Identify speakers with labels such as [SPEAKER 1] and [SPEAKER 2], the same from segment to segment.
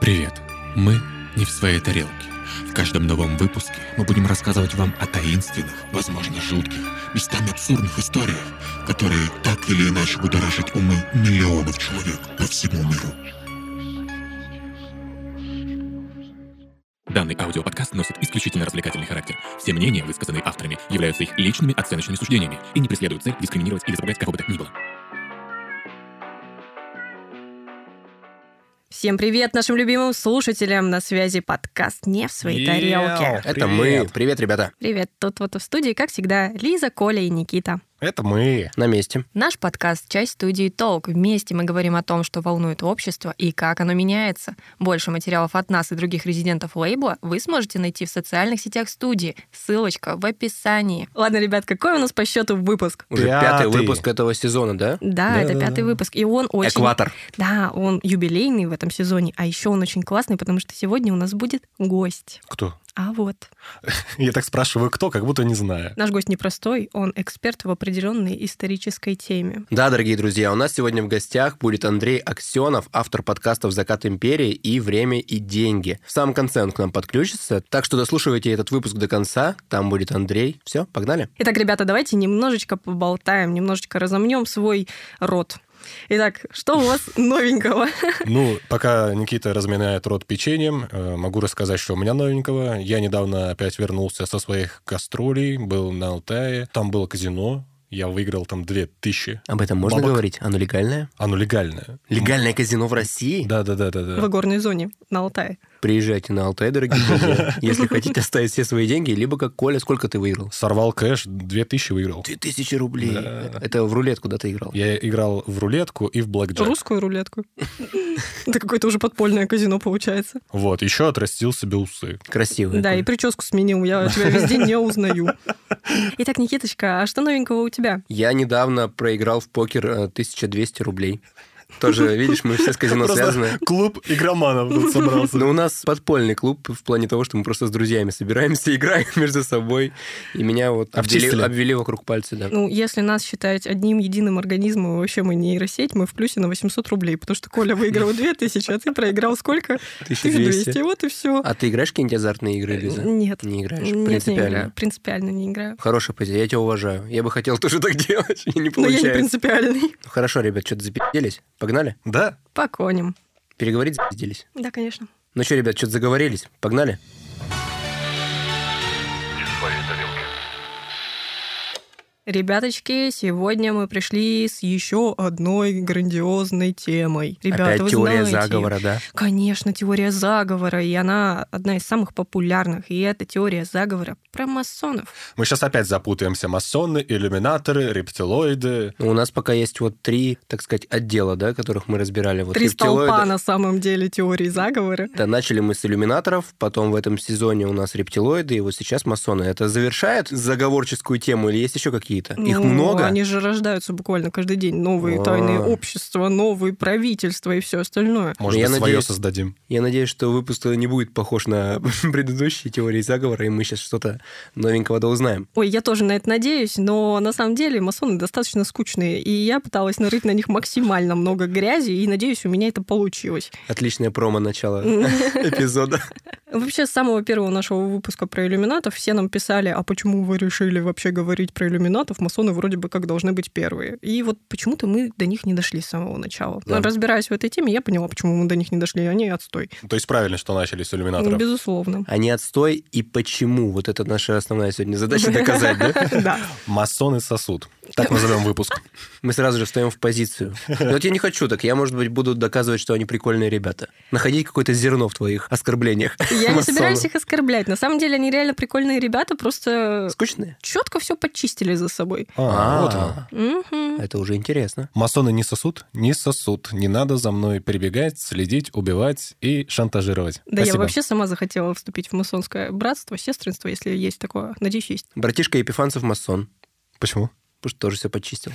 [SPEAKER 1] Привет! Мы не в своей тарелке. В каждом новом выпуске мы будем рассказывать вам о таинственных, возможно, жутких, местами абсурдных историях, которые так или иначе будоражат умы миллионов человек по всему миру. Данный аудиоподкаст носит исключительно развлекательный характер. Все мнения, высказанные авторами, являются их личными оценочными суждениями и не преследуют цель дискриминировать или запугать кого бы то ни было.
[SPEAKER 2] Всем привет нашим любимым слушателям. На связи подкаст «Не в своей тарелке».
[SPEAKER 3] Это мы. Привет, ребята.
[SPEAKER 2] Привет, тут вот в студии, как всегда, Лиза, Коля и Никита.
[SPEAKER 3] Это мы. На месте.
[SPEAKER 2] Наш подкаст – часть студии «Толк». Вместе мы говорим о том, что волнует общество и как оно меняется. Больше материалов от нас и других резидентов лейбла вы сможете найти в социальных сетях студии. Ссылочка в описании. Ладно, ребят, какой у нас по счету выпуск?
[SPEAKER 3] Уже
[SPEAKER 4] Пятый.
[SPEAKER 3] пятый выпуск этого сезона, да?
[SPEAKER 2] Да, это
[SPEAKER 4] Да-да-да.
[SPEAKER 2] пятый выпуск, и он очень...
[SPEAKER 3] Экватор.
[SPEAKER 2] Да, он юбилейный в этом сезоне, а еще он очень классный, потому что сегодня у нас будет гость.
[SPEAKER 4] Кто?
[SPEAKER 2] А вот.
[SPEAKER 4] Я так спрашиваю, кто, как будто не знаю.
[SPEAKER 2] Наш гость непростой, он эксперт в определенной исторической теме.
[SPEAKER 3] Да, дорогие друзья, у нас сегодня в гостях будет Андрей Аксенов, автор подкастов «Закат империи» и «Время и деньги». В самом конце он к нам подключится, так что дослушивайте этот выпуск до конца, там будет Андрей. Все, погнали.
[SPEAKER 2] Итак, ребята, давайте немножечко поболтаем, немножечко разомнем свой рот. Итак, что у вас новенького?
[SPEAKER 4] Ну, пока Никита разминает рот печеньем, э, могу рассказать, что у меня новенького. Я недавно опять вернулся со своих гастролей, был на Алтае. Там было казино, я выиграл там 2000.
[SPEAKER 3] Об этом можно
[SPEAKER 4] Бабок.
[SPEAKER 3] говорить? Оно легальное?
[SPEAKER 4] Оно легальное.
[SPEAKER 3] Легальное казино в России?
[SPEAKER 2] В
[SPEAKER 4] Да-да-да-да-да.
[SPEAKER 2] горной зоне на Алтае.
[SPEAKER 3] Приезжайте на Алтай, дорогие друзья, если хотите оставить все свои деньги, либо как Коля, сколько ты выиграл?
[SPEAKER 4] Сорвал кэш, 2000 выиграл.
[SPEAKER 3] 2000 рублей.
[SPEAKER 4] Да.
[SPEAKER 3] Это в рулетку да ты играл?
[SPEAKER 4] Я играл в рулетку и в блэкджек.
[SPEAKER 2] Русскую рулетку. Это какое-то уже подпольное казино получается.
[SPEAKER 4] Вот, еще отрастил себе усы.
[SPEAKER 3] Красиво.
[SPEAKER 2] Да, и прическу сменил, я тебя везде не узнаю. Итак, Никиточка, а что новенького у тебя?
[SPEAKER 3] Я недавно проиграл в покер э, 1200 рублей. Тоже, видишь, мы все с казино
[SPEAKER 4] Просто
[SPEAKER 3] связаны.
[SPEAKER 4] Клуб игроманов тут собрался.
[SPEAKER 3] Но у нас подпольный клуб в плане того, что мы просто с друзьями собираемся, играем между собой. И меня вот обвели,
[SPEAKER 4] Обчислили.
[SPEAKER 3] обвели вокруг пальца, да.
[SPEAKER 2] Ну, если нас считать одним единым организмом, и вообще мы нейросеть, мы в плюсе на 800 рублей, потому что Коля выиграл 2000, а ты проиграл сколько? 1200, вот и все.
[SPEAKER 3] А ты играешь в какие-нибудь азартные игры, Лиза?
[SPEAKER 2] Э, Нет.
[SPEAKER 3] Не играешь?
[SPEAKER 2] Нет,
[SPEAKER 3] принципиально.
[SPEAKER 2] не играю. Принципиально не играю.
[SPEAKER 3] Хорошая позиция, я тебя уважаю. Я бы хотел тоже так делать, мне не
[SPEAKER 2] Но Ну, я не
[SPEAKER 3] получается.
[SPEAKER 2] принципиальный.
[SPEAKER 3] Ну, Хорошо, ребят, что-то запи***делись. Погнали?
[SPEAKER 4] Да?
[SPEAKER 2] По коням.
[SPEAKER 3] Переговорить запи***делись.
[SPEAKER 2] Да, конечно.
[SPEAKER 3] Ну что, ребят, что-то заговорились. Погнали?
[SPEAKER 2] Ребяточки, сегодня мы пришли с еще одной грандиозной темой. Ребята,
[SPEAKER 3] Опять
[SPEAKER 2] вы
[SPEAKER 3] теория
[SPEAKER 2] знаете,
[SPEAKER 3] заговора, да?
[SPEAKER 2] Конечно, теория заговора, и она одна из самых популярных, и это теория заговора про масонов.
[SPEAKER 4] Мы сейчас опять запутаемся. Масоны, иллюминаторы, рептилоиды.
[SPEAKER 3] Ну, У нас пока есть вот три, так сказать, отдела, да, которых мы разбирали. Вот
[SPEAKER 2] Три
[SPEAKER 3] рептилоиды.
[SPEAKER 2] столпа на самом деле теории заговора.
[SPEAKER 3] Да, начали мы с иллюминаторов, потом в этом сезоне у нас рептилоиды, и вот сейчас масоны. Это завершает заговорческую тему или есть еще какие-то? Их
[SPEAKER 2] Ну,
[SPEAKER 3] много?
[SPEAKER 2] Они же рождаются буквально каждый день. Новые
[SPEAKER 3] А.
[SPEAKER 2] тайные общества, новые правительства и все остальное.
[SPEAKER 4] Может,
[SPEAKER 3] Я
[SPEAKER 4] быть, свое
[SPEAKER 3] надеюсь-
[SPEAKER 4] создадим.
[SPEAKER 3] Я надеюсь, что выпуск не будет похож на предыдущие теории заговора, и мы сейчас что-то новенького доузнаем.
[SPEAKER 2] Ой, я тоже на это надеюсь, но на самом деле масоны достаточно скучные, и я пыталась нарыть на них максимально много грязи, и надеюсь, у меня это получилось.
[SPEAKER 3] Отличное промо начала эпизода.
[SPEAKER 2] Вообще, с самого первого нашего выпуска про иллюминатов все нам писали, а почему вы решили вообще говорить про иллюминатов? Масоны вроде бы как должны быть первые. И вот почему-то мы до них не дошли с самого начала.
[SPEAKER 3] Да.
[SPEAKER 2] Разбираясь в этой теме, я поняла, почему мы до них не дошли. Они отстой.
[SPEAKER 4] То есть правильно, что начали с иллюминаторов.
[SPEAKER 2] Безусловно.
[SPEAKER 3] Они А отстой и почему? Вот это наша основная сегодня задача доказать, да?
[SPEAKER 2] Да.
[SPEAKER 4] Масоны сосуд. Так назовем выпуск.
[SPEAKER 3] Мы сразу же встаем в позицию. Но вот я не хочу так. Я, может быть, буду доказывать, что они прикольные ребята. Находить какое-то зерно в твоих оскорблениях.
[SPEAKER 2] Я не
[SPEAKER 3] Масонов.
[SPEAKER 2] собираюсь их оскорблять. На самом деле, они реально прикольные ребята, просто
[SPEAKER 3] Скучные?
[SPEAKER 2] четко все почистили за собой.
[SPEAKER 4] А, вот оно.
[SPEAKER 2] Мгм.
[SPEAKER 3] Это уже интересно.
[SPEAKER 4] Масоны не сосут? Не сосут. Не надо за мной прибегать, следить, убивать и шантажировать.
[SPEAKER 2] Да я
[SPEAKER 4] Спасибо.
[SPEAKER 2] вообще сама захотела вступить в масонское братство, сестринство, если есть такое. Надеюсь, есть.
[SPEAKER 3] Братишка Епифанцев масон.
[SPEAKER 4] Почему?
[SPEAKER 3] Потому что тоже все почистил.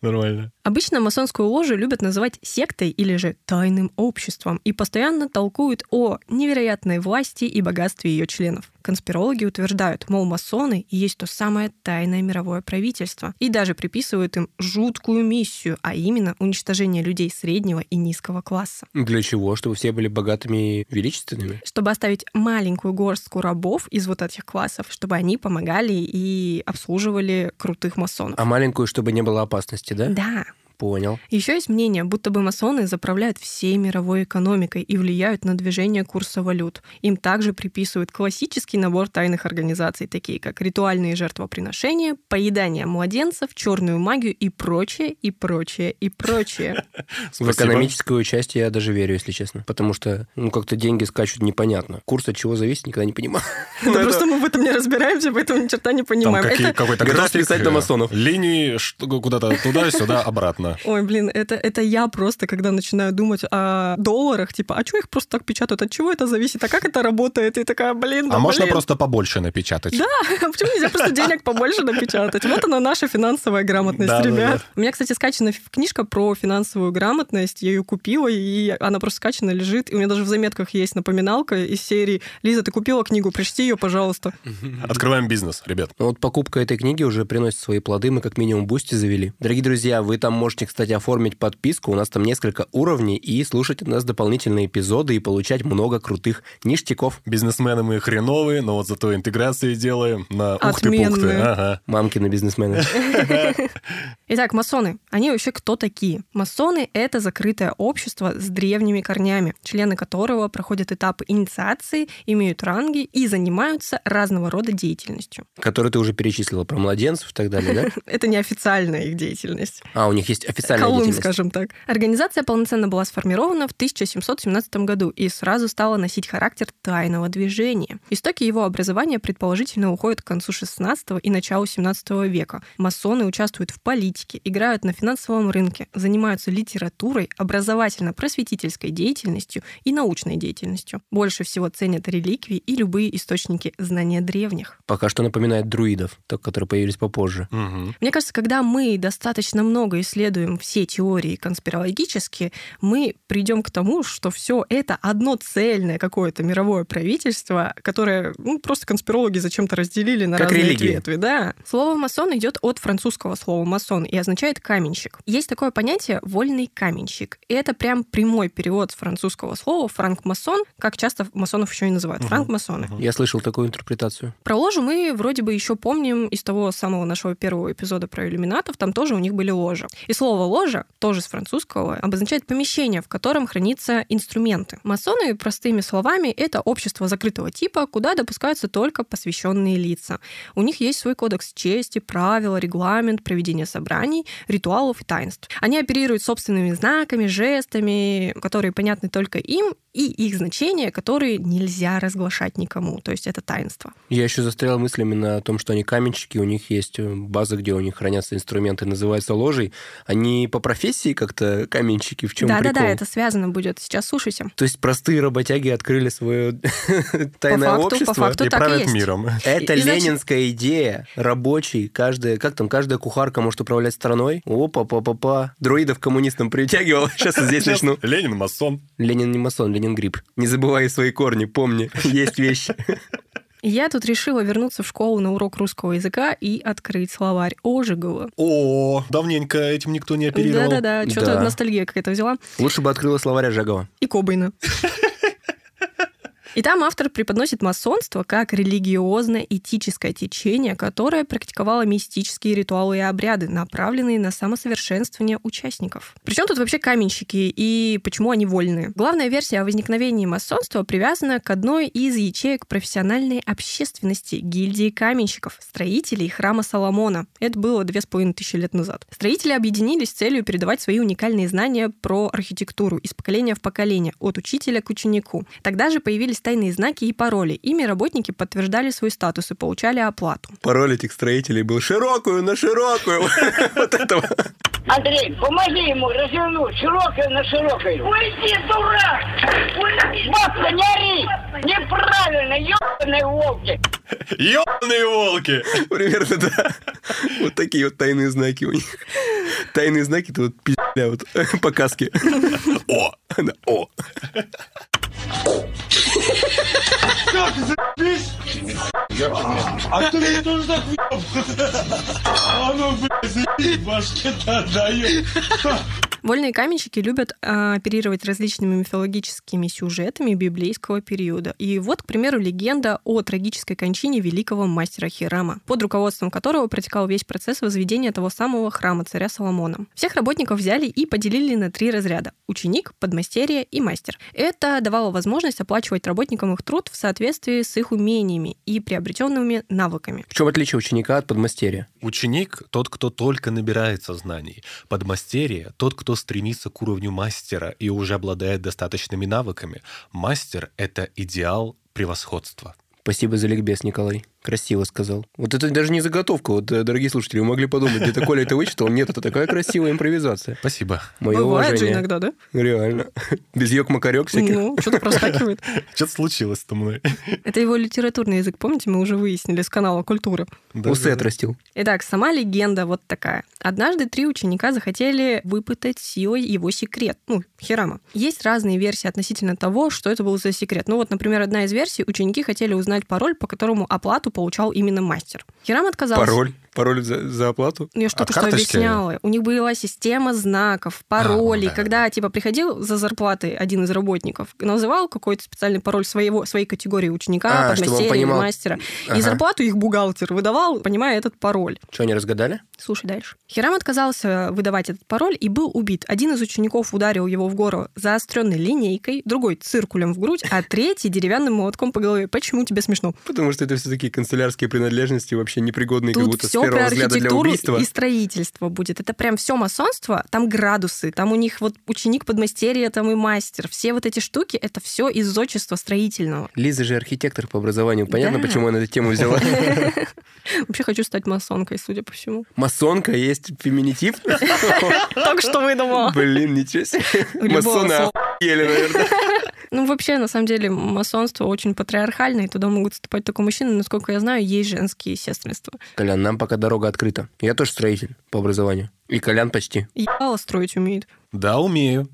[SPEAKER 4] Нормально.
[SPEAKER 2] Обычно масонскую ложу любят называть сектой или же тайным обществом и постоянно толкуют о невероятной власти и богатстве ее членов. Конспирологи утверждают, мол, масоны и есть то самое тайное мировое правительство, и даже приписывают им жуткую миссию, а именно уничтожение людей среднего и низкого класса.
[SPEAKER 3] Для чего? Чтобы все были богатыми и величественными?
[SPEAKER 2] Чтобы оставить маленькую горстку рабов из вот этих классов, чтобы они помогали и обслуживали крутых масонов.
[SPEAKER 3] А маленькую, чтобы не было опасности, А, да?
[SPEAKER 2] Да,
[SPEAKER 3] Понял.
[SPEAKER 2] Еще есть мнение, будто бы масоны заправляют всей мировой экономикой и влияют на движение курса валют. Им также приписывают классический набор тайных организаций, такие как ритуальные жертвоприношения, поедание младенцев, черную магию и прочее, и прочее, и прочее.
[SPEAKER 3] В экономическую часть я даже верю, если честно. Потому что, ну, как-то деньги скачут непонятно. Курс от чего зависит, никогда не понимаю.
[SPEAKER 2] Ну, Просто мы в этом не разбираемся, поэтому ни черта не
[SPEAKER 4] Там
[SPEAKER 2] понимаем.
[SPEAKER 4] какие-
[SPEAKER 2] Это-
[SPEAKER 4] какой-то
[SPEAKER 3] График
[SPEAKER 4] график,
[SPEAKER 3] писать до
[SPEAKER 4] э,
[SPEAKER 3] масонов.
[SPEAKER 4] Линии что- куда-то туда-сюда, обратно.
[SPEAKER 2] Ой, блин, это, это я просто, когда начинаю думать о долларах, типа, а что их просто так печатают, от чего это зависит, а как это работает? И такая, блин, да
[SPEAKER 4] А можно
[SPEAKER 2] блин.
[SPEAKER 4] просто побольше напечатать?
[SPEAKER 2] Да, а почему нельзя просто денег побольше напечатать? Вот она, наша финансовая грамотность,
[SPEAKER 4] Да, да,
[SPEAKER 2] ребят. У меня, кстати, скачана ф- книжка про финансовую грамотность. Я ее купила, и она просто скачана лежит. И у меня даже в заметках есть напоминалка из серии «Лиза, ты купила книгу, прочти ее, пожалуйста».
[SPEAKER 4] Открываем бизнес, ребят.
[SPEAKER 3] Ну Вот покупка этой книги уже приносит свои плоды, мы как минимум бусти завели. Дорогие друзья, вы там можете, кстати, оформить подписку, у нас там несколько уровней, и слушать от нас дополнительные эпизоды и получать много крутых ништяков.
[SPEAKER 4] Бизнесмены мы хреновые, но вот зато интеграции делаем на ухты-пухты.
[SPEAKER 2] Отменные.
[SPEAKER 4] Ага.
[SPEAKER 3] Мамки на бизнесмена.
[SPEAKER 2] Итак, масоны. Они вообще кто такие? Масоны — это закрытое общество с древними корнями, члены которого проходят этапы инициации, имеют ранги и занимаются разного рода деятельностью.
[SPEAKER 3] Который ты уже перечислила, про младенцев и так далее, да?
[SPEAKER 2] Это неофициальная их деятельность.
[SPEAKER 3] А, у них есть официальная
[SPEAKER 2] Колумб,
[SPEAKER 3] деятельность.
[SPEAKER 2] скажем так. Организация полноценно была сформирована в 1717 году и сразу стала носить характер тайного движения. Истоки его образования предположительно уходят к концу 16 и началу 17 века. Масоны участвуют в политике, играют на финансовом рынке, занимаются литературой, образовательно-просветительской деятельностью и научной деятельностью. Больше всего ценят реликвии и любые источники знания древних.
[SPEAKER 3] Пока что напоминает друидов, только которые появились попозже.
[SPEAKER 4] Мгм.
[SPEAKER 2] Мне кажется, когда мы достаточно много исследуем все теории конспирологические, мы придем к тому, что все это одно цельное какое-то мировое правительство, которое ну, просто конспирологи зачем-то разделили на
[SPEAKER 3] Как
[SPEAKER 2] разные
[SPEAKER 3] религии.
[SPEAKER 2] ветви. Да. Слово масон идет от французского слова масон и означает каменщик. Есть такое понятие вольный каменщик. И это прям прямой перевод с французского слова франкмасон, как часто масонов еще и называют.
[SPEAKER 4] Мгм.
[SPEAKER 2] Франкмасоны.
[SPEAKER 3] Я слышал такую интерпретацию.
[SPEAKER 2] Про ложу мы вроде бы еще помним из того самого нашего первого эпизода про иллюминатов, там тоже у них были ложи. И слово ложа, тоже с французского, обозначает помещение, в котором хранятся инструменты. Масоны, простыми словами, это общество закрытого типа, куда допускаются только посвященные лица. У них есть свой кодекс чести, правила, регламент, проведение собраний, ритуалов и таинств. Они оперируют собственными знаками, жестами, которые понятны только им, и их значения, которые нельзя разглашать никому. То есть это таинство.
[SPEAKER 3] Я еще застрял мыслями на том, что они каменщики, у них есть э, база, где у них хранятся инструменты, называется ложей. Они по профессии как-то каменщики, в чем
[SPEAKER 2] да,
[SPEAKER 3] прикол?
[SPEAKER 2] да, да, это связано будет. Сейчас слушайте.
[SPEAKER 3] То есть простые работяги открыли свое тайное
[SPEAKER 2] факту, по
[SPEAKER 3] общество.
[SPEAKER 2] факту. Кто
[SPEAKER 4] И
[SPEAKER 2] так и
[SPEAKER 4] правят
[SPEAKER 2] есть?
[SPEAKER 4] миром.
[SPEAKER 3] Это
[SPEAKER 2] И- и значит-
[SPEAKER 3] ленинская идея. Рабочий, каждая, как там, каждая кухарка может управлять страной. Опа, па, па, па. Друидов к коммунистам притягивал. Сейчас и здесь
[SPEAKER 4] Сейчас
[SPEAKER 3] начну.
[SPEAKER 4] Ленин масон.
[SPEAKER 3] Ленин не масон, Ленин гриб. Не забывай свои корни, помни, есть вещи.
[SPEAKER 2] Я тут решила вернуться в школу на урок русского языка и открыть словарь Ожегова.
[SPEAKER 4] О, давненько этим никто не оперировал.
[SPEAKER 2] Да-да-да, что-то
[SPEAKER 3] Да.
[SPEAKER 2] ностальгия какая-то взяла.
[SPEAKER 3] Лучше бы открыла словаря Жагова.
[SPEAKER 2] И Кобейна. И там автор преподносит масонство как религиозное этическое течение, которое практиковало мистические ритуалы и обряды, направленные на самосовершенствование участников. Причем тут вообще каменщики и почему они вольные? Главная версия о возникновении масонства привязана к одной из ячеек профессиональной общественности гильдии каменщиков, строителей храма Соломона. Это было две с половиной тысячи лет назад. Строители объединились с целью передавать свои уникальные знания про архитектуру из поколения в поколение, от учителя к ученику. Тогда же появились тайные знаки и пароли. Ими работники подтверждали свой статус и получали оплату.
[SPEAKER 3] Пароль этих строителей был «широкую на широкую». Вот этого.
[SPEAKER 5] Андрей, помоги ему развернуть широкой на широкой. Уйди, дурак! Уйди! Бабка, не ори! Неправильно, ебаные волки!
[SPEAKER 4] Ёбаные волки!
[SPEAKER 3] Примерно, да. Вот такие вот тайные знаки у них. Тайные знаки, это вот пи***ля вот по каске. О! Да, О!
[SPEAKER 6] Как ты заебись? А ты меня тоже так въебал? А ну, блядь, заебись, башке-то отдаю.
[SPEAKER 2] Вольные каменщики любят а, оперировать различными мифологическими сюжетами библейского периода. И вот, к примеру, легенда о трагической кончине великого мастера Хирама, под руководством которого протекал весь процесс возведения того самого храма царя Соломона. Всех работников взяли и поделили на три разряда – ученик, подмастерье и мастер. Это давало возможность оплачивать работникам их труд в соответствии с их умениями и приобретенными навыками.
[SPEAKER 3] В чем отличие ученика от подмастерья?
[SPEAKER 7] Ученик – тот, кто только набирается знаний. Подмастерье – тот, кто стремится к уровню мастера и уже обладает достаточными навыками. Мастер – это идеал превосходства.
[SPEAKER 3] Спасибо за ликбез, Николай. Красиво сказал. Вот это даже не заготовка. Вот, э, дорогие слушатели, вы могли подумать, где-то Коля это вычитал. Нет, это такая красивая импровизация.
[SPEAKER 7] Спасибо.
[SPEAKER 3] Мое
[SPEAKER 2] Бывает же
[SPEAKER 3] уважение.
[SPEAKER 2] иногда, да?
[SPEAKER 3] Реально. Без ёк-макарёк всяких.
[SPEAKER 2] Ну, что-то проскакивает.
[SPEAKER 7] Что-то случилось со мной.
[SPEAKER 2] Это его литературный язык, помните, мы уже выяснили с канала «Культура».
[SPEAKER 3] Усы отрастил.
[SPEAKER 2] Итак, сама легенда вот такая. Однажды три ученика захотели выпытать силой его секрет, ну, Хирама. Есть разные версии относительно того, что это был за секрет. Ну вот, например, одна из версий, ученики хотели узнать пароль, по которому оплату получал именно мастер. Хирам отказался.
[SPEAKER 3] Пароль. Пароль за, за оплату.
[SPEAKER 2] Ну, я что-то
[SPEAKER 4] От
[SPEAKER 2] что
[SPEAKER 4] карточки?
[SPEAKER 2] объясняла. У них была система
[SPEAKER 3] А,
[SPEAKER 2] знаков,
[SPEAKER 3] ну
[SPEAKER 2] паролей.
[SPEAKER 4] да,
[SPEAKER 2] когда, типа, приходил за зарплатой один из работников, называл какой-то специальный пароль своего, своей категории ученика,
[SPEAKER 3] А, чтобы он
[SPEAKER 2] подмастерья или
[SPEAKER 3] понимал.
[SPEAKER 2] мастера. И
[SPEAKER 3] Ага.
[SPEAKER 2] зарплату их бухгалтер выдавал, понимая этот пароль.
[SPEAKER 3] Что, не разгадали?
[SPEAKER 2] Слушай дальше. Хирам отказался выдавать этот пароль и был убит. Один из учеников ударил его в гору заостренной линейкой, другой циркулем в грудь, а третий деревянным молотком по голове. Почему тебе смешно?
[SPEAKER 3] Потому что это все такие канцелярские принадлежности, вообще непригодные как
[SPEAKER 2] Тут
[SPEAKER 3] будто с
[SPEAKER 2] все про
[SPEAKER 3] первого взгляда для
[SPEAKER 2] архитектуру
[SPEAKER 3] убийства.
[SPEAKER 2] и строительство будет. Это прям все масонство, там градусы, там у них вот ученик подмастерье, там и мастер. Все вот эти штуки, это все из зодчества строительного.
[SPEAKER 3] Лиза же архитектор по образованию. Понятно,
[SPEAKER 2] Да.
[SPEAKER 3] почему она эту тему взяла?
[SPEAKER 2] Вообще хочу стать масонкой, судя по всему.
[SPEAKER 3] Масонка есть феминитив?
[SPEAKER 2] Только что выдумала.
[SPEAKER 3] Блин, ничего себе.
[SPEAKER 2] Любого
[SPEAKER 3] Масоны
[SPEAKER 2] слова.
[SPEAKER 3] охуели, наверное.
[SPEAKER 2] Ну, вообще, на самом деле, масонство очень патриархальное, и туда могут вступать только мужчины. Насколько я знаю, есть женские сестринства.
[SPEAKER 3] Колян, нам пока дорога открыта. Я тоже строитель по образованию. И Колян почти.
[SPEAKER 2] Ебало строить умеет.
[SPEAKER 7] Да, умею.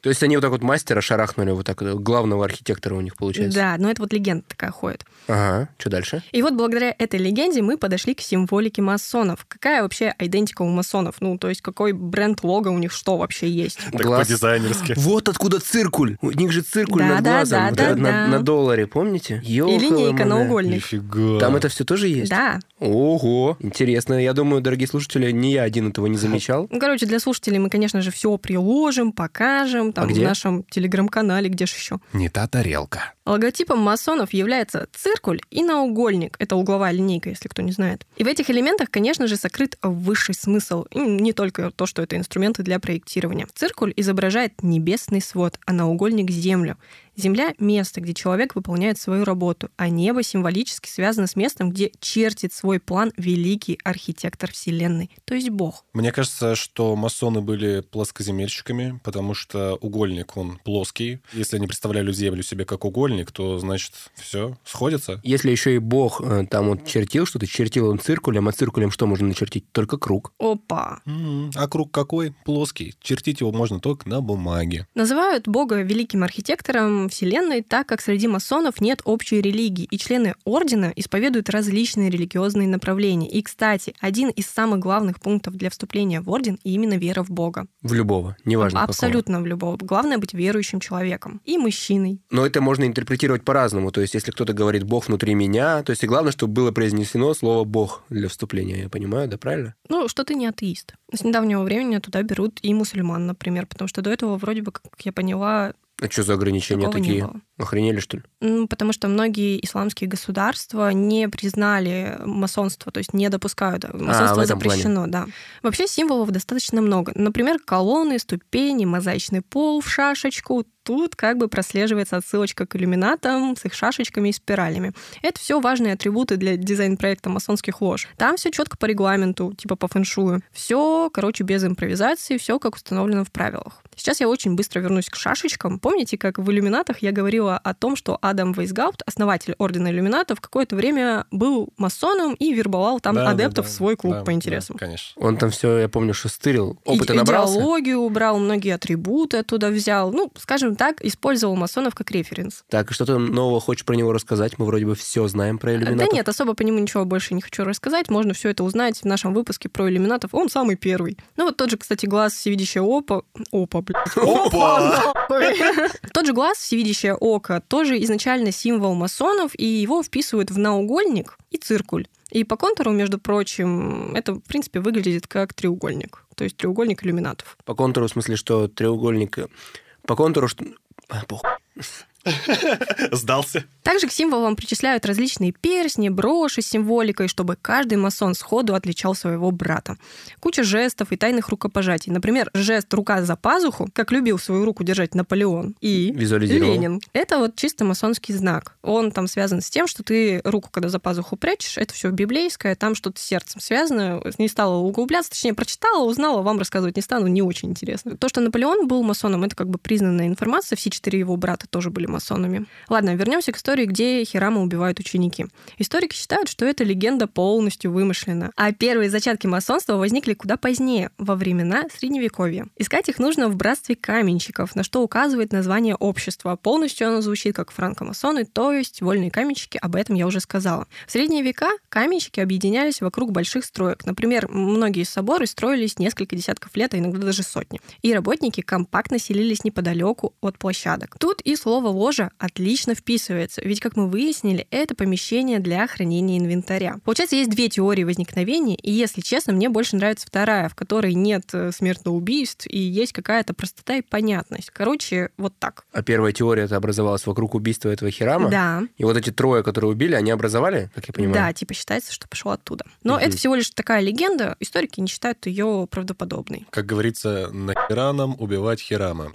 [SPEAKER 3] То есть они вот так вот мастера шарахнули, вот так вот, главного архитектора у них получается.
[SPEAKER 2] Да, но это вот легенда такая ходит.
[SPEAKER 3] Ага, что дальше?
[SPEAKER 2] И вот благодаря этой легенде мы подошли к символике масонов. Какая вообще идентика у масонов? Ну, то есть какой бренд лого у них, что вообще есть?
[SPEAKER 3] Глаз.
[SPEAKER 4] по-дизайнерски.
[SPEAKER 3] Вот откуда циркуль. У них же циркуль
[SPEAKER 2] Да,
[SPEAKER 3] над
[SPEAKER 2] да,
[SPEAKER 3] глазом.
[SPEAKER 2] да,
[SPEAKER 3] Вот
[SPEAKER 2] да,
[SPEAKER 3] этот
[SPEAKER 2] да.
[SPEAKER 3] на, на долларе, помните?
[SPEAKER 2] И линейка
[SPEAKER 3] Ёлка-ломаная.
[SPEAKER 2] наугольник.
[SPEAKER 7] Нифига.
[SPEAKER 3] Там это все тоже есть?
[SPEAKER 2] Да.
[SPEAKER 3] Ого, интересно. Я думаю, дорогие слушатели, не я один этого не замечал.
[SPEAKER 2] Ну, короче, для слушателей мы, конечно же, все приложим, покажем, там,
[SPEAKER 3] А где?
[SPEAKER 2] в нашем телеграм-канале, где же еще.
[SPEAKER 7] Не та тарелка.
[SPEAKER 2] Логотипом масонов является циркуль и наугольник. Это угловая линейка, если кто не знает. И в этих элементах, конечно же, сокрыт высший смысл. И не только то, что это инструменты для проектирования. Циркуль изображает небесный свод, а наугольник — землю. Земля — место, где человек выполняет свою работу, а небо символически связано с местом, где чертит свой план великий архитектор Вселенной, то есть Бог.
[SPEAKER 4] Мне кажется, что масоны были плоскоземельщиками, потому что угольник, он плоский. Если они представляли землю себе как угольник, то, значит, все сходится.
[SPEAKER 3] Если еще и бог э, там вот чертил что-то, чертил он циркулем, а циркулем что можно начертить? Только круг.
[SPEAKER 2] Опа!
[SPEAKER 7] М, А круг какой? Плоский. Чертить его можно только на бумаге.
[SPEAKER 2] Называют Бога великим архитектором Вселенной, так как среди масонов нет общей религии, и члены ордена исповедуют различные религиозные направления. И, кстати, один из самых главных пунктов для вступления в орден – именно вера в Бога.
[SPEAKER 3] В любого, неважно какого.
[SPEAKER 2] Абсолютно в любого. Главное – быть верующим человеком. И мужчиной.
[SPEAKER 3] Но это можно интерпретировать по-разному. То есть, если кто-то говорит «Бог внутри меня», то есть, и главное, чтобы было произнесено слово «Бог» для вступления. Я понимаю, да, правильно?
[SPEAKER 2] Ну, что ты не атеист. С недавнего времени туда берут и мусульман, например, потому что до этого вроде бы, как я поняла,
[SPEAKER 3] А что за ограничения
[SPEAKER 2] такого не
[SPEAKER 3] такие?
[SPEAKER 2] было.
[SPEAKER 3] Охренели, что ли?
[SPEAKER 2] Ну, потому что многие исламские государства не признали масонство, то есть не допускают. э, Масонство
[SPEAKER 3] А, в этом плане.
[SPEAKER 2] запрещено, да. Вообще символов достаточно много. Например, колонны, ступени, мозаичный пол в шашечку, Тут как бы прослеживается отсылочка к иллюминатам с их шашечками и спиралями. Это все важные атрибуты для дизайн-проекта масонских лож. Там все четко по регламенту, типа по фэншую. Все, короче, без импровизации, все как установлено в правилах. Сейчас я очень быстро вернусь к шашечкам. Помните, как в «Иллюминатах» я говорила о том, что Адам Вейсгаут, основатель Ордена Иллюминатов, какое-то время был масоном и вербовал там
[SPEAKER 4] Да, да,
[SPEAKER 2] адептов
[SPEAKER 4] да,
[SPEAKER 2] в свой клуб
[SPEAKER 4] да,
[SPEAKER 2] по интересам.
[SPEAKER 4] да, конечно.
[SPEAKER 3] Он там все, я помню, шестырил. Опыта
[SPEAKER 2] И-
[SPEAKER 3] набрался?
[SPEAKER 2] Идеологию убрал, многие атрибуты оттуда взял. Ну, скажем так, использовал масонов как референс.
[SPEAKER 3] Так, и что ты нового хочешь про него рассказать? Мы вроде бы все знаем про
[SPEAKER 2] Да
[SPEAKER 3] иллюминатов.
[SPEAKER 2] нет, особо по нему ничего больше не хочу рассказать. Можно все это узнать в нашем выпуске про иллюминатов. Он самый первый. Ну вот тот же, кстати, глаз всевидящее опа... Опа, блядь.
[SPEAKER 3] Опа!
[SPEAKER 2] Ой. Тот же глаз, всевидящее око, тоже изначально символ масонов, и его вписывают в наугольник и циркуль. И по контуру, между прочим, это, в принципе, выглядит как треугольник. То есть треугольник иллюминатов.
[SPEAKER 3] По контуру, в смысле, что треугольник... э, По контуру, что... А, похуй.
[SPEAKER 7] Сдался.
[SPEAKER 2] Также к символам причисляют различные перстни, броши с символикой, чтобы каждый масон сходу отличал своего брата. Куча жестов и тайных рукопожатий. Например, жест «рука за пазуху», как любил свою руку держать Наполеон, и
[SPEAKER 3] Визуализировал.
[SPEAKER 2] Ленин. Это вот чисто масонский знак. Он там связан с тем, что ты руку, когда за пазуху прячешь, это все библейское, там что-то с сердцем связано. Не стала углубляться, точнее, прочитала, узнала, вам рассказывать не стану, не очень интересно. То, что Наполеон был масоном, это как бы признанная информация, все четыре его брата тоже были масонами. Ладно, вернемся к истории, где Хирама убивают ученики. Историки считают, что эта легенда полностью вымышлена. А первые зачатки масонства возникли куда позднее, во времена Средневековья. Искать их нужно в братстве каменщиков, на что указывает название общества. Полностью оно звучит как франкомасоны, то есть вольные каменщики, об этом я уже сказала. В средние века каменщики объединялись вокруг больших строек. Например, многие соборы строились несколько десятков лет, а иногда даже сотни. И работники компактно селились неподалеку от площадок. Тут и слово «ложа» отлично вписывается, ведь, как мы выяснили, это помещение для хранения инвентаря. Получается, есть две теории возникновения, и, если честно, мне больше нравится вторая, в которой нет э, смертоубийств и есть какая-то простота и понятность. Короче, вот так.
[SPEAKER 3] А первая теория это образовалась вокруг убийства этого Хирама?
[SPEAKER 2] Да.
[SPEAKER 3] И вот эти трое, которые убили, они образовали, как я понимаю?
[SPEAKER 2] Да, типа считается, что пошло оттуда. Но это всего лишь такая легенда, историки не считают ее правдоподобной.
[SPEAKER 7] Как говорится, нахераном убивать Хирама.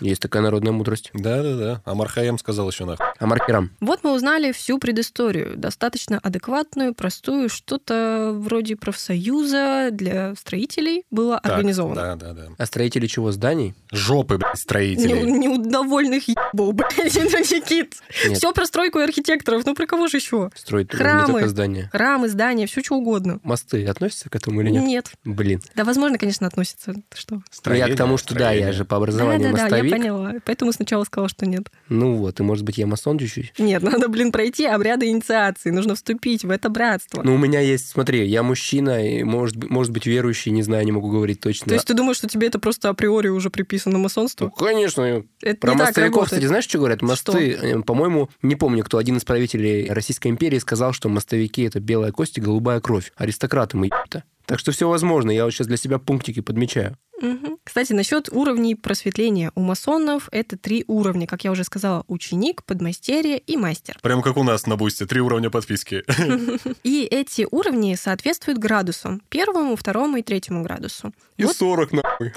[SPEAKER 3] Есть такая народная мудрость.
[SPEAKER 7] Да-да-да. А Мархаем сказал еще нахуй.
[SPEAKER 3] А маркерам?
[SPEAKER 2] Вот мы узнали всю предысторию, достаточно адекватную, простую, что-то вроде профсоюза для строителей было
[SPEAKER 7] Так,
[SPEAKER 2] организовано.
[SPEAKER 7] Да-да-да.
[SPEAKER 3] А строители чего? Зданий?
[SPEAKER 7] Жопы, блядь, строителей.
[SPEAKER 2] Не- Неудовольных ебов, блядь, это Никит.
[SPEAKER 3] Нет.
[SPEAKER 2] Все про стройку и архитекторов, ну про кого же еще?
[SPEAKER 3] Строить
[SPEAKER 2] Храмы.
[SPEAKER 3] ну, не только здания.
[SPEAKER 2] Храмы, здания, все что угодно.
[SPEAKER 3] Мосты относятся к этому или нет? Блин.
[SPEAKER 2] Да, возможно, конечно, относится. Ты Что?
[SPEAKER 3] Ну, я
[SPEAKER 7] Строение,
[SPEAKER 3] к тому, что да,
[SPEAKER 7] строение.
[SPEAKER 3] я же по образованию
[SPEAKER 2] да, да,
[SPEAKER 3] мостовик.
[SPEAKER 2] я поняла. Поэтому сначала сказала, что нет.
[SPEAKER 3] Ну вот, и может быть я масон чуть-чуть.
[SPEAKER 2] Нет, надо, блин, пройти обряды инициации. Нужно вступить в это братство.
[SPEAKER 3] Ну, у меня есть, смотри, я мужчина, и может, б- может быть верующий, не знаю, не могу говорить точно.
[SPEAKER 2] То есть ты думаешь, что тебе это просто априори уже приписано
[SPEAKER 3] Ну,
[SPEAKER 2] масонству?
[SPEAKER 3] конечно.
[SPEAKER 2] Это
[SPEAKER 3] Про
[SPEAKER 2] не так
[SPEAKER 3] мостовиков,
[SPEAKER 2] работает.
[SPEAKER 3] кстати, знаешь, что говорят? Мосты,
[SPEAKER 2] Что?
[SPEAKER 3] э, по-моему, не помню, кто один из правителей Российской империи сказал, что мостовики это белая кость и голубая кровь. Аристократы мы ебта. Так что все возможно, я вот сейчас для себя пунктики подмечаю.
[SPEAKER 2] Мгм. Кстати, насчет уровней просветления. У масонов это три уровня, как я уже сказала, ученик, подмастерье и мастер.
[SPEAKER 7] Прям как у нас на Бусте. Три уровня подписки.
[SPEAKER 2] И эти уровни соответствуют градусам. Первому, второму и третьему градусу.
[SPEAKER 7] И
[SPEAKER 2] Вот
[SPEAKER 7] 40 нахуй.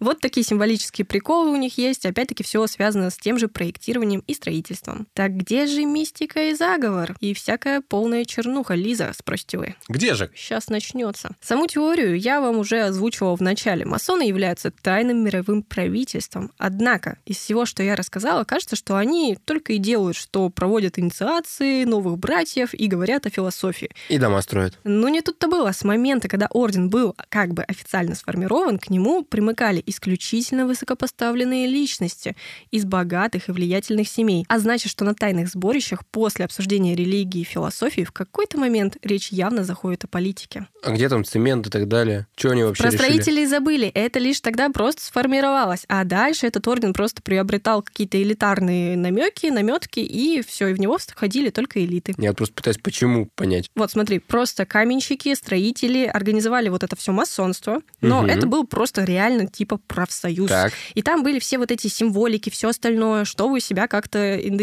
[SPEAKER 2] Вот такие символические приколы у них есть. Опять-таки, все связано с тем же проектированием и строительством. Так где же мистика и заговор? И всякая полная чернуха, Лиза, спросите вы.
[SPEAKER 7] Где же?
[SPEAKER 2] Сейчас начнется. Саму теорию я вам уже озвучивала в начале. Масоны являются тайным мировым правительством. Однако, из всего, что я рассказала, кажется, что они только и делают, что проводят инициации новых братьев и говорят о философии.
[SPEAKER 3] И дома строят.
[SPEAKER 2] Но не тут-то было. С момента, когда орден был как бы официально сформирован, к нему примыкали исключительно высокопоставленные личности из богатых и влиятельных семей. А значит, что на тайных сборищах после обсуждения религии и философии в какой-то момент речь явно заходит о политике.
[SPEAKER 3] А где там цемент и так далее? Что они вообще
[SPEAKER 2] Про
[SPEAKER 3] решили?
[SPEAKER 2] строителей забыли. Это лишь тогда просто сформировалось. А дальше этот орден просто приобретал какие-то элитарные намеки, наметки, и все, и в него входили только элиты.
[SPEAKER 3] Я вот просто пытаюсь почему понять.
[SPEAKER 2] Вот смотри, просто каменщики, строители организовали вот это все масонство, но
[SPEAKER 3] Мгм.
[SPEAKER 2] это был просто реально типа профсоюз.
[SPEAKER 3] Так,
[SPEAKER 2] И там были все вот эти символики, все остальное, чтобы себя как-то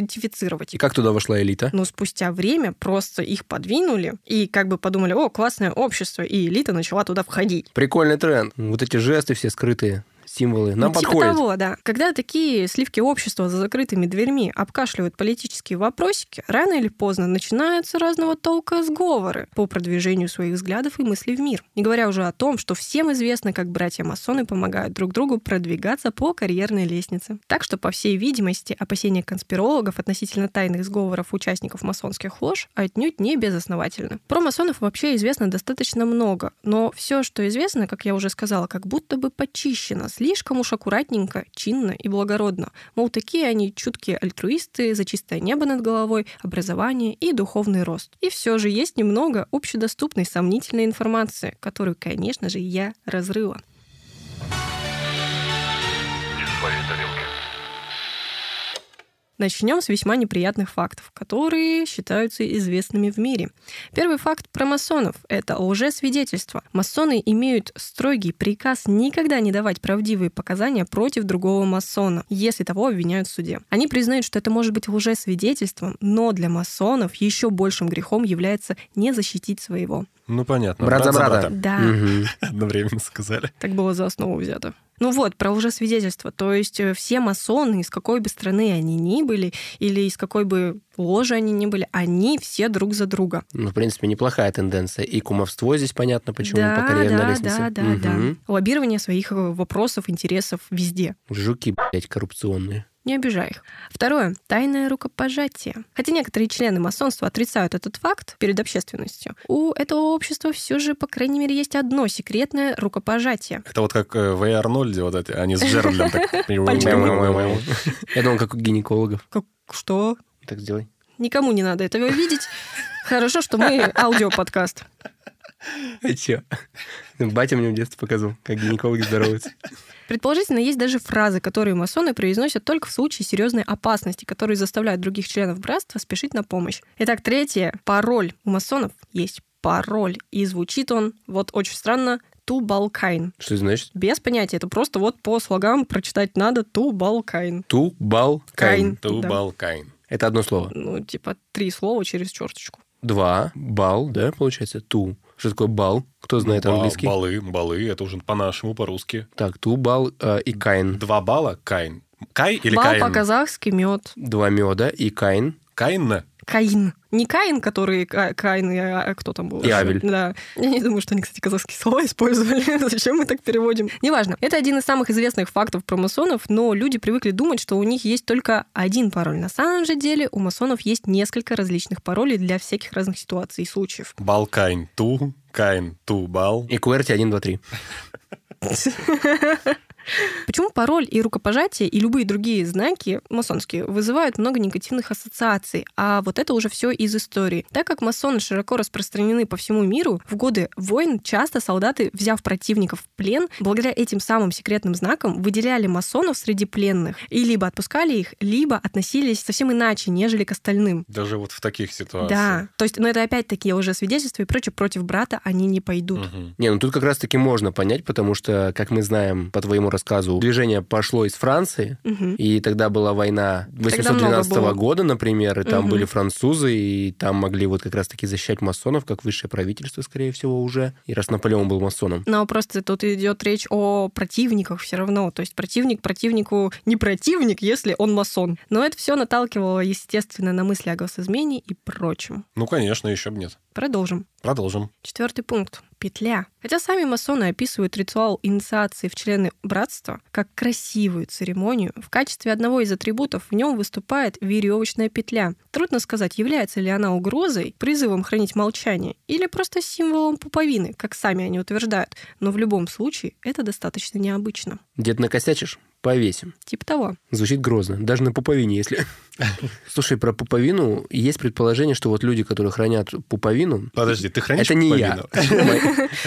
[SPEAKER 2] идентифицировать.
[SPEAKER 3] и как туда вошла элита?
[SPEAKER 2] Но спустя время просто их подвинули и как бы подумали, о, классное общество, и элита начала туда входить.
[SPEAKER 3] Прикольный тренд. Вот эти жесты все скрытые. символы. Нам
[SPEAKER 2] Ну, типа
[SPEAKER 3] подходит.
[SPEAKER 2] того, да. Когда такие сливки общества за закрытыми дверьми обкашливают политические вопросики, рано или поздно начинаются разного толка сговоры по продвижению своих взглядов и мыслей в мир. Не говоря уже о том, что всем известно, как братья-масоны помогают друг другу продвигаться по карьерной лестнице. Так что, по всей видимости, опасения конспирологов относительно тайных сговоров участников масонских лож отнюють не безосновательны. Про масонов вообще известно достаточно много, но все, что известно, как я уже сказала, как будто бы почищено, слишком уж аккуратненько, чинно и благородно. Мол, такие они чуткие альтруисты, за чистое небо над головой, образование и духовный рост. И все же есть немного общедоступной сомнительной информации, которую, конечно же, я разрыла. Начнем с весьма неприятных фактов, которые считаются известными в мире. Первый факт про масонов – это лжесвидетельство. Масоны имеют строгий приказ никогда не давать правдивые показания против другого масона, если того обвиняют в суде. Они признают, что это может быть лжесвидетельством, но для масонов еще большим грехом является не защитить своего.
[SPEAKER 7] Ну, понятно.
[SPEAKER 3] Брат за брата.
[SPEAKER 2] Да.
[SPEAKER 3] Мгм.
[SPEAKER 7] Одновременно сказали.
[SPEAKER 2] Так было за основу взято. Ну вот, про лжесвидетельство. То есть э, все масоны, из какой бы страны они ни были, или из какой бы ложи они ни были, они все друг за друга.
[SPEAKER 3] Ну, в принципе, неплохая тенденция. И кумовство здесь понятно, почему
[SPEAKER 2] да,
[SPEAKER 3] по карьерной
[SPEAKER 2] да,
[SPEAKER 3] лестнице.
[SPEAKER 2] да, да,
[SPEAKER 3] Мгм.
[SPEAKER 2] да. Лоббирование своих э, вопросов, интересов везде.
[SPEAKER 3] Жуки, блядь, коррупционные.
[SPEAKER 2] Не обижай их. Второе. Тайное рукопожатие. Хотя некоторые члены масонства отрицают этот факт перед общественностью, у этого общества все же, по крайней мере, есть одно секретное рукопожатие.
[SPEAKER 4] Это вот как э, в «Эй, Арнольде, вот эти, они с Джеральдом так...
[SPEAKER 3] Мяу-мяу-мяу-мяу. Я думал, как у гинекологов.
[SPEAKER 2] Как что?
[SPEAKER 3] Так сделай.
[SPEAKER 2] Никому не надо этого видеть. Хорошо, что мы аудиоподкаст.
[SPEAKER 3] А че? Батя мне в детстве показывал, как гинекологи здороваются.
[SPEAKER 2] Предположительно, есть даже фразы, которые масоны произносят только в случае серьезной опасности, которые заставляют других членов братства спешить на помощь. Итак, третье. Пароль. У масонов есть пароль. И звучит он, вот очень странно, Тубалкайн.
[SPEAKER 3] Что это значит?
[SPEAKER 2] Без понятия, это просто вот по слогам прочитать надо Тубалкайн. Кайн.
[SPEAKER 3] Ту-бал-кайн.
[SPEAKER 4] Тубалкайн.
[SPEAKER 3] Это одно слово.
[SPEAKER 2] Ну, типа три слова через черточку.
[SPEAKER 3] Два. Бал, да, получается? Ту. Что такое бал? Кто знает
[SPEAKER 4] Ба-
[SPEAKER 3] английский?
[SPEAKER 4] Балы, балы, это уже по-нашему, по-русски.
[SPEAKER 3] Так, ту, бал э, и кайн.
[SPEAKER 4] Два балла, кайн. Кай или
[SPEAKER 2] Бал
[SPEAKER 4] кайн?
[SPEAKER 2] по-казахски мед.
[SPEAKER 3] Два меда и кайн.
[SPEAKER 4] Кайнна?
[SPEAKER 2] Каин. Не Каин, который Ка- Каин, и, а, кто там был?
[SPEAKER 3] И Авель.
[SPEAKER 4] Балкайн, ту, кайн, ту, бал.
[SPEAKER 3] И QWERTY 1, 2, 3.
[SPEAKER 2] Почему пароль и рукопожатие и любые другие знаки масонские вызывают много негативных ассоциаций, а вот это уже все из истории. Так как масоны широко распространены по всему миру, в годы войн часто солдаты, взяв противников в плен, благодаря этим самым секретным знакам выделяли масонов среди пленных и либо отпускали их, либо относились совсем иначе, нежели к остальным.
[SPEAKER 4] Даже вот в таких ситуациях.
[SPEAKER 2] Да, то есть, но это опять-таки уже свидетельства и прочее, против брата они не пойдут.
[SPEAKER 3] Не, ну тут как раз-таки можно понять, потому что, как мы знаем по твоему рассказу, движение пошло из Франции,
[SPEAKER 2] Мгм.
[SPEAKER 3] и тогда была война
[SPEAKER 2] много
[SPEAKER 3] 812
[SPEAKER 2] было.
[SPEAKER 3] года, например, и там
[SPEAKER 2] Мгм.
[SPEAKER 3] были французы, и там могли вот как раз-таки защищать масонов, как высшее правительство, скорее всего, уже. И раз Наполеон был масоном.
[SPEAKER 2] Но просто тут идет речь о противниках все равно. То есть противник противнику не противник, если он масон. Но это все наталкивало, естественно, на мысли о госизмене и прочем.
[SPEAKER 4] Ну, конечно, еще бы нет.
[SPEAKER 2] Продолжим.
[SPEAKER 4] Продолжим.
[SPEAKER 2] Четвертый пункт. Петля. Хотя сами масоны описывают ритуал инициации в члены братства как красивую церемонию, в качестве одного из атрибутов в нем выступает веревочная петля. Трудно сказать, является ли она угрозой, призывом хранить молчание или просто символом пуповины, как сами они утверждают, но в любом случае это достаточно необычно.
[SPEAKER 3] Дед, накосячишь? Повесим.
[SPEAKER 2] Типа того.
[SPEAKER 3] Звучит грозно. Даже на пуповине, если... Слушай, про пуповину есть предположение, что вот люди, которые хранят пуповину...
[SPEAKER 7] Подожди, ты хранишь
[SPEAKER 3] Это не я.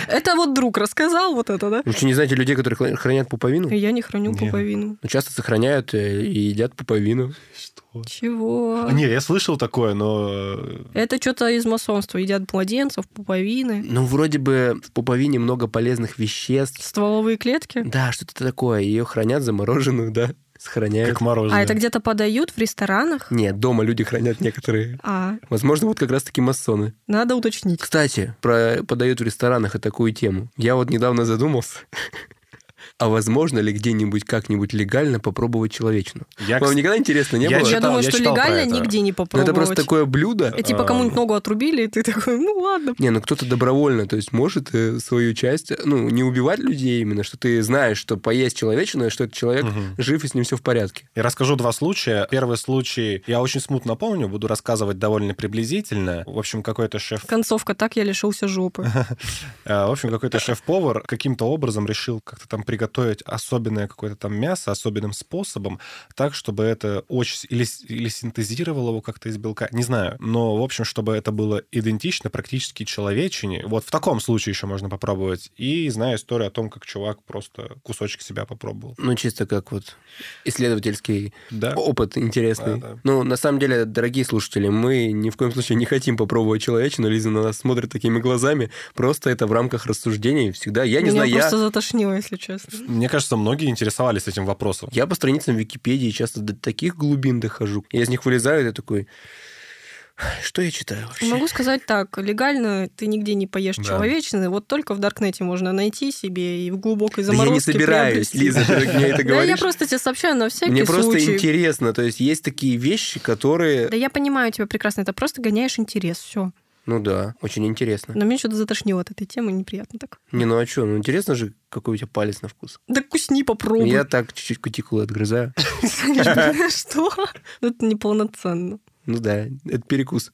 [SPEAKER 2] Это вот друг рассказал вот это, да?
[SPEAKER 3] Вы что, не знаете людей, которые хра- хранят пуповину?
[SPEAKER 2] Я не храню
[SPEAKER 7] Не.
[SPEAKER 2] пуповину.
[SPEAKER 3] Ну, часто сохраняют э, и едят пуповину.
[SPEAKER 7] Что? А,
[SPEAKER 2] Чего?
[SPEAKER 7] Не, я слышал такое, но... э,
[SPEAKER 2] Это что-то из масонства. Едят младенцев, пуповины,
[SPEAKER 3] Ну, вроде бы в пуповине много полезных веществ.
[SPEAKER 2] стволовые клетки.
[SPEAKER 3] Да, что-то такое. Ее хранят замороженную, да. Сохраняют.
[SPEAKER 7] Как мороженое.
[SPEAKER 2] А это где-то подают в ресторанах?
[SPEAKER 3] Нет, дома люди хранят некоторые.
[SPEAKER 2] А,
[SPEAKER 3] Возможно, вот как раз-таки масоны.
[SPEAKER 2] надо уточнить.
[SPEAKER 3] Кстати, про подают в ресторанах и такую тему. Я вот недавно задумался. а возможно ли где-нибудь как-нибудь легально попробовать человечину?
[SPEAKER 4] Я,
[SPEAKER 3] Вам
[SPEAKER 4] кс-
[SPEAKER 3] никогда интересно не
[SPEAKER 4] Я
[SPEAKER 3] было?
[SPEAKER 2] Я
[SPEAKER 4] читал,
[SPEAKER 2] думаю,
[SPEAKER 4] я
[SPEAKER 2] что
[SPEAKER 4] читал про
[SPEAKER 2] легально
[SPEAKER 4] это.
[SPEAKER 2] нигде не
[SPEAKER 3] Ну,
[SPEAKER 2] попробовать.
[SPEAKER 3] это просто а, такое блюдо.
[SPEAKER 2] Э, Типа кому-нибудь ногу отрубили, и ты такой, ну ладно.
[SPEAKER 3] Не, ну кто-то добровольно, то есть может э, свою часть, ну, не убивать людей именно, что ты знаешь, что поесть человечину, и что этот человек
[SPEAKER 4] Мгм.
[SPEAKER 3] жив и с ним все в порядке.
[SPEAKER 4] Я расскажу два случая. Первый случай я очень смутно помню, буду рассказывать довольно приблизительно. В общем, какой-то шеф
[SPEAKER 2] Концовка так я лишился жопы.
[SPEAKER 4] Э, В общем, какой-то шеф-повар каким-то образом решил как-то там приготовить особенное какое-то там мясо особенным способом, так, чтобы это очень... с- Или, с- или синтезировал его как-то из белка, не знаю. Но, в общем, чтобы это было идентично практически человечине. Вот в таком случае еще можно попробовать. И знаю историю о том, как чувак просто кусочек себя попробовал.
[SPEAKER 3] Ну, чисто как вот исследовательский
[SPEAKER 4] Да.
[SPEAKER 3] опыт интересный.
[SPEAKER 4] Да, да.
[SPEAKER 3] Ну, на самом деле, дорогие слушатели, мы ни в коем случае не хотим попробовать человечину. Лиза на нас смотрит такими глазами. Просто это в рамках рассуждений всегда. Я не
[SPEAKER 2] Меня
[SPEAKER 3] знаю, я...
[SPEAKER 2] просто затошнило, если честно.
[SPEAKER 4] Мне кажется, многие интересовались этим вопросом.
[SPEAKER 3] Я по страницам Википедии часто до таких глубин дохожу. Я из них вылезаю, и я такой... Что я читаю вообще?
[SPEAKER 2] Могу сказать так, легально ты нигде не поешь
[SPEAKER 4] Да.
[SPEAKER 2] человечины, вот только в Даркнете можно найти себе и в глубокой
[SPEAKER 3] Да я не
[SPEAKER 2] заморозке
[SPEAKER 3] собираюсь,
[SPEAKER 2] приобрести.
[SPEAKER 3] Лиза, ты мне это
[SPEAKER 2] Да, я
[SPEAKER 3] говоришь.
[SPEAKER 2] просто тебе сообщаю на всякий
[SPEAKER 3] Мне просто
[SPEAKER 2] случай.
[SPEAKER 3] интересно. То есть есть такие вещи, которые...
[SPEAKER 2] Да я понимаю тебя прекрасно, это просто гоняешь интерес, все.
[SPEAKER 3] Ну да, очень интересно.
[SPEAKER 2] Но меня что-то затошнило от этой темы, неприятно так.
[SPEAKER 3] Не, ну а что? Ну интересно же, какой у тебя палец на вкус.
[SPEAKER 2] Да кусни, попробуй.
[SPEAKER 3] Я так чуть-чуть кутикулы отгрызаю.
[SPEAKER 2] Что? Ну, Это неполноценно.
[SPEAKER 3] Ну да, это перекус.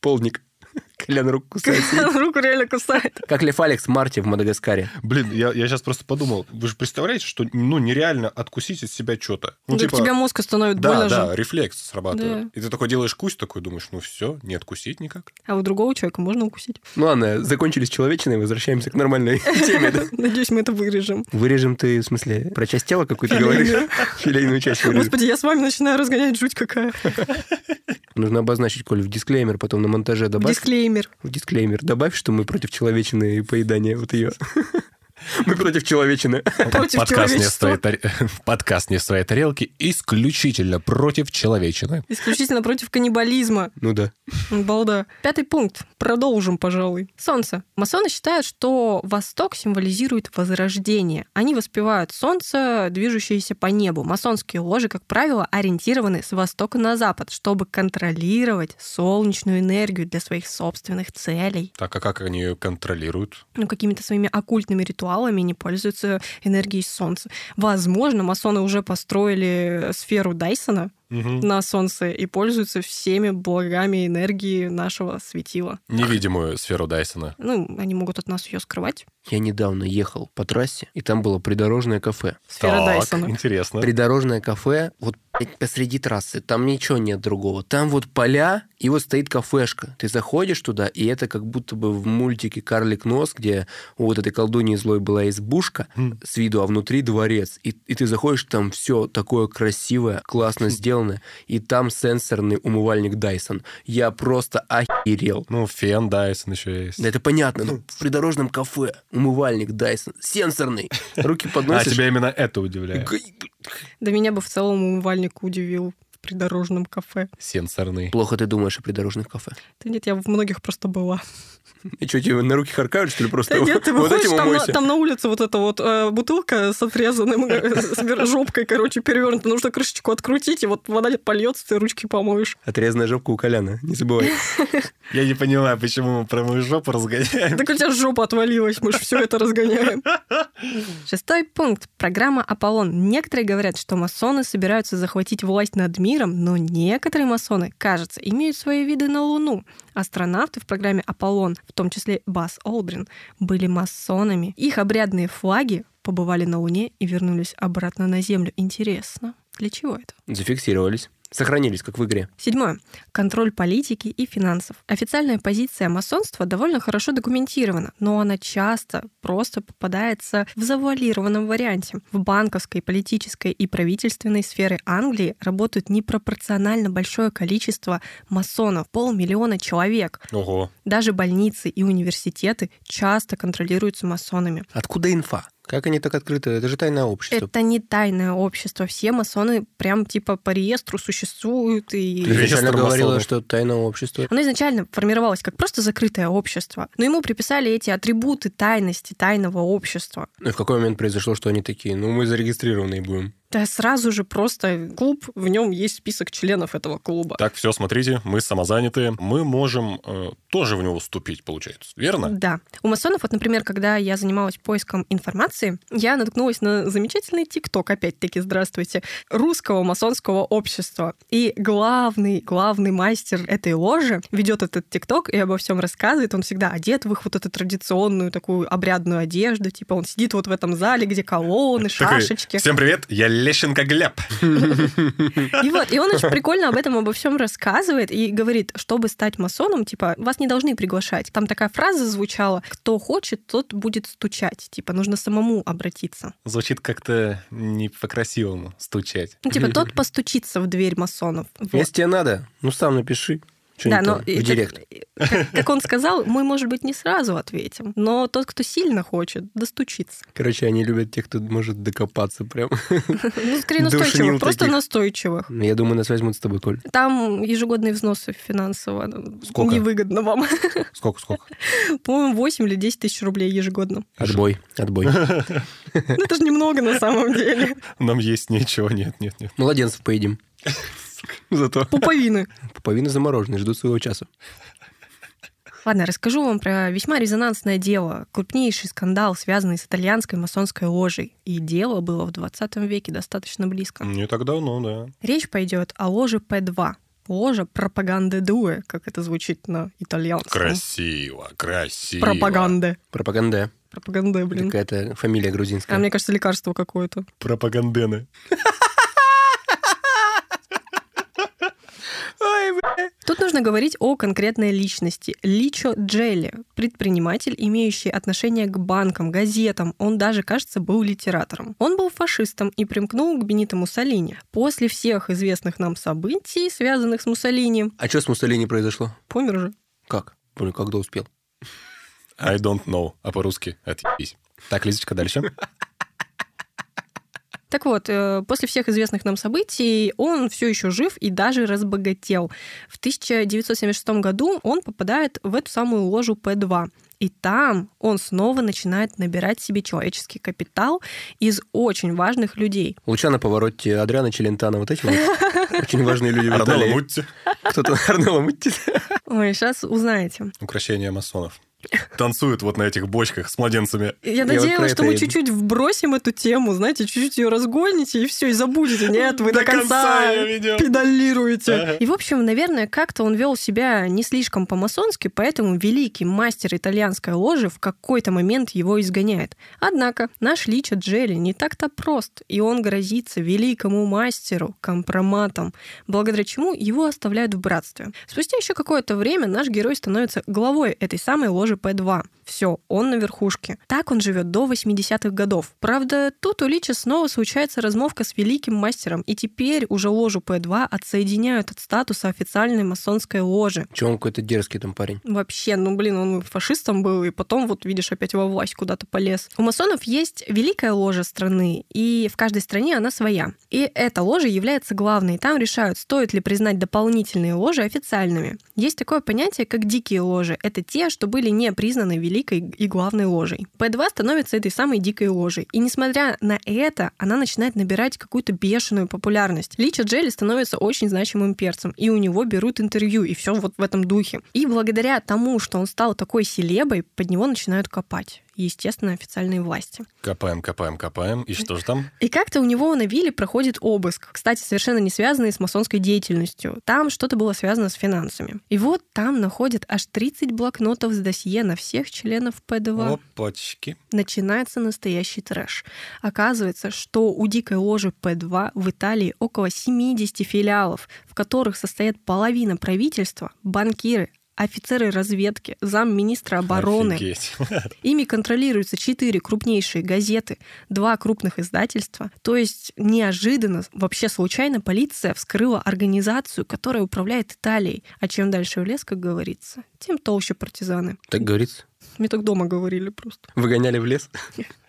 [SPEAKER 3] Полдник. Колян руку кусается.
[SPEAKER 2] Руку реально кусает.
[SPEAKER 3] Как Лев Алекс Марти в Мадагаскаре.
[SPEAKER 4] Блин, я, сейчас просто подумал, вы же представляете, что ну нереально откусить от себя что-то.
[SPEAKER 2] Ну, так тебя мозг остановит,
[SPEAKER 4] типа Да,
[SPEAKER 2] больно
[SPEAKER 4] да,
[SPEAKER 2] же.
[SPEAKER 4] рефлекс срабатывает.
[SPEAKER 2] Да.
[SPEAKER 4] И ты такой делаешь кусь, такой думаешь, ну все, не откусить никак.
[SPEAKER 2] А у другого человека можно укусить.
[SPEAKER 3] Ну ладно, закончились человечиной, возвращаемся к нормальной теме. да?
[SPEAKER 2] Надеюсь, мы это вырежем.
[SPEAKER 3] Вырежем ты, в смысле, про часть тела какую-то говоришь? Филейную часть вырежем.
[SPEAKER 2] Господи, я с вами начинаю разгонять жуть какая.
[SPEAKER 3] Нужно обозначить, Коль, в дисклеймер, потом на монтаже добавь.
[SPEAKER 2] Дисклеймер.
[SPEAKER 3] В Ну, дисклеймер добавь, что мы против человечины и поедания вот ее. Мы против человечины.
[SPEAKER 2] Против
[SPEAKER 4] Подкаст не, в
[SPEAKER 2] человечества.
[SPEAKER 4] своей таре- Подкаст не в своей тарелке исключительно против человечины.
[SPEAKER 2] Исключительно против каннибализма.
[SPEAKER 3] Ну да.
[SPEAKER 2] Балда. Пятый пункт. Продолжим, пожалуй. Солнце. Масоны считают, что Восток символизирует возрождение. Они воспевают солнце, движущееся по небу. Масонские ложи, как правило, ориентированы с востока на запад, чтобы контролировать солнечную энергию для своих собственных целей.
[SPEAKER 4] Так, а как они ее контролируют?
[SPEAKER 2] Ну, какими-то своими оккультными ритуалами не пользуются энергией солнца. Возможно, масоны уже построили сферу Дайсона на солнце и пользуются всеми благами энергии нашего светила.
[SPEAKER 4] Невидимую сферу Дайсона.
[SPEAKER 2] Ну, они могут от нас ее скрывать.
[SPEAKER 3] Я недавно ехал по трассе, и там было придорожное кафе.
[SPEAKER 2] Сфера
[SPEAKER 4] так,
[SPEAKER 2] Дайсона.
[SPEAKER 4] интересно.
[SPEAKER 3] Придорожное кафе, вот блядь, посреди трассы, там ничего нет другого. Там вот поля, и вот стоит кафешка. Ты заходишь туда, и это как будто бы в мультике «Карлик Нос», где у вот этой колдуньи злой была избушка
[SPEAKER 4] М.
[SPEAKER 3] с виду, а внутри дворец. И, и ты заходишь, там все такое красивое, классно сделано, и там сенсорный умывальник Dyson. Я просто охерел.
[SPEAKER 4] Ну, фен Дайсон еще есть.
[SPEAKER 3] Да это понятно, но в придорожном кафе умывальник Dyson, сенсорный. Руки
[SPEAKER 4] а
[SPEAKER 3] подносишь.
[SPEAKER 4] тебя именно это удивляет.
[SPEAKER 3] г-
[SPEAKER 2] Да меня бы в целом умывальник удивил в придорожном кафе.
[SPEAKER 4] Сенсорный.
[SPEAKER 3] Плохо ты думаешь о придорожных кафе.
[SPEAKER 2] Да нет, я в многих просто была.
[SPEAKER 3] И что, тебе на руки харкают, что ли, просто?
[SPEAKER 2] Да нет, ты выходишь, там,
[SPEAKER 3] этим
[SPEAKER 2] на,
[SPEAKER 3] умойся.
[SPEAKER 2] там на улице вот эта вот э, бутылка с отрезанным э, с вер- жопкой, короче, перевернута. Нужно крышечку открутить, и вот вода польется, ты ручки помоешь.
[SPEAKER 3] Отрезанная жопка у Коляна, не забывай.
[SPEAKER 4] Я не понимаю, почему мы про мою жопу разгоняем.
[SPEAKER 2] Так у тебя жопа отвалилась, мы же все это разгоняем. Шестой пункт. Программа «Аполлон». Некоторые говорят, что масоны собираются захватить власть над миром, но некоторые масоны, кажется, имеют свои виды на Луну. Астронавты в программе «Аполлон», в том числе Бас Олдрин, были масонами. Их обрядные флаги побывали на Луне и вернулись обратно на Землю. Интересно, для чего это?
[SPEAKER 3] Зафиксировались. Сохранились, как в игре.
[SPEAKER 2] Седьмое. Контроль политики и финансов. Официальная позиция масонства довольно хорошо документирована, но она часто просто попадается в завуалированном варианте. В банковской, политической и правительственной сфере Англии работают непропорционально большое количество масонов, полмиллиона человек.
[SPEAKER 4] Ого.
[SPEAKER 2] Даже больницы и университеты часто контролируются масонами.
[SPEAKER 3] Откуда инфа? Как они так открыты? Это же тайное общество.
[SPEAKER 2] Это не тайное общество. Все масоны прям типа по реестру существуют. И...
[SPEAKER 3] Ты же изначально
[SPEAKER 7] Регистр
[SPEAKER 3] говорила,
[SPEAKER 7] масонов.
[SPEAKER 3] что тайное общество.
[SPEAKER 2] Оно изначально формировалось как просто закрытое общество, но ему приписали эти атрибуты тайности тайного общества.
[SPEAKER 3] Ну и в какой момент произошло, что они такие? Ну, мы зарегистрированные будем.
[SPEAKER 2] Да сразу же просто клуб, в нем есть список членов этого клуба.
[SPEAKER 4] Так, все, смотрите, мы самозанятые. Мы можем э, тоже в него вступить, получается. Верно?
[SPEAKER 2] Да. У масонов, вот, например, когда я занималась поиском информации, я наткнулась на замечательный тикток, опять-таки, здравствуйте, русского масонского общества. И главный, главный мастер этой ложи ведет этот тикток и обо всем рассказывает. Он всегда одет в их вот эту традиционную такую обрядную одежду. Типа он сидит вот в этом зале, где колонны,
[SPEAKER 4] Такой,
[SPEAKER 2] шашечки.
[SPEAKER 4] Всем привет, я Лещенко Глеб.
[SPEAKER 2] И вот, и он очень прикольно об этом, обо всем рассказывает и говорит, чтобы стать масоном, типа, вас не должны приглашать. Там такая фраза звучала, кто хочет, тот будет стучать. Типа, нужно самому обратиться.
[SPEAKER 7] Звучит как-то не по-красивому стучать.
[SPEAKER 2] Ну, типа, тот постучится в дверь масонов. Вот. ну,
[SPEAKER 3] Если тебе надо, ну сам напиши. что-нибудь там,
[SPEAKER 2] и
[SPEAKER 3] в
[SPEAKER 2] как-
[SPEAKER 3] директ.
[SPEAKER 2] Как, как он сказал, мы, может быть, не сразу ответим, но тот, кто сильно хочет, достучится.
[SPEAKER 3] Короче, они любят тех, кто может докопаться прям.
[SPEAKER 2] Ну, скорее
[SPEAKER 3] Душнил
[SPEAKER 2] настойчивых, просто
[SPEAKER 3] таких.
[SPEAKER 2] настойчивых.
[SPEAKER 3] Я думаю, нас возьмут с тобой, Коль.
[SPEAKER 2] Там ежегодные взносы финансово ну,
[SPEAKER 7] Сколько?
[SPEAKER 2] невыгодно вам.
[SPEAKER 7] Сколько, сколько?
[SPEAKER 2] По-моему, 8 или 10 тысяч рублей ежегодно.
[SPEAKER 3] Отбой, отбой.
[SPEAKER 2] Ну, это же немного на самом деле.
[SPEAKER 7] Нам есть нечего, нет, нет, нет.
[SPEAKER 3] Младенцев поедим. Зато
[SPEAKER 2] Пуповины.
[SPEAKER 3] пуповины заморожены, ждут своего часа.
[SPEAKER 2] Ладно, расскажу вам про весьма резонансное дело. Крупнейший скандал, связанный с итальянской масонской ложей. И дело было в 20 веке достаточно близко.
[SPEAKER 7] Не так давно, да.
[SPEAKER 2] Речь пойдет о ложе П2. Ложа пропаганды дуэ, как это звучит на итальянском.
[SPEAKER 4] Красиво, красиво.
[SPEAKER 2] Пропаганды.
[SPEAKER 3] Пропаганда.
[SPEAKER 2] Пропаганды, блин.
[SPEAKER 3] Какая-то фамилия
[SPEAKER 2] А
[SPEAKER 3] грузинская.
[SPEAKER 2] мне кажется, лекарство какое-то.
[SPEAKER 7] Пропагандены.
[SPEAKER 2] Тут нужно говорить о конкретной личности. Личо Джелли, предприниматель, имеющий отношение к банкам, газетам. Он даже, кажется, был литератором. Он был фашистом и примкнул к Бенито Муссолини. После всех известных нам событий, связанных с Муссолини,
[SPEAKER 3] А что с Муссолини произошло?
[SPEAKER 2] помер же.
[SPEAKER 3] Как? Блин, когда успел?
[SPEAKER 4] I don't know, а по-русски отъебись. Так, Лизочка, дальше.
[SPEAKER 2] Так вот, э, после всех известных нам событий он все еще жив и даже разбогател. В 1976 году он попадает в эту самую ложу П2. И там он снова начинает набирать себе человеческий капитал из очень важных людей.
[SPEAKER 3] Лучана Поворотти, Адриана Челентана, вот эти вот. Очень важные люди в
[SPEAKER 4] Арнольд
[SPEAKER 3] Италии.
[SPEAKER 4] Мутти.
[SPEAKER 3] Кто-то Арнелла Мутти.
[SPEAKER 2] Ой, сейчас узнаете.
[SPEAKER 4] Украшение масонов. Танцуют вот на этих бочках с младенцами.
[SPEAKER 2] Я
[SPEAKER 3] вот про
[SPEAKER 2] надеялась, что мы
[SPEAKER 3] это и-
[SPEAKER 2] чуть-чуть вбросим эту тему, знаете, чуть-чуть ее разгоните и все, и забудете. Нет, вы до конца
[SPEAKER 4] я видел.
[SPEAKER 2] педалируете.
[SPEAKER 4] Ага.
[SPEAKER 2] И, в общем, наверное, как-то он вел себя не слишком по-масонски, поэтому великий мастер итальянской ложи в какой-то момент его изгоняет. Однако наш Лича Джелли не так-то прост, и он грозится великому мастеру компроматом, благодаря чему его оставляют в братстве. Спустя еще какое-то время наш герой становится главой этой самой ложи П2. Все, он на верхушке. Так он живет до 80-х годов. Правда, тут у Лича снова случается размовка с великим мастером, и теперь уже ложу П2 отсоединяют от статуса официальной масонской ложи.
[SPEAKER 3] Че он какой-то дерзкий там парень?
[SPEAKER 2] Вообще, ну блин, он и фашистом был, и потом, вот видишь, опять во власть куда-то полез. У масонов есть великая ложа страны, и в каждой стране она своя. И эта ложа является главной, и там решают, стоит ли признать дополнительные ложи официальными. Есть такое понятие, как дикие ложи. Это те, что были не признаны великой и главной ложей. П2 становится этой самой дикой ложей. И несмотря на это, она начинает набирать какую-то бешеную популярность. Лича Джелли становится очень значимым перцем, и у него берут интервью, и все вот в этом духе. И благодаря тому, что он стал такой селебой, под него начинают копать. Естественно, официальные власти.
[SPEAKER 4] Копаем, копаем, копаем. И что же там?
[SPEAKER 2] И как-то у него на вилле проходит обыск, кстати, совершенно не связанный с масонской деятельностью. Там что-то было связано с финансами. И вот там находят аж 30 блокнотов с досье на всех членов П2
[SPEAKER 7] Опачки.
[SPEAKER 2] начинается настоящий трэш. Оказывается, что у дикой ложи П2 в Италии около 70 филиалов, в которых состоят половина правительства, банкиры, офицеры разведки, замминистра обороны.
[SPEAKER 4] Офигеть.
[SPEAKER 2] Ими контролируются четыре крупнейшие газеты, два крупных издательства. То есть неожиданно, вообще случайно, полиция вскрыла организацию, которая управляет Италией. А чем дальше в лес, как говорится, тем толще партизаны.
[SPEAKER 3] Так говорится.
[SPEAKER 2] Мне так дома говорили просто.
[SPEAKER 3] Выгоняли в лес?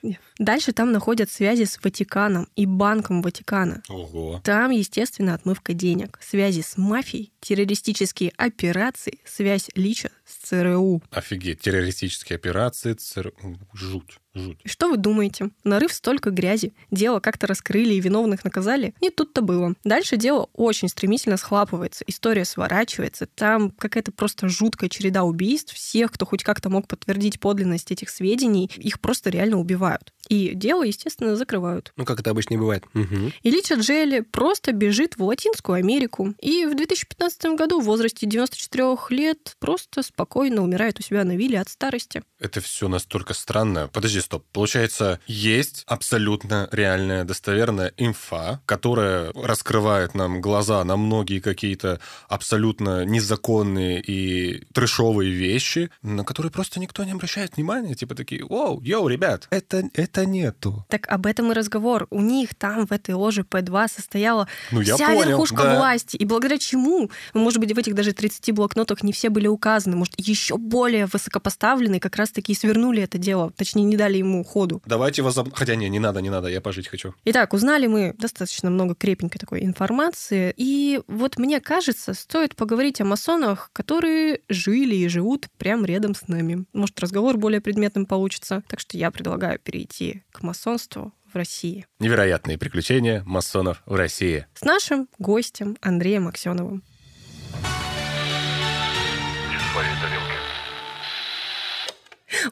[SPEAKER 2] Не. Дальше там находят связи с Ватиканом и Банком Ватикана.
[SPEAKER 4] Ого.
[SPEAKER 2] Там, естественно, отмывка денег, связи с мафией, террористические операции, связь лича с ЦРУ.
[SPEAKER 4] Офигеть. Террористические операции, цер... жуть, жуть.
[SPEAKER 2] И Что вы думаете? Нарыв столько грязи. Дело как-то раскрыли и виновных наказали? Не тут-то было. Дальше дело очень стремительно схлапывается, история сворачивается. Там какая-то просто жуткая череда убийств. Всех, кто хоть как-то мог подтвердить подлинность этих сведений, их просто реально убивают. И дело, естественно, закрывают.
[SPEAKER 3] Ну, как это обычно и бывает. Мгм.
[SPEAKER 2] Илича Джелли просто бежит в Латинскую Америку. И в 2015 году в возрасте 94 лет просто спокойно умирает у себя на вилле от старости.
[SPEAKER 4] Это все настолько странно. Подожди, стоп. Получается, есть абсолютно реальная, достоверная инфа, которая раскрывает нам глаза на многие какие-то абсолютно незаконные и трешовые вещи, на которые просто никто не обращает внимания. Типа такие, «Воу, йоу, ребят, это, это нету».
[SPEAKER 2] Так об этом и разговор. У них там в этой ложе П2 состояла
[SPEAKER 4] Ну, я
[SPEAKER 2] вся
[SPEAKER 4] понял.
[SPEAKER 2] верхушка
[SPEAKER 4] да.
[SPEAKER 2] власти. И благодаря чему, может быть, в этих даже 30 блокнотах не все были указаны. Может, еще более высокопоставленные как раз-таки и свернули это дело. Точнее, не дали ему ходу.
[SPEAKER 4] Давайте возоб... Хотя не, не надо, не надо, я пожить хочу.
[SPEAKER 2] Итак, узнали мы достаточно много крепенькой такой информации. И вот мне кажется, стоит поговорить о масонах, которые жили и живут прям рядом с нами. Может, разговор более предметным получится. Так что я предлагаю перейти к масонству в России
[SPEAKER 4] Невероятные приключения масонов в России.
[SPEAKER 2] с нашим гостем Андреем Аксеновым.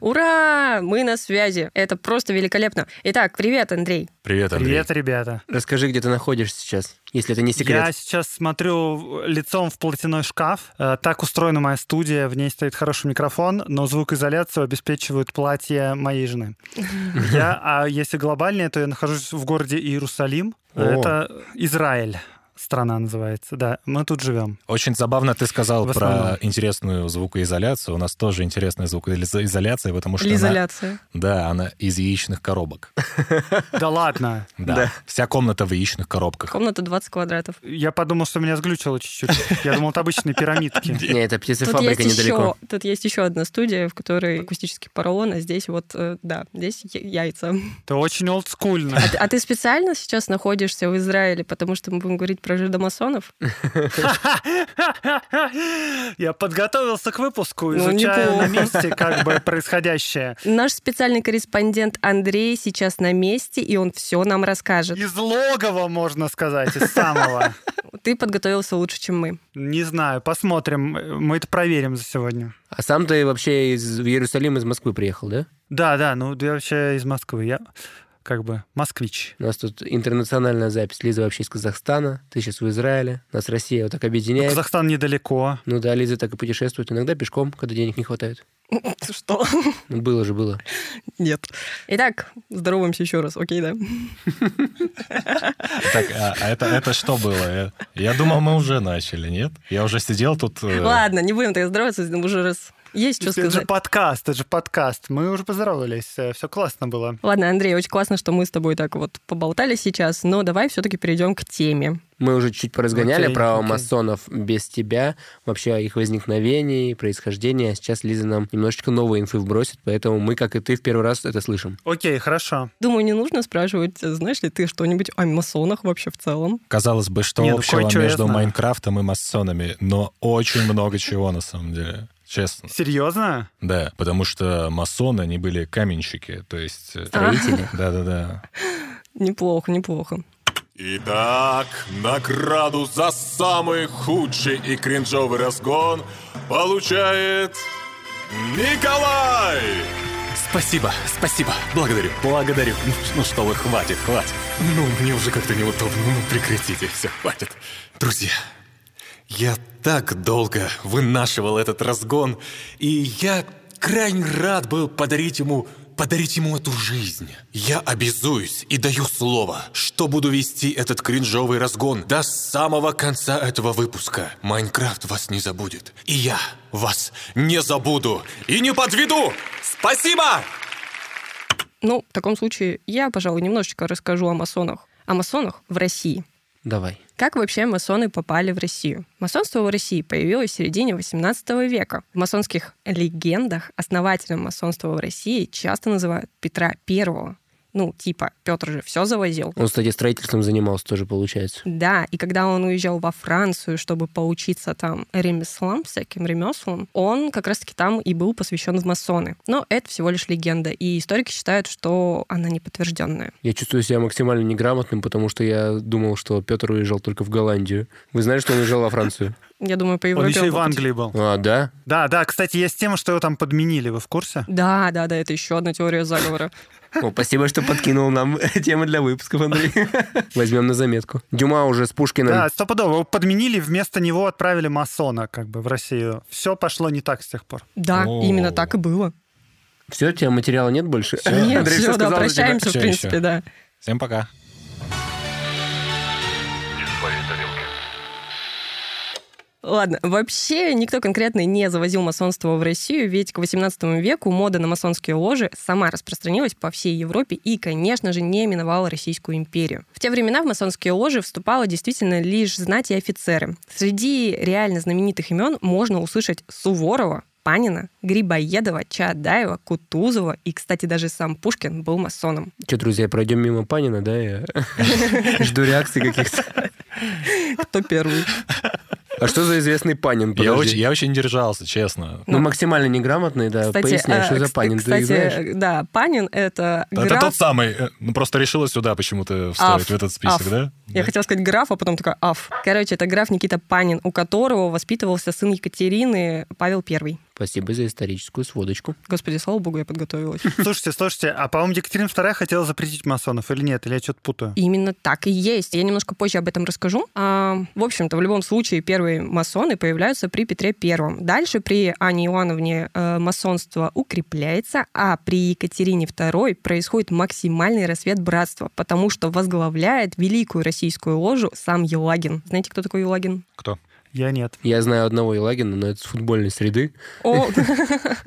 [SPEAKER 2] Ура! Мы на связи. Это просто великолепно. Итак, привет, Андрей.
[SPEAKER 4] Привет, Андрей.
[SPEAKER 8] Привет, ребята.
[SPEAKER 3] Расскажи, где ты находишься сейчас, если это не секрет.
[SPEAKER 8] Я сейчас смотрю лицом в платяной шкаф. Э, Так устроена моя студия, в ней стоит хороший микрофон, но звукоизоляцию обеспечивают платья моей жены. Я, а если глобальнее, то я нахожусь в городе Иерусалим.
[SPEAKER 4] О.
[SPEAKER 8] Это Израиль страна называется. Да, мы тут живем.
[SPEAKER 9] Очень забавно ты сказал
[SPEAKER 8] В основном.
[SPEAKER 9] про интересную звукоизоляцию. У нас тоже интересная звукоизоляция, потому что она,
[SPEAKER 2] Изоляция.
[SPEAKER 9] да, она из яичных коробок.
[SPEAKER 8] Да ладно.
[SPEAKER 9] Да. Вся комната в яичных коробках.
[SPEAKER 2] Комната 20 квадратов.
[SPEAKER 8] Я подумал, что меня сглючило чуть-чуть. Я думал, это обычные пирамидки.
[SPEAKER 3] Не, это
[SPEAKER 2] Тут есть,
[SPEAKER 3] птицефабрика
[SPEAKER 2] еще,
[SPEAKER 3] недалеко.
[SPEAKER 2] тут есть еще одна студия, в которой акустический поролон, а здесь вот, э, да, здесь я- яйца.
[SPEAKER 8] Это очень олдскульно.
[SPEAKER 2] А, ты- а ты специально сейчас находишься в Израиле, потому что мы будем говорить про жидомасонов?
[SPEAKER 8] Я подготовился к выпуску,
[SPEAKER 2] Ну,
[SPEAKER 8] изучаю на
[SPEAKER 2] неплохо.
[SPEAKER 8] месте как бы происходящее.
[SPEAKER 2] Наш специальный корреспондент Андрей сейчас на месте, и он все нам расскажет.
[SPEAKER 8] Из логова, можно сказать, из самого.
[SPEAKER 2] Ты подготовился лучше, чем мы.
[SPEAKER 8] Не знаю, посмотрим. Мы это проверим за сегодня.
[SPEAKER 3] А сам ты вообще из в Иерусалим из Москвы приехал, да?
[SPEAKER 8] Да, да, ну я вообще из Москвы. Я как бы москвич.
[SPEAKER 3] У нас тут интернациональная запись. Лиза вообще из Казахстана, ты сейчас в Израиле. Нас Россия вот так
[SPEAKER 8] Ну,
[SPEAKER 3] объединяет.
[SPEAKER 8] Казахстан недалеко.
[SPEAKER 3] Ну да, Лиза так и путешествует. Иногда пешком, когда денег не хватает.
[SPEAKER 2] Что?
[SPEAKER 3] Ну, было же, было.
[SPEAKER 2] Нет. Итак, здороваемся еще раз, окей, да?
[SPEAKER 9] Так, а, а это, это что было? Я, я думал, мы уже начали, нет? Я уже сидел тут... э,
[SPEAKER 2] Ладно, не будем так здороваться, уже раз. Есть что
[SPEAKER 8] Это же
[SPEAKER 2] сказать.
[SPEAKER 8] подкаст, это же подкаст. Мы уже поздоровались, все классно было.
[SPEAKER 2] Ладно, Андрей, очень классно, что мы с тобой так вот поболтали сейчас, но давай все-таки перейдем к теме.
[SPEAKER 3] Мы уже чуть поразгоняли
[SPEAKER 8] Окей,
[SPEAKER 3] про
[SPEAKER 8] окей.
[SPEAKER 3] масонов без тебя, вообще их возникновение, происхождение. Сейчас Лиза нам немножечко новой инфы вбросит, поэтому мы, как и ты, в первый раз это слышим.
[SPEAKER 8] Окей, хорошо.
[SPEAKER 2] Думаю, не нужно спрашивать, э, знаешь ли ты что-нибудь о масонах вообще в целом.
[SPEAKER 9] Казалось бы, что
[SPEAKER 8] Не, ну,
[SPEAKER 9] общего
[SPEAKER 8] кое-чего я
[SPEAKER 9] между
[SPEAKER 8] знаю.
[SPEAKER 9] Майнкрафтом и масонами, но очень много чего на самом деле. Честно.
[SPEAKER 8] Серьезно?
[SPEAKER 9] Да, потому что масоны, они были каменщики, то есть... э,
[SPEAKER 3] Строители.
[SPEAKER 9] Да-да-да.
[SPEAKER 2] Неплохо, неплохо.
[SPEAKER 10] Итак, награду за самый худший и кринжовый разгон получает Николай!
[SPEAKER 9] Спасибо, спасибо, благодарю, благодарю. Ну, ш- ну что вы, хватит, хватит. Ну, мне уже как-то неудобно, ну прекратите, все, хватит.
[SPEAKER 10] Друзья, я так долго вынашивал этот разгон, и я крайне рад был подарить ему подарить ему эту жизнь. Я обязуюсь и даю слово, что буду вести этот кринжовый разгон до самого конца этого выпуска. Майнкрафт вас не забудет. И я вас не забуду и не подведу! Спасибо!
[SPEAKER 2] Ну, в таком случае я, пожалуй, немножечко расскажу о масонах. О масонах в России.
[SPEAKER 3] Давай.
[SPEAKER 2] Как вообще масоны попали в Россию? Масонство в России появилось в середине XVIII века. В масонских легендах основателем масонства в России часто называют Петра I. Ну, типа, Петр же все завозил.
[SPEAKER 3] Он, кстати, строительством занимался тоже, получается.
[SPEAKER 2] Да, и когда он уезжал во Францию, чтобы поучиться там ремеслам, всяким ремеслам, он как раз-таки там и был посвящен в масоны. Но это всего лишь легенда, и историки считают, что она неподтвержденная.
[SPEAKER 3] Я чувствую себя максимально неграмотным, потому что я думал, что Петр уезжал только в Голландию. Вы знали, что он уезжал во Францию?
[SPEAKER 2] Я думаю, по Европе...
[SPEAKER 8] Он еще и в
[SPEAKER 2] будет.
[SPEAKER 8] Англии был.
[SPEAKER 3] А, да?
[SPEAKER 8] Да, да, кстати, есть тема, что его там подменили, вы в курсе?
[SPEAKER 2] Да, да, да, это еще одна теория заговора.
[SPEAKER 3] О, спасибо, что подкинул нам темы для выпусков, Андрей. Возьмем на заметку. Дюма уже с Пушкиным.
[SPEAKER 8] Да, стопудово. Его подменили, вместо него отправили масона как бы в Россию. Все пошло не так с тех пор.
[SPEAKER 2] Да,
[SPEAKER 4] О.
[SPEAKER 2] именно так и было.
[SPEAKER 3] Все, у тебя материала нет больше?
[SPEAKER 2] Нет,
[SPEAKER 3] Э, Андрей,
[SPEAKER 2] все,
[SPEAKER 3] всё
[SPEAKER 2] да,
[SPEAKER 3] сказал за тебя?
[SPEAKER 2] прощаемся, в
[SPEAKER 4] Всё,
[SPEAKER 2] принципе,
[SPEAKER 4] всё.
[SPEAKER 2] да.
[SPEAKER 4] Всем пока.
[SPEAKER 2] Ладно, вообще никто конкретно не завозил масонство в Россию, ведь к 18 веку мода на масонские ложи сама распространилась по всей Европе и, конечно же, не миновала Российскую империю. В те времена в масонские ложи вступала действительно лишь знать и офицеры. Среди реально знаменитых имен можно услышать Суворова, Панина, Грибоедова, Чадаева, Кутузова и, кстати, даже сам Пушкин был масоном.
[SPEAKER 3] Че, друзья, пройдем мимо Панина, да? Я жду реакции каких-то.
[SPEAKER 2] Кто первый?
[SPEAKER 3] А что за известный Панин?
[SPEAKER 4] Я
[SPEAKER 3] Подожди.
[SPEAKER 4] очень, я очень держался, честно.
[SPEAKER 3] Ну, а, максимально неграмотный, да. Поясняй,
[SPEAKER 2] э,
[SPEAKER 3] что за
[SPEAKER 2] кс-
[SPEAKER 3] Панин, ты
[SPEAKER 2] кстати,
[SPEAKER 3] их знаешь?
[SPEAKER 2] да, Панин это
[SPEAKER 4] Да,
[SPEAKER 2] граф
[SPEAKER 4] Это тот самый. э, Ну, просто решила сюда почему-то вставить
[SPEAKER 2] Аф.
[SPEAKER 4] в этот список,
[SPEAKER 2] Аф.
[SPEAKER 4] да?
[SPEAKER 2] Я хотела сказать граф, а потом такая аф. Короче, это граф Никита Панин, у которого воспитывался сын Екатерины Павел Первый.
[SPEAKER 3] Спасибо за историческую сводочку.
[SPEAKER 2] Господи, слава богу, я подготовилась.
[SPEAKER 8] Слушайте, слушайте, а по-моему, Екатерина II хотела запретить масонов или нет? Или я что-то путаю?
[SPEAKER 2] Именно так и есть. Я немножко позже об этом расскажу. А, в общем-то, в любом случае, первые масоны появляются при Петре Первом. Дальше при Анне Иоанновне э, масонство укрепляется, а при Екатерине Второй происходит максимальный рассвет братства, потому что возглавляет великую российскую ложу сам Елагин. Знаете, кто такой Елагин?
[SPEAKER 8] Я нет.
[SPEAKER 3] Я знаю одного Елагина, но это с футбольной среды.
[SPEAKER 2] О,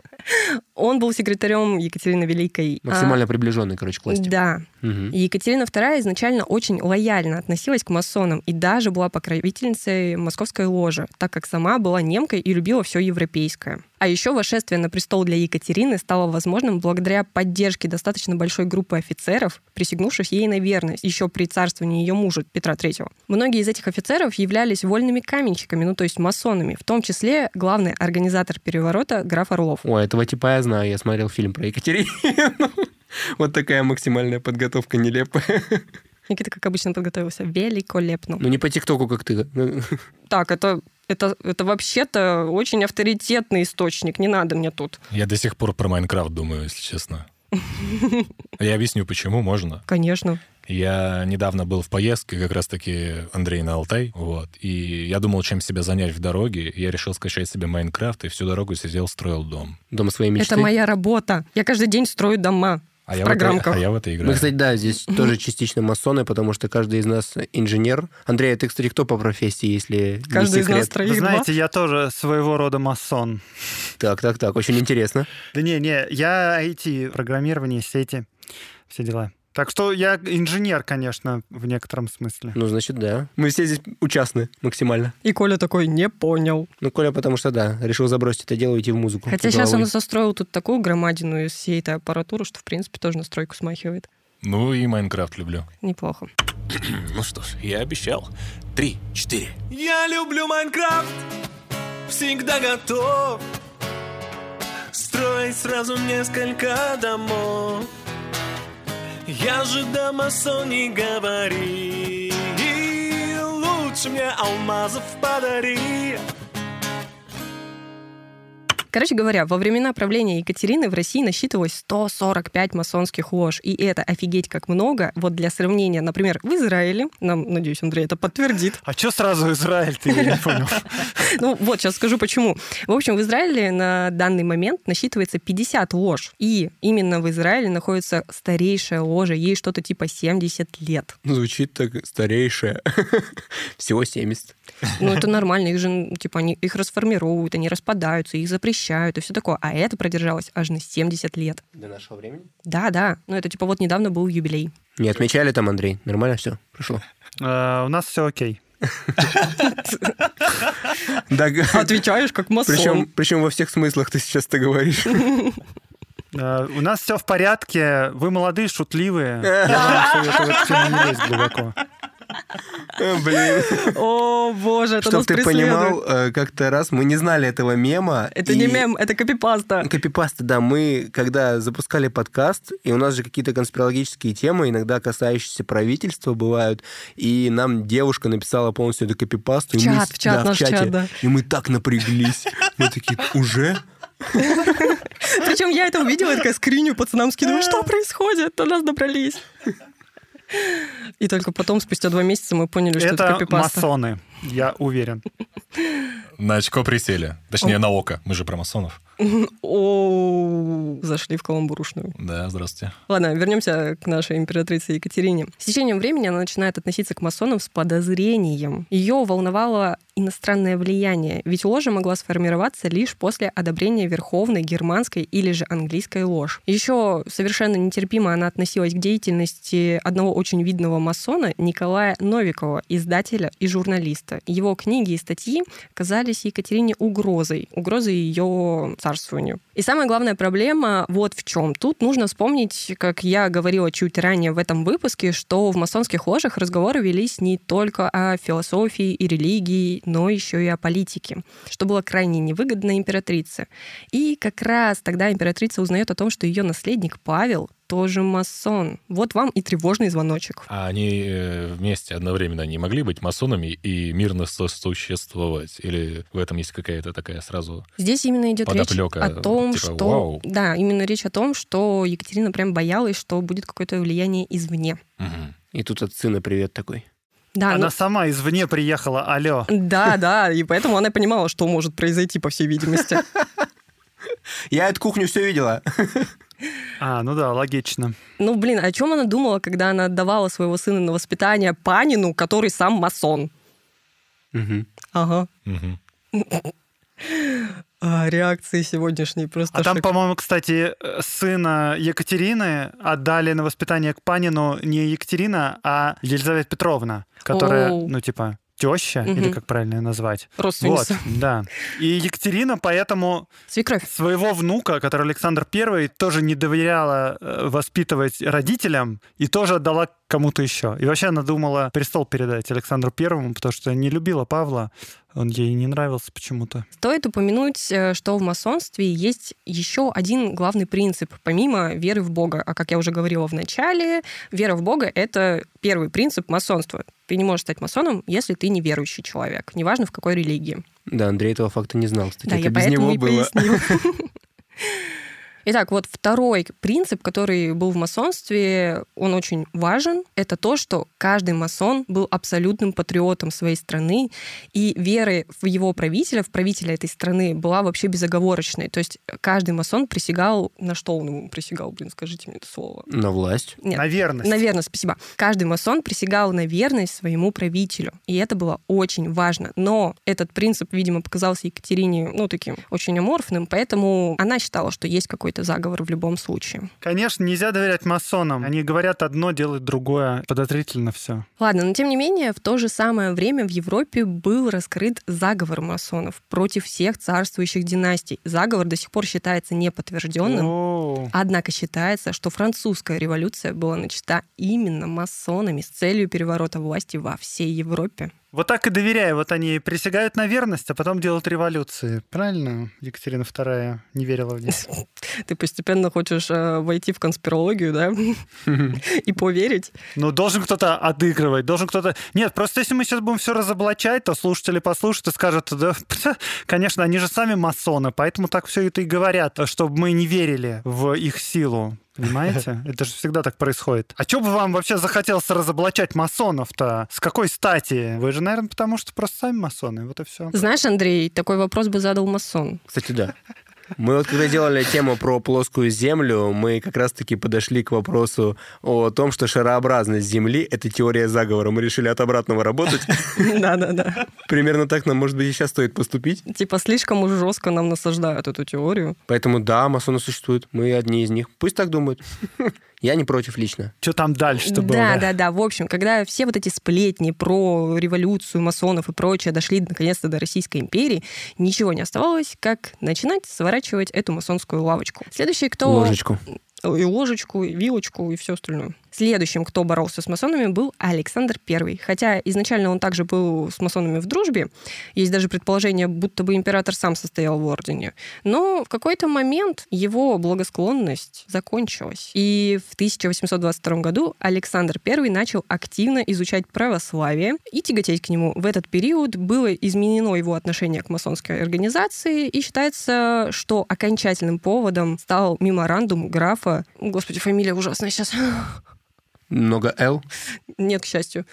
[SPEAKER 2] Он был секретарем Екатерины Великой. А,
[SPEAKER 3] Максимально приближенный, короче, к власти.
[SPEAKER 2] Да.
[SPEAKER 3] Мгм.
[SPEAKER 2] И Екатерина II изначально очень лояльно относилась к масонам и даже была покровительницей московской ложи, так как сама была немкой и любила все европейское. А еще восшествие на престол для Екатерины стало возможным благодаря поддержке достаточно большой группы офицеров, присягнувших ей на верность еще при царствовании ее мужа Петра III. Многие из этих офицеров являлись вольными каменщиками, ну то есть масонами, в том числе главный организатор переворота граф Орлов.
[SPEAKER 3] О, этого типа я знаю. Я смотрел фильм про Екатерину. Вот такая максимальная подготовка нелепая.
[SPEAKER 2] Никита, как обычно, подготовился великолепно.
[SPEAKER 3] Ну, не по ТикТоку, как ты. э,
[SPEAKER 2] Так, это, это, это вообще-то очень авторитетный источник, не надо мне тут.
[SPEAKER 4] Я до сих пор про Майнкрафт думаю, если честно. Я объясню, почему можно.
[SPEAKER 2] Конечно.
[SPEAKER 4] Я недавно был в поездке, как раз-таки Андрей на Алтай, вот, и я думал, чем себя занять в дороге, я решил скачать себе Майнкрафт, и всю дорогу сидел, строил дом.
[SPEAKER 3] Дом своей мечты.
[SPEAKER 2] Это моя работа. Я каждый день строю дома в
[SPEAKER 4] я
[SPEAKER 2] программках.
[SPEAKER 4] В это, а я в это играю.
[SPEAKER 3] Мы, кстати, да, здесь тоже частично масоны, потому что каждый из нас инженер. Андрей, а ты, кстати, кто по профессии, если
[SPEAKER 2] Каждый
[SPEAKER 3] не
[SPEAKER 2] из нас
[SPEAKER 3] секрет?
[SPEAKER 2] троих
[SPEAKER 8] Вы
[SPEAKER 2] два.
[SPEAKER 8] знаете, я тоже своего рода масон.
[SPEAKER 3] Так, так, так, очень интересно.
[SPEAKER 8] Да не, не, я IT, программирование, сети, все дела. Так что я инженер, конечно, в некотором смысле.
[SPEAKER 3] Ну, значит, да. Мы все здесь участны максимально.
[SPEAKER 2] И Коля такой, не понял.
[SPEAKER 3] Ну, Коля, потому что, да, решил забросить это дело и идти в музыку.
[SPEAKER 2] Хотя
[SPEAKER 3] с
[SPEAKER 2] сейчас
[SPEAKER 3] головой.
[SPEAKER 2] он состроил тут такую громадину из всей этой аппаратуры, что, в принципе, тоже на стройку смахивает.
[SPEAKER 4] Ну и Майнкрафт люблю.
[SPEAKER 2] Неплохо.
[SPEAKER 10] Ну что ж, я обещал. Три, четыре. Я люблю Майнкрафт, всегда готов строить сразу несколько домов. Я же домосон не говори, лучше мне алмазов подари.
[SPEAKER 2] Короче говоря, во времена правления Екатерины в России насчитывалось 145 масонских лож. И это офигеть как много. Вот для сравнения, например, в Израиле, нам, надеюсь, Андрей это подтвердит,
[SPEAKER 8] А чё сразу Израиль, ты я не понял?
[SPEAKER 2] Ну вот, сейчас скажу почему. В общем, в Израиле на данный момент насчитывается 50 лож. И именно в Израиле находится старейшая ложа, ей что-то типа 70 лет.
[SPEAKER 3] Звучит так старейшая. Всего 70.
[SPEAKER 2] Ну это нормально, их же, ну, типа, они, их расформируют, они распадаются, их запрещают и все такое. А это продержалось аж на 70 лет.
[SPEAKER 3] До нашего времени?
[SPEAKER 2] Да-да, ну это типа вот недавно был юбилей.
[SPEAKER 3] Не отмечали там, Андрей? Нормально все? Прошло?
[SPEAKER 8] Э, У нас все окей.
[SPEAKER 2] Отвечаешь как масон.
[SPEAKER 3] Причем, причем во всех смыслах ты сейчас ты говоришь.
[SPEAKER 8] Э, У нас все в порядке. Вы молодые, шутливые. Я вам советую в эту тему не лезть глубоко.
[SPEAKER 3] Блин.
[SPEAKER 2] О, боже, это
[SPEAKER 3] Чтоб
[SPEAKER 2] нас
[SPEAKER 3] ты
[SPEAKER 2] преследует.
[SPEAKER 3] понимал, э, как-то раз мы не знали этого мема.
[SPEAKER 2] Это
[SPEAKER 3] и-
[SPEAKER 2] не мем, это копипаста.
[SPEAKER 3] Копипасты, Ну, да, мы когда запускали подкаст, и у нас же какие-то конспирологические темы, иногда касающиеся правительства бывают, и нам девушка написала полностью эту копипасту.
[SPEAKER 2] В
[SPEAKER 3] и мы
[SPEAKER 2] чат,
[SPEAKER 3] с-
[SPEAKER 2] в чат,
[SPEAKER 3] да,
[SPEAKER 2] наш чат, да.
[SPEAKER 3] И мы так напряглись. Мы такие, уже?
[SPEAKER 2] Причем я это увидела, я такая скриню пацанам скидываю, что происходит, до нас добрались. И только потом, спустя два месяца, мы поняли, что это,
[SPEAKER 8] Это
[SPEAKER 2] копипаста.
[SPEAKER 8] масоны, я уверен.
[SPEAKER 4] На очко присели. Точнее, на око. Мы же про масонов.
[SPEAKER 2] О, зашли в каламбурушную.
[SPEAKER 4] Да, здравствуйте.
[SPEAKER 2] Ладно, вернемся к нашей императрице Екатерине. С течением времени она начинает относиться к масонам с подозрением. Ее волновало иностранное влияние, ведь ложа могла сформироваться лишь после одобрения верховной германской или же английской ложь. Еще совершенно нетерпимо она относилась к деятельности одного очень видного масона Николая Новикова, издателя и журналиста. Его книги и статьи казались Екатерине угрозой, угрозой ее царствованию. И самая главная проблема вот в чем. Тут нужно вспомнить, как я говорила чуть ранее в этом выпуске, что в масонских ложах разговоры велись не только о философии и религии, но еще и о политике, что было крайне невыгодно императрице. И как раз тогда императрица узнает о том, что ее наследник Павел тоже масон. Вот вам и тревожный звоночек.
[SPEAKER 4] А они э, вместе одновременно не могли быть масонами и мирно сосуществовать? Или в этом есть какая-то такая сразу...
[SPEAKER 2] Здесь именно идет речь
[SPEAKER 4] Подоплёка,
[SPEAKER 2] о том,
[SPEAKER 4] типа,
[SPEAKER 2] что...
[SPEAKER 4] вау.
[SPEAKER 2] Да, именно речь о том, что Екатерина прям боялась, что будет какое-то влияние извне.
[SPEAKER 3] И тут от сына привет такой.
[SPEAKER 2] Да,
[SPEAKER 8] Она
[SPEAKER 2] ну-
[SPEAKER 8] сама извне приехала, алло.
[SPEAKER 2] Да, да, и поэтому она понимала, что может произойти, по всей видимости.
[SPEAKER 3] Я эту кухню все видела.
[SPEAKER 8] А, ну да, логично.
[SPEAKER 2] Ну, блин, о чем она думала, когда она отдавала своего сына на воспитание Панину, который сам масон? Ага.
[SPEAKER 4] Мгм.
[SPEAKER 2] А, реакции сегодняшние просто
[SPEAKER 8] А там,
[SPEAKER 2] шик.
[SPEAKER 8] по-моему, кстати, э, сына Екатерины отдали на воспитание к Панину не Екатерина, а Елизавета Петровна, которая,
[SPEAKER 2] Оу.
[SPEAKER 8] ну, типа, теща, или
[SPEAKER 2] Мгм.
[SPEAKER 8] как правильно ее назвать. Вот,
[SPEAKER 2] Родственница.
[SPEAKER 8] да. И Екатерина поэтому
[SPEAKER 2] Свекровь.
[SPEAKER 8] своего внука, который Александр I, тоже не доверяла э, воспитывать родителям и тоже отдала кому-то еще. И вообще она думала престол передать Александру Первому, потому что не любила Павла, он ей не нравился почему-то.
[SPEAKER 2] Стоит упомянуть, э, что в масонстве есть еще один главный принцип, помимо веры в Бога. А как я уже говорила в начале, вера в Бога — это первый принцип масонства. Ты не можешь стать масоном, если ты неверующий человек, неважно в какой религии.
[SPEAKER 3] Да, Андрей этого факта не знал, кстати.
[SPEAKER 2] Да,
[SPEAKER 3] это
[SPEAKER 2] я
[SPEAKER 3] без
[SPEAKER 2] поэтому
[SPEAKER 3] него
[SPEAKER 2] и
[SPEAKER 3] было.
[SPEAKER 2] пояснила. Итак, вот второй принцип, который был в масонстве, он очень важен. Это то, что каждый масон был абсолютным патриотом своей страны, и вера в его правителя, в правителя этой страны была вообще безоговорочной. То есть каждый масон присягал... На что он ему присягал, блин, скажите мне это слово.
[SPEAKER 3] На власть.
[SPEAKER 2] Нет.
[SPEAKER 8] На верность.
[SPEAKER 2] На верность, спасибо. Каждый масон присягал на верность своему правителю. И это было очень важно. Но этот принцип, видимо, показался Екатерине, ну, таким очень аморфным, поэтому она считала, что есть какой-то заговор в любом случае.
[SPEAKER 8] Конечно, нельзя доверять масонам. Они говорят одно, делают другое. Подозрительно все.
[SPEAKER 2] Ладно, но тем не менее, в то же самое время в Европе был раскрыт заговор масонов против всех царствующих династий. Заговор до сих пор считается неподтвержденным.
[SPEAKER 8] Ну.
[SPEAKER 2] Однако считается, что французская революция была начата именно масонами с целью переворота власти во всей Европе.
[SPEAKER 8] Вот так и доверяй. Вот они присягают на верность, а потом делают революции. Правильно? Екатерина II не верила в них.
[SPEAKER 2] Ты постепенно хочешь э, войти в конспирологию, да? И поверить.
[SPEAKER 8] Ну, должен кто-то отыгрывать, должен кто-то... Нет, просто если мы сейчас будем все разоблачать, то слушатели послушают и скажут, да, конечно, они же сами масоны, поэтому так все это и говорят, чтобы мы не верили в их силу. Понимаете? Это же всегда так происходит. А что бы вам вообще захотелось разоблачать масонов-то? С какой стати? Вы же, наверное, потому что просто сами масоны, вот и все.
[SPEAKER 2] Знаешь, Андрей, такой вопрос бы задал масон.
[SPEAKER 3] Кстати, да. Мы вот когда делали тему про плоскую землю, мы как раз-таки подошли к вопросу о том, что шарообразность Земли — это теория заговора. Мы решили от обратного работать.
[SPEAKER 2] Да-да-да.
[SPEAKER 3] Примерно так нам, может быть, и сейчас стоит поступить.
[SPEAKER 2] Типа слишком уж жестко нам насаждают эту теорию.
[SPEAKER 3] Поэтому да, масоны существуют. Мы одни из них. Пусть так думают. Я не против лично.
[SPEAKER 8] Что там дальше-то было?
[SPEAKER 2] Да, да, да. В общем, когда все вот эти сплетни про революцию масонов и прочее дошли наконец-то до Российской империи, ничего не оставалось, как начинать сворачивать эту масонскую лавочку. Следующий, кто...
[SPEAKER 3] Ложечку.
[SPEAKER 2] И ложечку, и вилочку, и все остальное. Следующим, кто боролся с масонами, был Александр I. Хотя изначально он также был с масонами в дружбе. Есть даже предположение, будто бы император сам состоял в ордене. Но в какой-то момент его благосклонность закончилась. И в 1822 году Александр I начал активно изучать православие и тяготеть к нему. В этот период было изменено его отношение к масонской организации, и считается, что окончательным поводом стал меморандум графа... Господи, фамилия ужасная сейчас.
[SPEAKER 3] Много Л.
[SPEAKER 2] Нет, к счастью.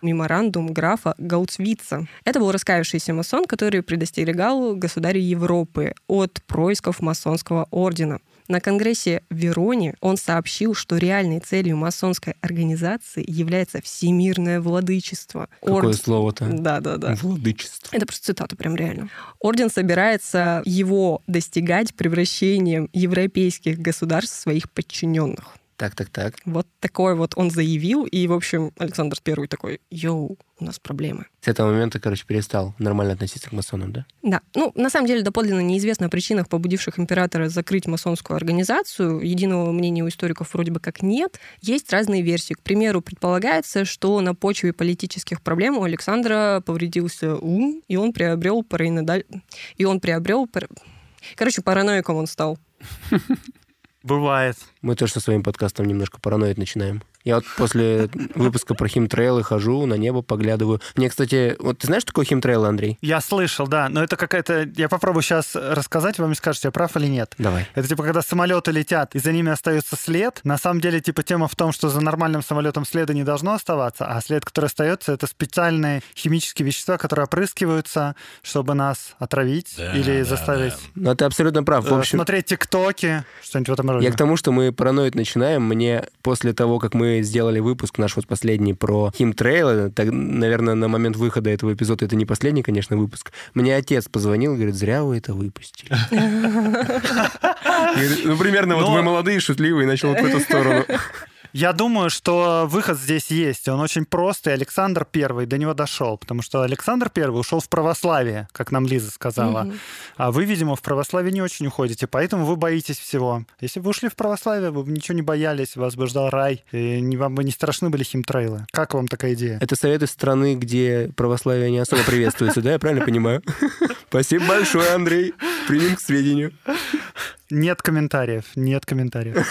[SPEAKER 2] Меморандум графа Гауцвица. Это был раскаявшийся масон, который предостерегал государя Европы от происков масонского ордена. На конгрессе в Вероне он сообщил, что реальной целью масонской организации является всемирное владычество.
[SPEAKER 3] Какое а?
[SPEAKER 2] Орд-
[SPEAKER 3] слово-то?
[SPEAKER 2] Да, да, да.
[SPEAKER 3] Владычество.
[SPEAKER 2] Это просто цитата прям реально. Орден собирается его достигать превращением европейских государств в своих подчиненных.
[SPEAKER 3] Так, так, так.
[SPEAKER 2] Вот такой вот он заявил, и, в общем, Александр Первый такой, йоу, у нас проблемы.
[SPEAKER 3] С этого момента, короче, перестал нормально относиться к масонам, да?
[SPEAKER 2] Да, ну, на самом деле, доподлинно неизвестно о причинах, побудивших императора закрыть масонскую организацию. Единого мнения у историков вроде бы как нет. Есть разные версии. К примеру, предполагается, что на почве политических проблем у Александра повредился ум, и он приобрел параноидаль... И он приобрел... пар- Короче, параноиком он стал.
[SPEAKER 8] Бывает.
[SPEAKER 3] Мы тоже со своим подкастом немножко параноид начинаем. Я вот после выпуска про химтрейлы хожу, на небо поглядываю. Мне, кстати, вот ты знаешь, что такое химтрейл, Андрей?
[SPEAKER 8] Я слышал, да, но это какая-то... Я попробую сейчас рассказать, вам и скажете, я прав или нет.
[SPEAKER 3] Давай.
[SPEAKER 8] Это типа, когда самолеты летят, и за ними остается след. На самом деле, типа, тема в том, что за нормальным самолетом следа не должно оставаться, а след, который остается, это специальные химические вещества, которые опрыскиваются, чтобы нас отравить или заставить
[SPEAKER 3] Но Ну, ты абсолютно прав. А В
[SPEAKER 8] э,
[SPEAKER 3] общем,
[SPEAKER 8] смотреть тиктоки, что-нибудь в этом роде.
[SPEAKER 3] Я к тому, что мы параноид начинаем. Мне после того, как мы сделали выпуск наш вот последний про химтрейлы, так, наверное, на момент выхода этого эпизода это не последний, конечно, выпуск, мне отец позвонил и говорит, зря вы это выпустили. И говорит, Ну, примерно вот
[SPEAKER 8] Но-
[SPEAKER 3] вы молодые, шутливые, и начал вот в эту сторону.
[SPEAKER 8] Я думаю, что выход здесь есть. Он очень прост, и Александр Первый до него дошел, потому что Александр Первый ушел в православие, как нам Лиза сказала. А вы, видимо, в православие не очень уходите, поэтому вы боитесь всего. Если бы вы ушли в православие, вы бы ничего не боялись, вас бы ждал рай, и не- вам бы не страшны были химтрейлы. Как вам такая идея?
[SPEAKER 3] Это советы страны, где православие не особо приветствуется, да, я правильно понимаю? Спасибо большое, Андрей. Примем к сведению.
[SPEAKER 8] Нет комментариев, нет комментариев.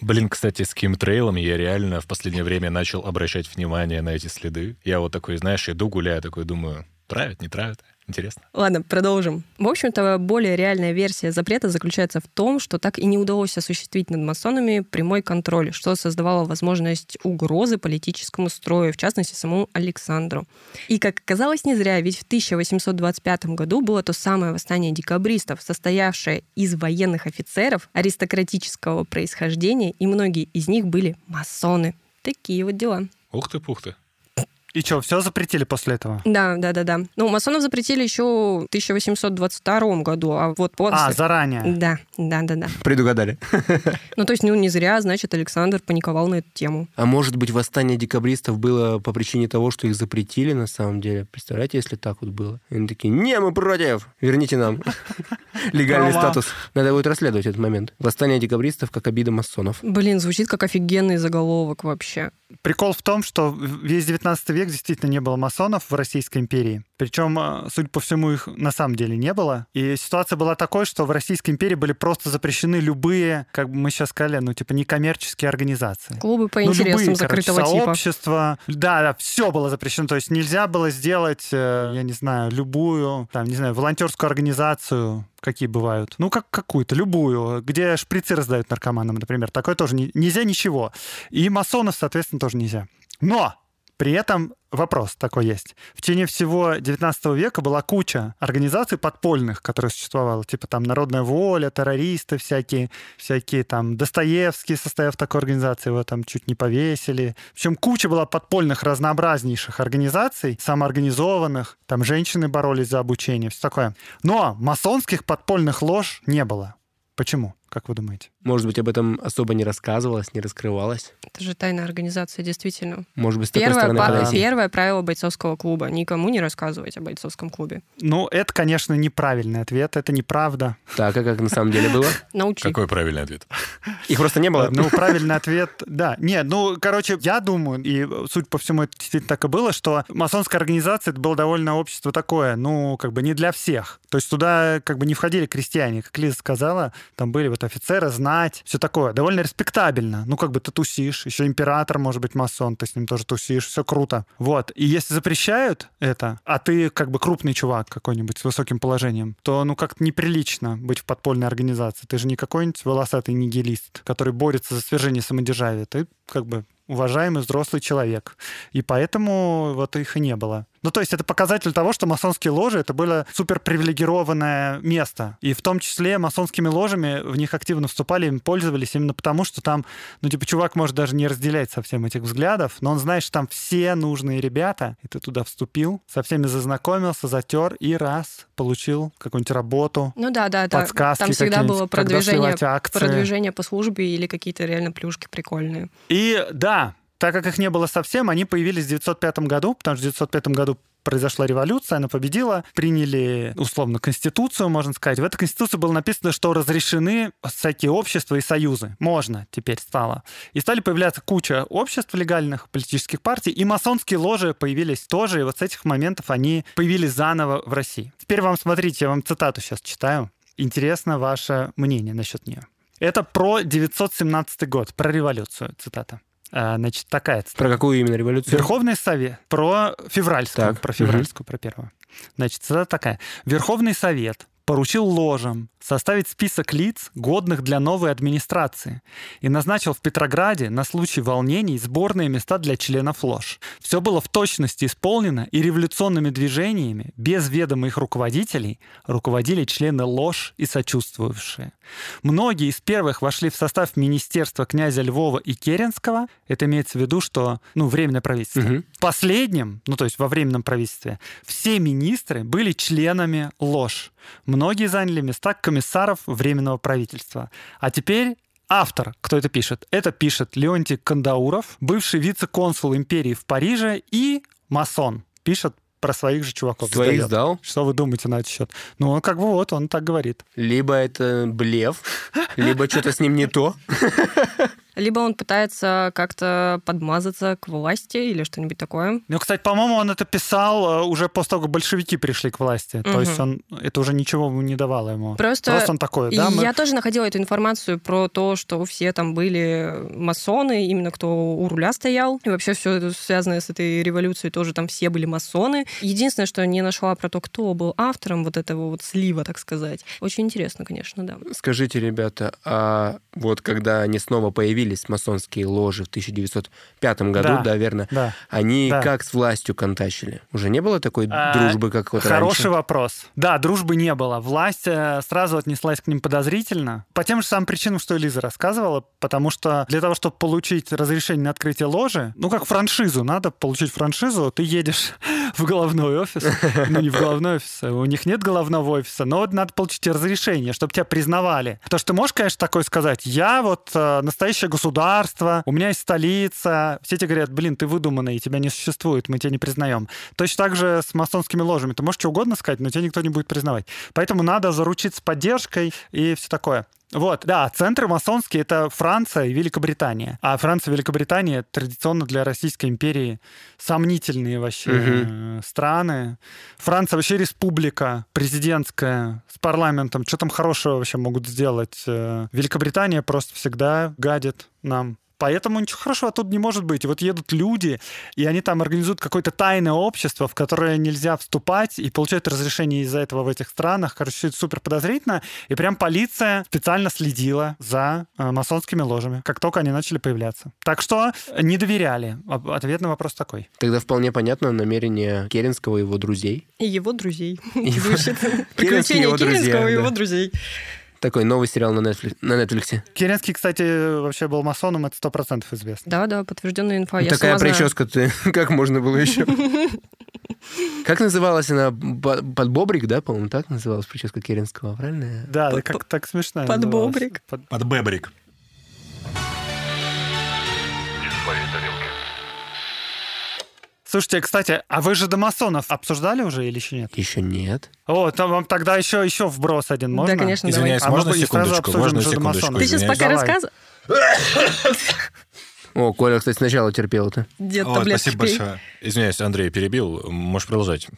[SPEAKER 4] Блин, кстати, с химтрейлом я реально в последнее время начал обращать внимание на эти следы. Я вот такой, знаешь, иду гуляю, такой думаю, травят, не травят? Интересно.
[SPEAKER 2] Ладно, продолжим. В общем-то, более реальная версия запрета заключается в том, что так и не удалось осуществить над масонами прямой контроль, что создавало возможность угрозы политическому строю, в частности, самому Александру. И, как оказалось, не зря, ведь в 1825 году было то самое восстание декабристов, состоявшее из военных офицеров аристократического происхождения, и многие из них были масоны. Такие вот дела.
[SPEAKER 4] Ух ты, пух ты.
[SPEAKER 8] И что, все запретили после этого?
[SPEAKER 2] Да, да, да, да. Ну, масонов запретили еще в 1822 году, а вот после...
[SPEAKER 8] А, заранее.
[SPEAKER 2] Да, да, да, да.
[SPEAKER 3] Предугадали.
[SPEAKER 2] Ну, то есть, ну, не зря, значит, Александр паниковал на эту тему.
[SPEAKER 3] А может быть, восстание декабристов было по причине того, что их запретили на самом деле? Представляете, если так вот было? И они такие, не, мы против! Верните нам легальный
[SPEAKER 8] Права.
[SPEAKER 3] статус. Надо будет расследовать этот момент. Восстание декабристов как обида масонов.
[SPEAKER 2] Блин, звучит как офигенный заголовок вообще.
[SPEAKER 8] Прикол в том, что весь 19 век действительно не было масонов в Российской империи. Причем, э, судя по всему, их на самом деле не было. И ситуация была такой, что в Российской империи были просто запрещены любые, как бы мы сейчас сказали, ну, типа некоммерческие организации.
[SPEAKER 2] Клубы по
[SPEAKER 8] Ну,
[SPEAKER 2] интересам
[SPEAKER 8] любые, короче,
[SPEAKER 2] закрытого типа.
[SPEAKER 8] сообщества. Да, да, все было запрещено. То есть нельзя было сделать, э, я не знаю, любую, там, не знаю, волонтерскую организацию, какие бывают. Ну, как какую-то, любую, где шприцы раздают наркоманам, например. Такое тоже не- нельзя ничего. И масонов, соответственно, тоже нельзя. Но при этом вопрос такой есть. В течение всего 19 века была куча организаций подпольных, которые существовали, типа там «Народная воля», террористы всякие, всякие там Достоевский, состояв в такой организации, его там чуть не повесили. Причем куча была подпольных разнообразнейших организаций, самоорганизованных, там женщины боролись за обучение, все такое. Но масонских подпольных лож не было. Почему, как вы думаете?
[SPEAKER 3] Может быть, об этом особо не рассказывалось, не раскрывалось.
[SPEAKER 11] Это же тайная организация, действительно.
[SPEAKER 3] Может быть, с такой
[SPEAKER 11] Первое,
[SPEAKER 3] стороны
[SPEAKER 11] па-
[SPEAKER 3] подойти.
[SPEAKER 11] первое правило бойцовского клуба. Никому не рассказывать о бойцовском клубе.
[SPEAKER 8] Ну, это, конечно, неправильный ответ, это неправда.
[SPEAKER 3] Так, а как на самом деле было?
[SPEAKER 11] Научи.
[SPEAKER 4] Какой правильный ответ?
[SPEAKER 2] А
[SPEAKER 3] Их просто не было.
[SPEAKER 8] Ну, правильный ответ, да. Нет, ну, короче, я думаю, и суть по всему это действительно так и было, что масонская организация, это было довольно общество такое, ну, как бы не для всех. То есть туда как бы не входили крестьяне, как Лиза сказала, там были вот офицеры, знать, все такое. Довольно респектабельно. Ну, как бы ты тусишь, еще император, может быть, масон, ты с ним тоже тусишь, все круто. Вот. И если запрещают это, а ты как бы крупный чувак какой-нибудь с высоким положением, то ну как-то неприлично быть в подпольной организации. Ты же не какой-нибудь волосатый нигилист, который борется за свержение самодержавия. Ты как бы уважаемый взрослый человек. И поэтому вот их и не было. Ну, то есть это показатель того, что масонские ложи — это было суперпривилегированное место. И в том числе масонскими ложами в них активно вступали, им пользовались именно потому, что там, ну, типа, чувак может даже не разделять совсем этих взглядов, но он знает, что там все нужные ребята, и ты туда вступил, со всеми зазнакомился, затер и раз получил какую-нибудь работу,
[SPEAKER 11] Ну да, да, да.
[SPEAKER 8] Подсказки
[SPEAKER 11] Там всегда
[SPEAKER 8] какие-нибудь,
[SPEAKER 11] было
[SPEAKER 8] когда
[SPEAKER 11] продвижение,
[SPEAKER 8] ссылать акции.
[SPEAKER 11] продвижение по службе или какие-то реально плюшки прикольные.
[SPEAKER 8] И да, так как их не было совсем, они появились в 905 году, потому что в 905 году произошла революция, она победила, приняли, условно, конституцию, можно сказать. В этой конституции было написано, что разрешены всякие общества и союзы. Можно теперь стало. И стали появляться куча обществ легальных, политических партий, и масонские ложи появились тоже, и вот с этих моментов они появились заново в России. Теперь вам, смотрите, я вам цитату сейчас читаю. Интересно ваше мнение насчет нее. Это про 917 год, про революцию, цитата. А, Значит, такая цитата.
[SPEAKER 3] Про какую именно революцию?
[SPEAKER 8] Верховный Совет. Про февральскую.
[SPEAKER 3] Так,
[SPEAKER 8] Про февральскую, про первую. Значит, цитата такая. Верховный Совет поручил ложам составить список лиц, годных для новой администрации, и назначил в Петрограде на случай волнений сборные места для членов лож. Все было в точности исполнено, и революционными движениями, без ведома их руководителей, руководили члены лож и сочувствовавшие. Многие из первых вошли в состав министерства князя Львова и Керенского. Это имеется в виду, что ну, временное правительство. В последнем, ну то есть во временном правительстве, все министры были членами ложь. Многие заняли места комиссаров временного правительства. А теперь Автор, кто это пишет? Это пишет Леонтий Кандауров, бывший вице-консул империи в Париже и масон. Пишет про своих же чуваков.
[SPEAKER 3] Своих
[SPEAKER 8] Сдаёт.
[SPEAKER 3] сдал?
[SPEAKER 8] Что вы думаете на этот счет? Ну, он как бы вот, он так говорит.
[SPEAKER 3] Либо это блеф, либо что-то с ним не то.
[SPEAKER 11] Либо он пытается как-то подмазаться к власти или что-нибудь такое.
[SPEAKER 8] Ну, кстати, по-моему, он это писал э, уже после того, как большевики пришли к власти. То
[SPEAKER 11] Мгм.
[SPEAKER 8] есть он это уже ничего не давало ему.
[SPEAKER 11] Просто
[SPEAKER 8] он такой,
[SPEAKER 11] И
[SPEAKER 8] да, мы-
[SPEAKER 11] я тоже находила эту информацию про то, что все там были масоны, именно кто у руля стоял. И вообще все связанное с этой революцией тоже там все были масоны. Единственное, что не нашла про то, кто был автором вот этого вот слива, так сказать. Очень интересно, конечно, да.
[SPEAKER 3] Скажите, ребята, а вот когда они снова появились, масонские ложи в 1905 году,
[SPEAKER 8] Да.
[SPEAKER 3] да, верно,
[SPEAKER 8] Да.
[SPEAKER 3] они
[SPEAKER 8] Да.
[SPEAKER 3] как с властью контачили? Уже не было такой
[SPEAKER 8] А,
[SPEAKER 3] дружбы, как вот
[SPEAKER 8] Хороший
[SPEAKER 3] раньше?
[SPEAKER 8] вопрос. Да, дружбы не было. Власть э, сразу отнеслась к ним подозрительно. По тем же самым причинам, что и Лиза рассказывала, потому что для того, чтобы получить разрешение на открытие ложи, ну, как франшизу, надо получить франшизу, ты едешь в головной офис. Ну, не в головной офис, у них нет головного офиса, но вот надо получить разрешение, чтобы тебя признавали. Потому что ты можешь, конечно, такое сказать, я вот э, настоящее государство, у меня есть столица, все тебе говорят, блин, ты выдуманный, тебя не существует, мы тебя не признаем. Точно так же с масонскими ложами. Ты можешь что угодно сказать, но тебя никто не будет признавать. Поэтому надо заручиться поддержкой и все такое. Вот, да, центры масонские — это Франция и Великобритания. А Франция и Великобритания традиционно для Российской империи сомнительные вообще э, страны. Франция вообще республика президентская с парламентом. Что там хорошего вообще могут сделать? Э, Великобритания просто всегда гадит нам. Поэтому ничего хорошего тут не может быть. И вот едут люди, и они там организуют какое-то тайное общество, в которое нельзя вступать, и получают разрешение из-за этого в этих странах. Короче, все это супер подозрительно. И прям полиция специально следила за э, масонскими ложами, как только они начали появляться. Так что не доверяли. Об- Ответ на вопрос такой.
[SPEAKER 3] Тогда вполне понятно намерение Керенского и его друзей.
[SPEAKER 11] И его друзей.
[SPEAKER 3] его-
[SPEAKER 11] Звучит.
[SPEAKER 3] и его
[SPEAKER 11] Приключения
[SPEAKER 3] друзья,
[SPEAKER 11] Керенского и его
[SPEAKER 3] да.
[SPEAKER 11] друзей.
[SPEAKER 3] Такой новый сериал на Netflix. На Netflix.
[SPEAKER 8] Керенский, кстати, вообще был масоном, это 100% известно.
[SPEAKER 11] Да, да, подтвержденная инфа. Я
[SPEAKER 3] Ну,
[SPEAKER 11] сама
[SPEAKER 3] Такая
[SPEAKER 11] знаю.
[SPEAKER 3] прическа ты, как можно было еще? Как называлась она? Бо- Под бобрик, да, по-моему, так называлась прическа Керенского, правильно?
[SPEAKER 8] Да, как так смешно.
[SPEAKER 2] под
[SPEAKER 8] называлось.
[SPEAKER 2] бобрик.
[SPEAKER 8] Под-
[SPEAKER 10] Под бебрик.
[SPEAKER 8] Слушайте, кстати, а вы же домасонов обсуждали уже или еще нет?
[SPEAKER 3] Еще нет.
[SPEAKER 8] О, там вам тогда еще, еще вброс один можно?
[SPEAKER 2] Да, конечно,
[SPEAKER 10] Извиняюсь,
[SPEAKER 8] А мы
[SPEAKER 10] можно
[SPEAKER 8] бы и сразу
[SPEAKER 10] секундочку?
[SPEAKER 8] обсудим
[SPEAKER 10] Можно
[SPEAKER 8] же
[SPEAKER 10] секундочку?
[SPEAKER 8] домосона.
[SPEAKER 2] давай. Ты сейчас
[SPEAKER 10] извиняюсь?
[SPEAKER 2] пока
[SPEAKER 8] Давай.
[SPEAKER 2] рассказывай.
[SPEAKER 3] О, Коля, кстати, сначала терпел-то.
[SPEAKER 2] Дед
[SPEAKER 10] Ой,
[SPEAKER 2] таблетки
[SPEAKER 10] спасибо
[SPEAKER 2] пей.
[SPEAKER 10] большое.
[SPEAKER 4] Извиняюсь, Андрей перебил. Можешь продолжать.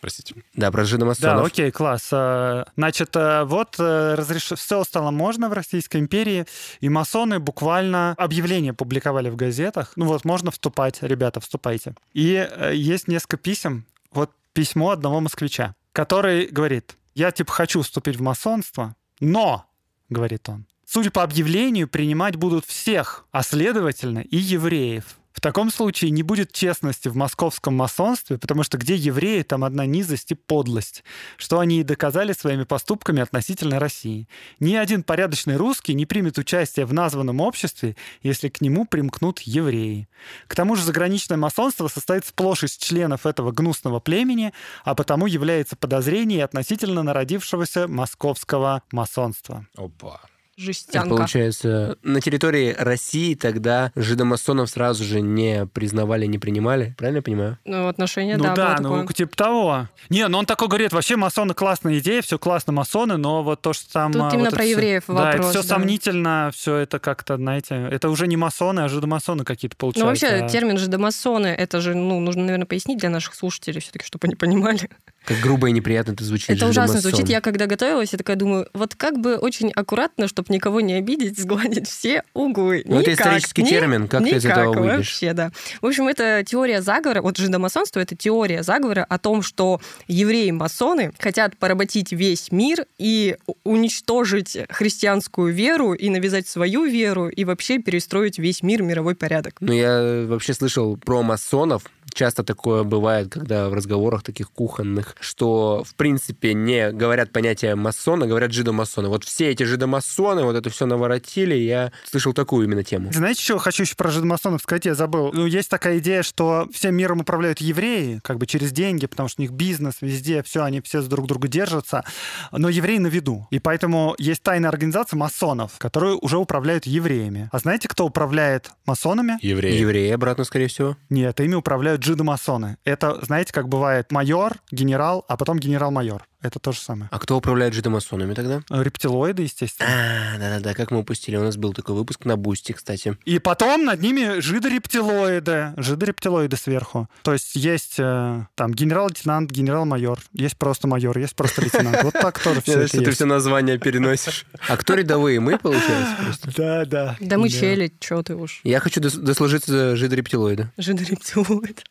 [SPEAKER 4] Простите.
[SPEAKER 3] Да, про
[SPEAKER 8] Да,
[SPEAKER 3] жидомасонов.
[SPEAKER 8] окей, класс. Э, Значит, э, вот э, разреш... все стало можно в Российской империи, и масоны буквально объявления публиковали в газетах. Ну вот, можно вступать, ребята, вступайте. И э, есть несколько писем. Вот письмо одного москвича, который говорит, я типа хочу вступить в масонство, но, говорит он, судя по объявлению, принимать будут всех, а следовательно и евреев. В таком случае не будет честности в московском масонстве, потому что где евреи, там одна низость и подлость, что они и доказали своими поступками относительно России. Ни один порядочный русский не примет участие в названном обществе, если к нему примкнут евреи. К тому же заграничное масонство состоит сплошь из членов этого гнусного племени, а потому является подозрением относительно народившегося московского масонства.
[SPEAKER 4] Опа.
[SPEAKER 3] Это
[SPEAKER 2] Жестянка.
[SPEAKER 3] получается, на территории России тогда жидомасонов сразу же не признавали, не принимали. Правильно я понимаю?
[SPEAKER 2] Ну, отношения,
[SPEAKER 8] ну
[SPEAKER 2] да,
[SPEAKER 8] да,
[SPEAKER 2] было
[SPEAKER 8] ну
[SPEAKER 2] такое.
[SPEAKER 8] типа того. Не, ну он такой говорит, вообще масоны классная идея, все классно масоны, но вот то, что там...
[SPEAKER 2] Тут
[SPEAKER 8] а,
[SPEAKER 2] именно
[SPEAKER 8] вот
[SPEAKER 2] про
[SPEAKER 8] это всё-
[SPEAKER 2] евреев
[SPEAKER 8] Да, это
[SPEAKER 2] вопрос,
[SPEAKER 8] все
[SPEAKER 2] да.
[SPEAKER 8] сомнительно, все это как-то, знаете, это уже не масоны, а жидомасоны какие-то
[SPEAKER 2] Ну,
[SPEAKER 8] получаются.
[SPEAKER 2] вообще,
[SPEAKER 8] а-
[SPEAKER 2] термин же домасоны, это же, ну, нужно, наверное, пояснить для наших слушателей все-таки, чтобы они понимали.
[SPEAKER 3] Как грубо и неприятно это звучит.
[SPEAKER 2] Это ужасно
[SPEAKER 3] жидомасон.
[SPEAKER 2] звучит. Я когда готовилась, я такая думаю, вот как бы очень аккуратно, чтобы никого не обидеть, сгладить все углы.
[SPEAKER 3] Ну, это
[SPEAKER 2] Никак.
[SPEAKER 3] исторический
[SPEAKER 2] Ни-
[SPEAKER 3] термин. Как ты из
[SPEAKER 2] никак
[SPEAKER 3] этого выйдешь?
[SPEAKER 2] вообще, да. В общем, это теория заговора, вот жидомасонство, это теория заговора о том, что евреи-масоны хотят поработить весь мир и у- уничтожить христианскую веру и навязать свою веру и вообще перестроить весь мир, мировой порядок.
[SPEAKER 3] Ну, я вообще слышал про масонов. Часто такое бывает, когда в разговорах таких кухонных, что, в принципе, не говорят понятие масона, говорят жидомасоны. Вот все эти жидомасоны, вот это все наворотили, я слышал такую именно тему.
[SPEAKER 8] Знаете, что хочу еще про жидомасонов сказать? Я забыл. Ну, есть такая идея, что всем миром управляют евреи, как бы через деньги, потому что у них бизнес везде, все, они все друг друга держатся, но евреи на виду. И поэтому есть тайная организация масонов, которые уже управляют евреями. А знаете, кто управляет масонами?
[SPEAKER 4] Евреи.
[SPEAKER 3] Евреи обратно, скорее всего.
[SPEAKER 8] Нет, ими управляют жидомасоны. Это, знаете, как бывает майор, генерал, а потом генерал-майор. Это то же самое.
[SPEAKER 3] А кто управляет жидомасонами тогда?
[SPEAKER 8] Рептилоиды, естественно.
[SPEAKER 3] А, да-да-да, как мы упустили. У нас был такой выпуск на Бусти, кстати.
[SPEAKER 8] И потом над ними жидорептилоиды. Жидорептилоиды сверху. То есть есть э, там генерал-лейтенант, генерал-майор. Есть просто майор, есть просто лейтенант. Вот так тоже все это есть.
[SPEAKER 3] название переносишь. А кто рядовые? Мы, получается, просто?
[SPEAKER 8] Да, да.
[SPEAKER 2] Да мы чели, чё ты уж.
[SPEAKER 3] Я хочу дос- дослужиться до жидорептилоида.
[SPEAKER 2] Жидорептилоид.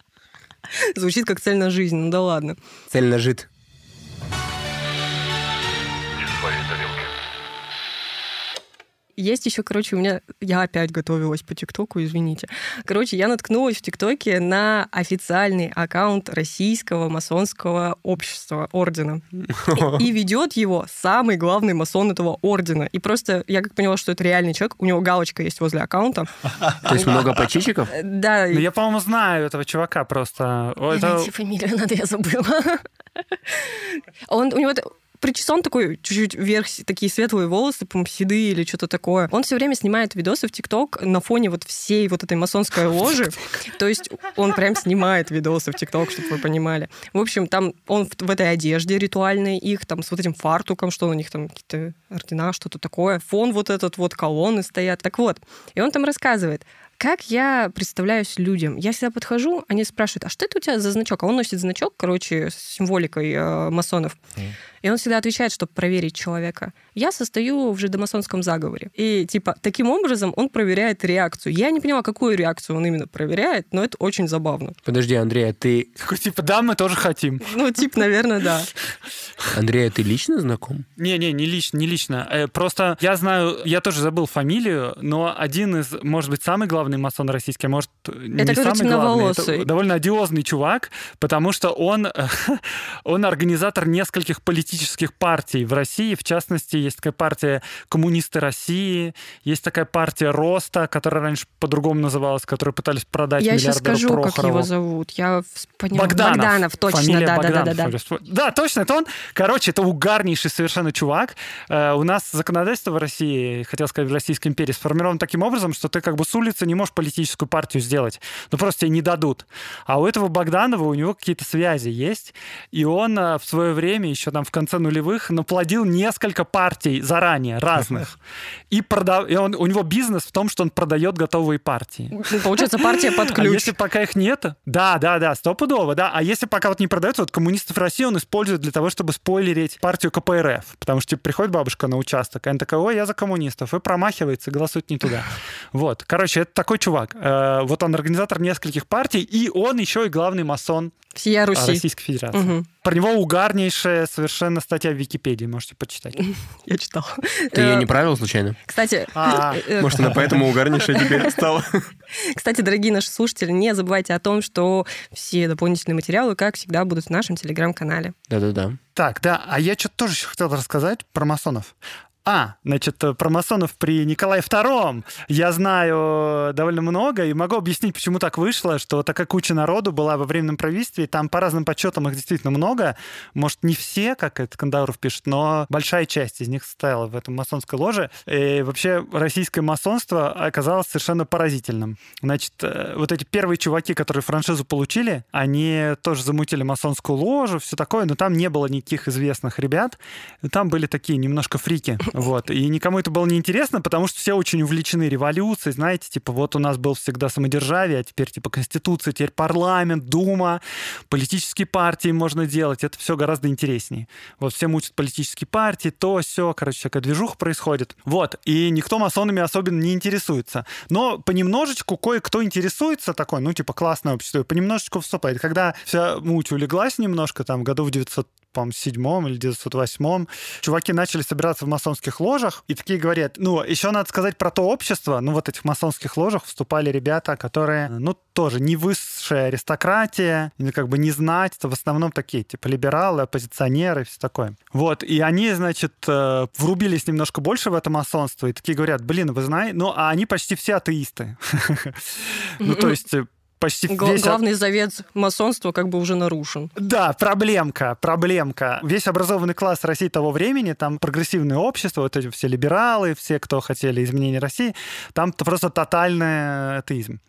[SPEAKER 2] Звучит как цель на жизнь, ну да ладно.
[SPEAKER 3] Цельно жид.
[SPEAKER 2] Есть еще, короче, у меня... Я опять готовилась по ТикТоку, извините. Короче, я наткнулась в ТикТоке на официальный аккаунт российского масонского общества, ордена. И ведет его самый главный масон этого ордена. И просто я как поняла, что это реальный человек. У него галочка есть возле аккаунта.
[SPEAKER 3] То есть много почичиков?
[SPEAKER 2] Э, Да,
[SPEAKER 8] Ну, Я, по-моему, знаю этого чувака просто. О, это-
[SPEAKER 2] Знаете, фамилию надо, я забыла. Он, у него т- причесон такой, чуть-чуть вверх, с- такие светлые волосы, по-моему, седые или что-то такое. Он все время снимает видосы в ТикТок на фоне вот всей вот этой масонской ложи. То есть он прям снимает видосы в ТикТок, чтобы вы понимали. В общем, там он в, в этой одежде ритуальной их, там с вот этим фартуком, что у них там какие-то ордена, что-то такое. Фон вот этот вот, колонны стоят. Так вот, и он там рассказывает, как я представляюсь людям? Я всегда подхожу, они спрашивают, а что это у тебя за значок? А он носит значок, короче, с символикой э, масонов. И он всегда отвечает, чтобы проверить человека. Я состою в жидомасонском заговоре. И, типа, таким образом он проверяет реакцию. Я не поняла, какую реакцию он именно проверяет, но это очень забавно.
[SPEAKER 3] Подожди, Андрей, а ты
[SPEAKER 8] Такой, типа, да, мы тоже хотим.
[SPEAKER 2] Ну, тип, наверное, да.
[SPEAKER 3] Андрей, а ты лично знаком?
[SPEAKER 8] Не-не, не лично, не лично. Э, просто я знаю, я тоже забыл фамилию, но один из, может быть, самый главный масон российский, а может, не
[SPEAKER 2] Это какой-то
[SPEAKER 8] самый главный.
[SPEAKER 2] темноволосый.
[SPEAKER 8] довольно одиозный чувак, потому что он, э, он организатор нескольких полити- политических партий в России. В частности, есть такая партия «Коммунисты России», есть такая партия «Роста», которая раньше по-другому называлась, которую пытались продать
[SPEAKER 11] Я сейчас
[SPEAKER 8] миллиардеру
[SPEAKER 11] скажу, как
[SPEAKER 8] Прохорову.
[SPEAKER 11] его зовут. Я вс- поняла.
[SPEAKER 8] Богданов.
[SPEAKER 11] точно,
[SPEAKER 8] Фамилия
[SPEAKER 11] да, да, да,
[SPEAKER 8] Богданов,
[SPEAKER 11] да, да.
[SPEAKER 8] я говорю. Да, точно, это он. Короче, это угарнейший совершенно чувак. Э, у нас законодательство в России, хотел сказать, в Российской империи, сформировано таким образом, что ты как бы с улицы не можешь политическую партию сделать. Ну, просто тебе не дадут. А у этого Богданова, у него какие-то связи есть. И он э, в свое время, еще там в конце нулевых, наплодил несколько партий заранее, разных. И, продав... и он, у него бизнес в том, что он продает готовые партии.
[SPEAKER 11] Ну, Получается, партия под
[SPEAKER 8] А
[SPEAKER 11] ключ.
[SPEAKER 8] если пока их нет, да, да, да, стопудово, да. А если пока вот не продается, вот коммунистов России он использует для того, чтобы спойлерить партию КПРФ. Потому что типа, приходит бабушка на участок, и она такая, ой, я за коммунистов, и промахивается, и голосует не туда. Вот, короче, это такой чувак. Э, Вот он организатор нескольких партий, и он еще и главный масон
[SPEAKER 11] Всея
[SPEAKER 8] э,
[SPEAKER 11] Руси.
[SPEAKER 8] Российской Федерации.
[SPEAKER 11] Мгм.
[SPEAKER 8] Про него угарнейшая совершенно статья в Википедии, можете почитать.
[SPEAKER 11] Я читал.
[SPEAKER 3] Ты ее
[SPEAKER 11] Э,
[SPEAKER 3] не правил случайно?
[SPEAKER 11] Кстати,
[SPEAKER 8] А,
[SPEAKER 11] э,
[SPEAKER 3] Может, она поэтому угарнейшая теперь стала?
[SPEAKER 11] Кстати, дорогие наши слушатели, не забывайте о том, что все дополнительные материалы, как всегда, будут в нашем телеграм-канале.
[SPEAKER 3] Да-да-да.
[SPEAKER 8] Так, да, а я что-то тоже ещё хотел рассказать про масонов. А, значит, э, про масонов при Николае II я знаю э, довольно много и могу объяснить, почему так вышло, что такая куча народу была во временном правительстве, и там по разным подсчетам их действительно много. Может, не все, как это Кандауров пишет, но большая часть из них состояла в этом масонской ложе. И вообще российское масонство оказалось совершенно поразительным. Значит, э, вот эти первые чуваки, которые франшизу получили, они тоже замутили масонскую ложу, все такое, но там не было никаких известных ребят. Там были такие немножко фрики. Вот. И никому это было не интересно, потому что все очень увлечены революцией, знаете, типа вот у нас был всегда самодержавие, а теперь типа конституция, теперь парламент, дума, политические партии можно делать. Это все гораздо интереснее. Вот все мучат политические партии, то, все, короче, всякая движуха происходит. Вот. И никто масонами особенно не интересуется. Но понемножечку кое-кто интересуется такой, ну, типа, классное общество, и понемножечку вступает. Когда вся муть улеглась немножко, там, году в 900 по седьмом или 908 чуваки начали собираться в масонских ложах и такие говорят, ну, еще надо сказать про то общество, ну, вот этих масонских ложах вступали ребята, которые, ну, тоже не высшая аристократия, ну, как бы не знать, в основном такие, типа, либералы, оппозиционеры, все такое. Вот, и они, значит, э, врубились немножко больше в это масонство и такие говорят, блин, вы знаете, ну, а они почти все атеисты. Ну, то есть... э, Почти
[SPEAKER 11] Гла-
[SPEAKER 8] весь от-
[SPEAKER 11] главный завет масонства как бы уже нарушен.
[SPEAKER 8] да, проблемка, проблемка. Весь образованный класс России того времени, там прогрессивное общество, вот эти все либералы, все, кто хотели изменения России, там т- просто тотальный атеизм.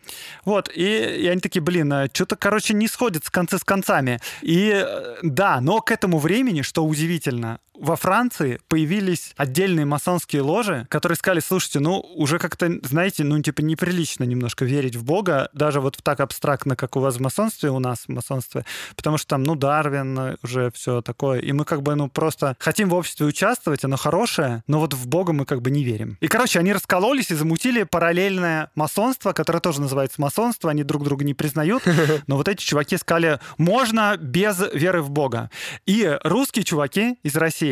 [SPEAKER 8] Вот, и, и они такие, блин, что-то, короче, не сходит с концы с концами. И э, да, но к этому времени, что удивительно, во Франции появились отдельные масонские ложи, которые сказали, слушайте, ну, уже как-то, знаете, ну, типа, неприлично немножко верить в Бога, даже вот так абстрактно, как у вас в масонстве, у нас в масонстве, потому что там, ну, Дарвин, э, уже все такое, и мы как бы, ну, просто хотим в обществе участвовать, оно хорошее, но вот в Бога мы как бы не верим. И, короче, они раскололись и замутили параллельное масонство, которое тоже называется масонство, они друг друга не признают, но вот эти чуваки сказали, можно без веры в Бога. И русские чуваки из России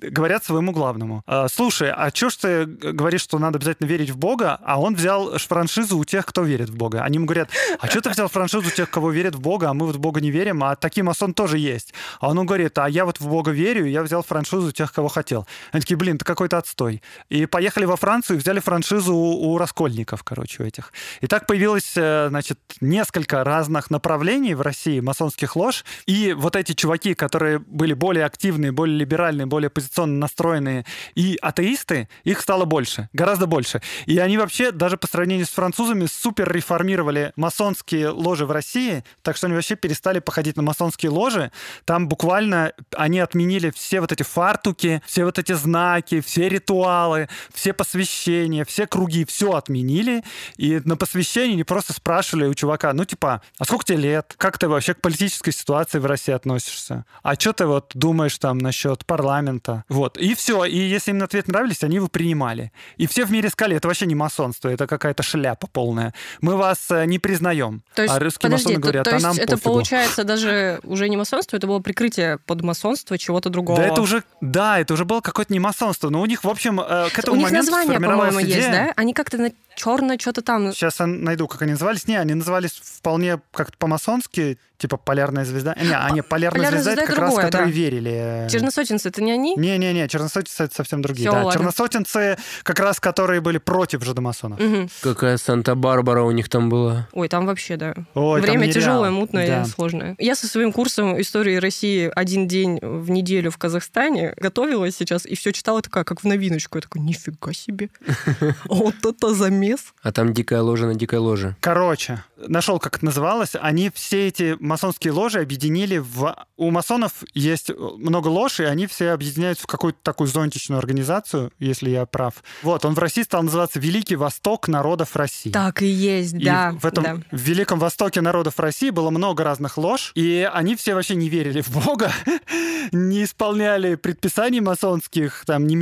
[SPEAKER 8] говорят своему главному. «Э, Слушай, а чё ж ты г- говоришь, что надо обязательно верить в Бога, а он взял ж франшизу у тех, кто верит в Бога. Они ему говорят, а чё ты взял франшизу у тех, кого верит в Бога, а мы вот в Бога не верим, а такие масон тоже есть. А он ему говорит, а я вот в Бога верю, и я взял франшизу у тех, кого хотел. Они такие, блин, ты какой-то отстой. И поехали во Францию и взяли франшизу у, у раскольников, короче, у этих. И так появилось, э, значит, несколько разных направлений в России масонских лож. И вот эти чуваки, которые были более активные, более либеральные, более позиционно настроенные, и атеисты, их стало больше, гораздо больше. И они вообще, даже по сравнению с французами, супер реформировали масонские ложи в России, так что они вообще перестали походить на масонские ложи. Там буквально они отменили все вот эти фартуки, все вот эти знаки, все ритуалы, все посвящения, все круги, все отменили. И на посвящении не просто спрашивали у чувака, ну типа, а сколько тебе лет? Как ты вообще к политической ситуации в России относишься? А что ты вот думаешь там насчет парламента? Вот. И все. И если им ответ нравились, они его принимали. И все в мире сказали, это вообще не масонство, это какая-то шляпа полная. Мы вас э, не признаем.
[SPEAKER 11] То есть,
[SPEAKER 8] а русские
[SPEAKER 11] подожди,
[SPEAKER 8] масоны
[SPEAKER 11] то-
[SPEAKER 8] говорят,
[SPEAKER 11] то,
[SPEAKER 8] а
[SPEAKER 11] есть
[SPEAKER 8] нам
[SPEAKER 11] это
[SPEAKER 8] пофигу».
[SPEAKER 11] получается даже уже не масонство, это было прикрытие под масонство чего-то другого.
[SPEAKER 8] Да, это уже, да, это уже было какое-то не масонство, но у них, в общем, э, к
[SPEAKER 11] У
[SPEAKER 8] этому
[SPEAKER 11] них
[SPEAKER 8] моменту
[SPEAKER 11] название,
[SPEAKER 8] сформировалась
[SPEAKER 11] по-моему,
[SPEAKER 8] идея.
[SPEAKER 11] есть, да? Они как-то на черное что-то там.
[SPEAKER 8] Сейчас я найду, как они назывались. Не, они назывались вполне как-то по-масонски Типа полярная звезда. Не, а не, полярная,
[SPEAKER 2] «Полярная
[SPEAKER 8] звезда,
[SPEAKER 2] звезда»
[SPEAKER 8] это как
[SPEAKER 2] другое,
[SPEAKER 8] раз, которые
[SPEAKER 2] да.
[SPEAKER 8] верили.
[SPEAKER 2] Черносотенцы, это не они?
[SPEAKER 8] Не-не-не, черносотенцы это совсем другие.
[SPEAKER 2] Всё,
[SPEAKER 8] да.
[SPEAKER 2] ладно.
[SPEAKER 8] Черносотенцы как раз, которые были против жидомасонов.
[SPEAKER 2] Мгм.
[SPEAKER 3] Какая Санта-Барбара у них там была.
[SPEAKER 2] Ой, там вообще, да.
[SPEAKER 8] Ой, там
[SPEAKER 2] Время
[SPEAKER 8] нереально.
[SPEAKER 2] тяжелое, мутное,
[SPEAKER 8] Да.
[SPEAKER 2] сложное. Я со своим курсом истории России один день в неделю в Казахстане готовилась сейчас и все читала такая, как в новиночку. Я такой, нифига себе. Вот это замес.
[SPEAKER 3] А там дикая ложа на дикой ложе.
[SPEAKER 8] Короче, нашел, как это называлось. Они все эти масонские ложи объединили в... У масонов есть много лож, и они все объединяются в какую-то такую зонтичную организацию, если я прав. Вот, он в России стал называться «Великий Восток народов России».
[SPEAKER 2] Так и есть,
[SPEAKER 8] И
[SPEAKER 2] да.
[SPEAKER 8] в этом
[SPEAKER 2] да.
[SPEAKER 8] в Великом Востоке народов России было много разных лож, и они все вообще не верили в Бога, не исполняли предписаний масонских, там не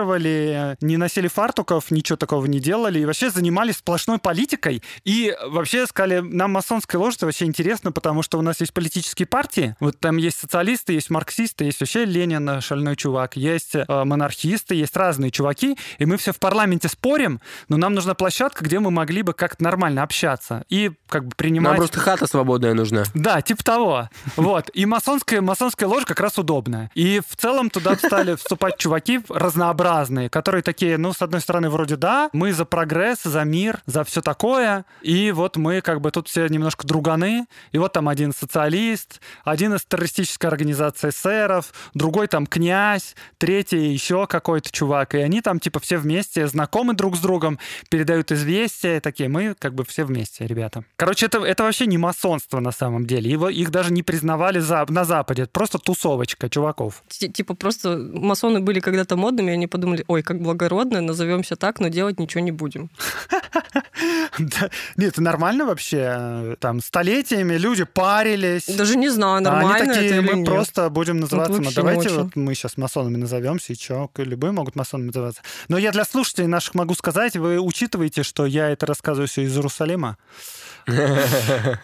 [SPEAKER 8] медитировали, не носили фартуков, ничего такого не делали, и вообще занимались сплошной политикой. И вообще сказали, нам масонская ложь это вообще интересно, потому что у нас есть политические партии, вот там есть социалисты, есть марксисты, есть вообще Ленин, э, шальной чувак, есть э, монархисты, есть разные чуваки, и мы все в парламенте спорим, но нам нужна площадка, где мы могли бы как-то нормально общаться и как бы
[SPEAKER 3] Нам
[SPEAKER 8] принимать...
[SPEAKER 3] просто хата свободная нужна.
[SPEAKER 8] Да, типа того. Вот. И масонская, масонская ложь как раз удобная. И в целом туда стали вступать чуваки разнообразные, которые такие, ну, с одной стороны, вроде да, мы за прогресс, за мир, за все такое. И вот мы как бы тут все немножко друганы. И вот там один социалист, один из террористической организации эсеров, другой там князь, третий еще какой-то чувак. И они там типа все вместе знакомы друг с другом, передают известия, такие, мы как бы все вместе, ребята. Короче, это, это вообще не масонство на самом деле. Его, их даже не признавали за, на Западе. Это просто тусовочка чуваков.
[SPEAKER 2] Ти- Типа просто масоны были когда-то модными, и они подумали, ой, как благородно, назовемся так, но делать ничего не будем.
[SPEAKER 8] Да. Нет, это нормально вообще. Там столетиями люди парились.
[SPEAKER 2] Даже не знаю,
[SPEAKER 8] А
[SPEAKER 2] нормально
[SPEAKER 8] Они такие,
[SPEAKER 2] это или
[SPEAKER 8] мы
[SPEAKER 2] нет.
[SPEAKER 8] просто будем называться, ну,
[SPEAKER 2] вообще
[SPEAKER 8] давайте
[SPEAKER 2] не очень.
[SPEAKER 8] вот мы сейчас масонами назовемся, и чё, к- любые могут масонами называться. Но я для слушателей наших могу сказать, вы учитываете, что я это рассказываю все из Иерусалима.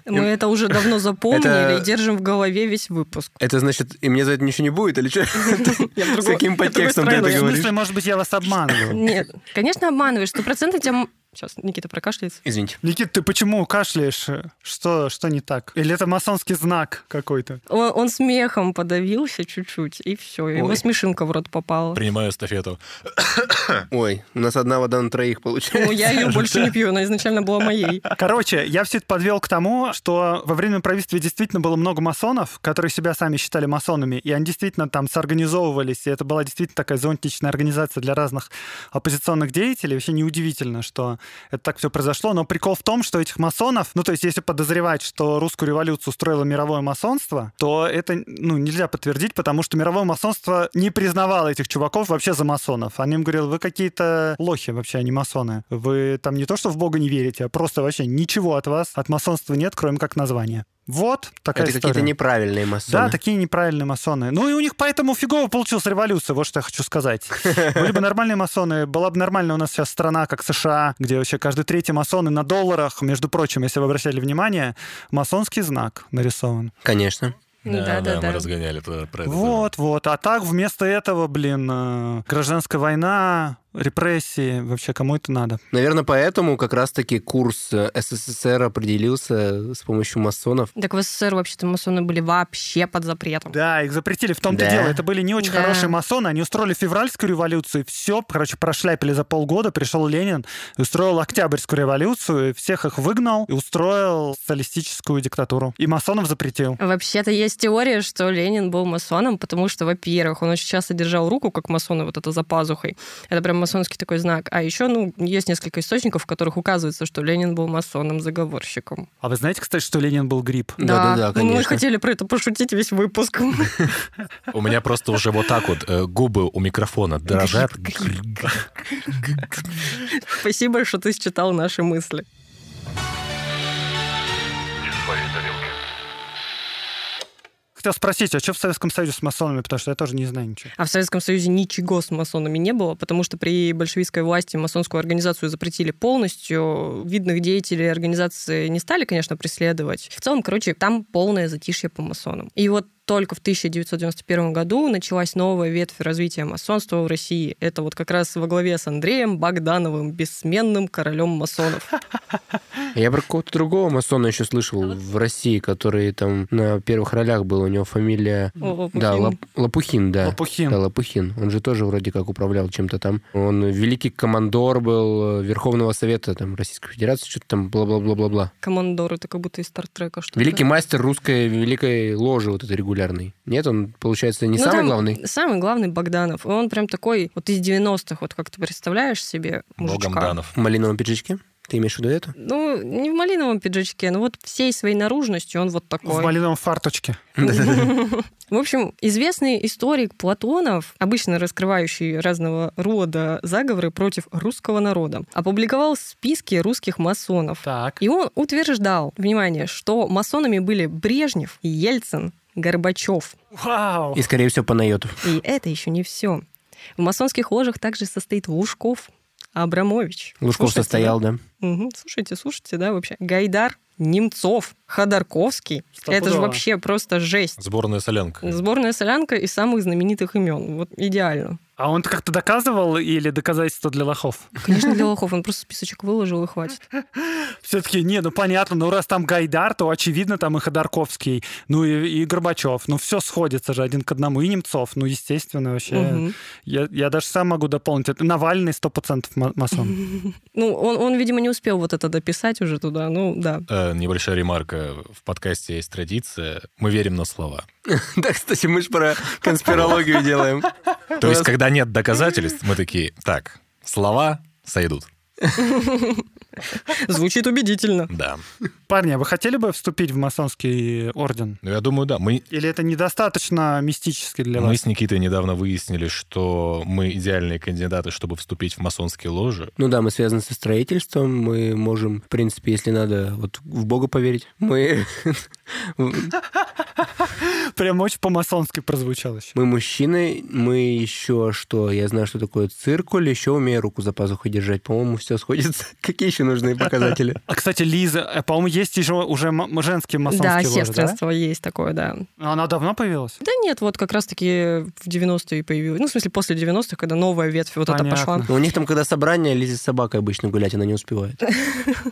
[SPEAKER 2] Мы это уже давно запомнили
[SPEAKER 3] Это-
[SPEAKER 2] и держим в голове весь выпуск.
[SPEAKER 3] Это значит, и мне за это ничего не будет, или что? С каким подтекстом ты
[SPEAKER 8] Ну, в
[SPEAKER 3] это
[SPEAKER 8] смысле,
[SPEAKER 3] говоришь?
[SPEAKER 8] может быть, я вас обманываю.
[SPEAKER 2] Нет, конечно, обманываешь, сто процентов тебя... м- Сейчас Никита прокашляется.
[SPEAKER 3] Извините.
[SPEAKER 8] Никит, ты почему кашляешь? Что, что не так? Или это масонский знак какой-то?
[SPEAKER 2] Он, он смехом подавился чуть-чуть, и все. Ему
[SPEAKER 3] Ой.
[SPEAKER 2] смешинка в рот попала.
[SPEAKER 10] Принимаю эстафету.
[SPEAKER 3] Ой, у нас одна вода на троих
[SPEAKER 2] Ну,
[SPEAKER 3] получается.
[SPEAKER 2] я ее больше не пью, она изначально была моей.
[SPEAKER 8] Короче, я все это подвел к тому, что во время правительства действительно было много масонов, которые себя сами считали масонами, и они действительно там соорганизовывались, и это была действительно такая зонтичная организация для разных оппозиционных деятелей. Вообще неудивительно, что это так все произошло, но прикол в том, что этих масонов, ну то есть если подозревать, что русскую революцию устроило мировое масонство, то это ну, нельзя подтвердить, потому что мировое масонство не признавало этих чуваков вообще за масонов. Они им говорили, вы какие-то лохи вообще, а не масоны. Вы там не то, что в Бога не верите, а просто вообще ничего от вас, от масонства нет, кроме как названия. Вот такая
[SPEAKER 3] Это
[SPEAKER 8] история.
[SPEAKER 3] какие-то неправильные масоны.
[SPEAKER 8] Да, такие неправильные масоны. Ну и у них поэтому фигово получилась революция, вот что я хочу сказать. Были бы нормальные масоны, была бы нормальная у нас сейчас страна, как США, где вообще каждый третий масон и на долларах, между прочим, если вы обращали внимание, масонский знак нарисован.
[SPEAKER 3] Конечно.
[SPEAKER 10] мы
[SPEAKER 2] Да-да-да.
[SPEAKER 10] разгоняли про про это.
[SPEAKER 8] Вот, вот. А так вместо этого, блин, э, гражданская война, репрессии, вообще кому это надо?
[SPEAKER 3] Наверное, поэтому как раз-таки курс э, СССР определился с помощью масонов.
[SPEAKER 2] Так в СССР вообще-то масоны были вообще под запретом.
[SPEAKER 8] Да, их запретили. В том-то и
[SPEAKER 3] Да.
[SPEAKER 8] дело. Это были не очень
[SPEAKER 2] Да.
[SPEAKER 8] хорошие масоны. Они устроили февральскую революцию, и все, короче, прошляпили за полгода. Пришел Ленин, и устроил октябрьскую революцию, и всех их выгнал, и устроил социалистическую диктатуру. И масонов запретил.
[SPEAKER 2] Вообще-то есть теория, что Ленин был масоном, потому что, во-первых, он очень часто держал руку, как масоны, вот это за пазухой. Это прям масонский такой знак. А еще, ну, есть несколько источников, в которых указывается, что Ленин был масоном-заговорщиком.
[SPEAKER 8] А вы знаете, кстати, что Ленин был гриб?
[SPEAKER 3] Да-да-да,
[SPEAKER 2] Ну, Мы
[SPEAKER 3] конечно.
[SPEAKER 2] хотели про это пошутить весь выпуск.
[SPEAKER 10] У меня просто уже вот так вот э, губы у микрофона дрожат.
[SPEAKER 2] Спасибо, что ты считал наши мысли.
[SPEAKER 8] Хотел спросить, а что в Советском Союзе с масонами? Потому что я тоже не знаю ничего.
[SPEAKER 2] А в Советском Союзе ничего с масонами не было, потому что при большевистской власти масонскую организацию запретили полностью. Видных деятелей организации не стали, конечно, преследовать. В целом, короче, там полное затишье по масонам. И вот только в 1991 году началась новая ветвь развития масонства в России. Это вот как раз во главе с Андреем Богдановым, бессменным королем масонов.
[SPEAKER 3] Я про какого-то другого масона еще слышал в России, который там на первых ролях был. У него фамилия...
[SPEAKER 2] О, Лопухин.
[SPEAKER 3] Да, Лоп- Лопухин, да.
[SPEAKER 8] Лопухин.
[SPEAKER 3] Да, Лопухин. Он же тоже вроде как управлял чем-то там. Он великий командор был э, Верховного Совета там, Российской Федерации, что-то там бла-бла-бла-бла-бла.
[SPEAKER 2] Командор, это как будто из Стартрека что-то.
[SPEAKER 3] Великий мастер русской великой ложи вот этой регулярной. Нет, он, получается, не
[SPEAKER 2] Ну,
[SPEAKER 3] самый
[SPEAKER 2] там
[SPEAKER 3] главный?
[SPEAKER 2] Самый главный Богданов. И Он прям такой, вот из 90-х, вот как ты представляешь себе мужичка.
[SPEAKER 4] Богомданов.
[SPEAKER 3] В малиновом пиджачке? Ты имеешь в виду это?
[SPEAKER 2] Ну, не в малиновом пиджачке, но вот всей своей наружностью он вот такой.
[SPEAKER 8] В малиновом фарточке.
[SPEAKER 2] В общем, известный историк Платонов, обычно раскрывающий разного рода заговоры против русского народа, опубликовал списки русских масонов.
[SPEAKER 8] Так.
[SPEAKER 2] И он утверждал, внимание, что масонами были Брежнев, Ельцин, Горбачев.
[SPEAKER 8] Вау!
[SPEAKER 3] И, скорее всего, Панайотов.
[SPEAKER 2] И это еще не все. В масонских ложах также состоит Лужков, Абрамович.
[SPEAKER 3] Лужков
[SPEAKER 2] Слушайте,
[SPEAKER 3] состоял, да?
[SPEAKER 2] Мгм. Слушайте, слушайте, да, вообще. Гайдар, Немцов, Ходорковский. Это же
[SPEAKER 8] Стопудово.
[SPEAKER 2] вообще просто жесть.
[SPEAKER 4] Сборная солянка.
[SPEAKER 2] Сборная солянка из самых знаменитых имен. Вот идеально.
[SPEAKER 8] А он как-то доказывал или доказательство для лохов?
[SPEAKER 2] Конечно, для лохов он просто списочек выложил и хватит.
[SPEAKER 8] Все-таки, не, ну понятно, ну раз там Гайдар, то очевидно там и Ходорковский, ну и, и Горбачев. Ну все сходится же один к одному. И Немцов, ну естественно вообще.
[SPEAKER 2] Мгм.
[SPEAKER 8] Я, я даже сам могу дополнить. Это Навальный 100% ма- масон.
[SPEAKER 2] Ну, он, он, видимо, не успел вот это дописать уже туда. Ну, да.
[SPEAKER 4] Э, Небольшая ремарка. В подкасте есть традиция. Мы верим на слова.
[SPEAKER 3] Да, кстати, мы же про конспирологию делаем.
[SPEAKER 4] То есть, когда нет доказательств, мы такие, так, слова сойдут.
[SPEAKER 2] Звучит убедительно.
[SPEAKER 4] Да.
[SPEAKER 8] Парни, а вы хотели бы вступить в масонский орден?
[SPEAKER 4] Ну, я думаю, да. Мы,
[SPEAKER 8] Или это недостаточно мистически для
[SPEAKER 3] Ну,
[SPEAKER 4] мы
[SPEAKER 8] вас?
[SPEAKER 4] с Никитой недавно выяснили, что мы идеальные кандидаты, чтобы вступить в масонские ложи.
[SPEAKER 3] Ну да, мы связаны со строительством, мы можем, в принципе, если надо, вот в Бога поверить. Мы,
[SPEAKER 8] Прям очень по-масонски прозвучало еще.
[SPEAKER 3] мы мужчины, мы еще что? Я знаю, что такое циркуль, еще умею руку за пазухой держать. По-моему, все сходится. Какие еще нужны показатели?
[SPEAKER 8] А, кстати, Лиза, э, по-моему, есть еще уже м- женские масонские
[SPEAKER 2] Да,
[SPEAKER 8] ложи,
[SPEAKER 2] сестринство есть такое, да.
[SPEAKER 8] да? Она давно появилась?
[SPEAKER 2] Да нет, вот как раз-таки в 90-е появилось. Ну, в смысле, после 90-х, когда новая ветвь вот
[SPEAKER 8] Понятно.
[SPEAKER 2] эта пошла.
[SPEAKER 3] Ну, У них там, когда собрание, Лиза с собакой обычно гулять, она не успевает.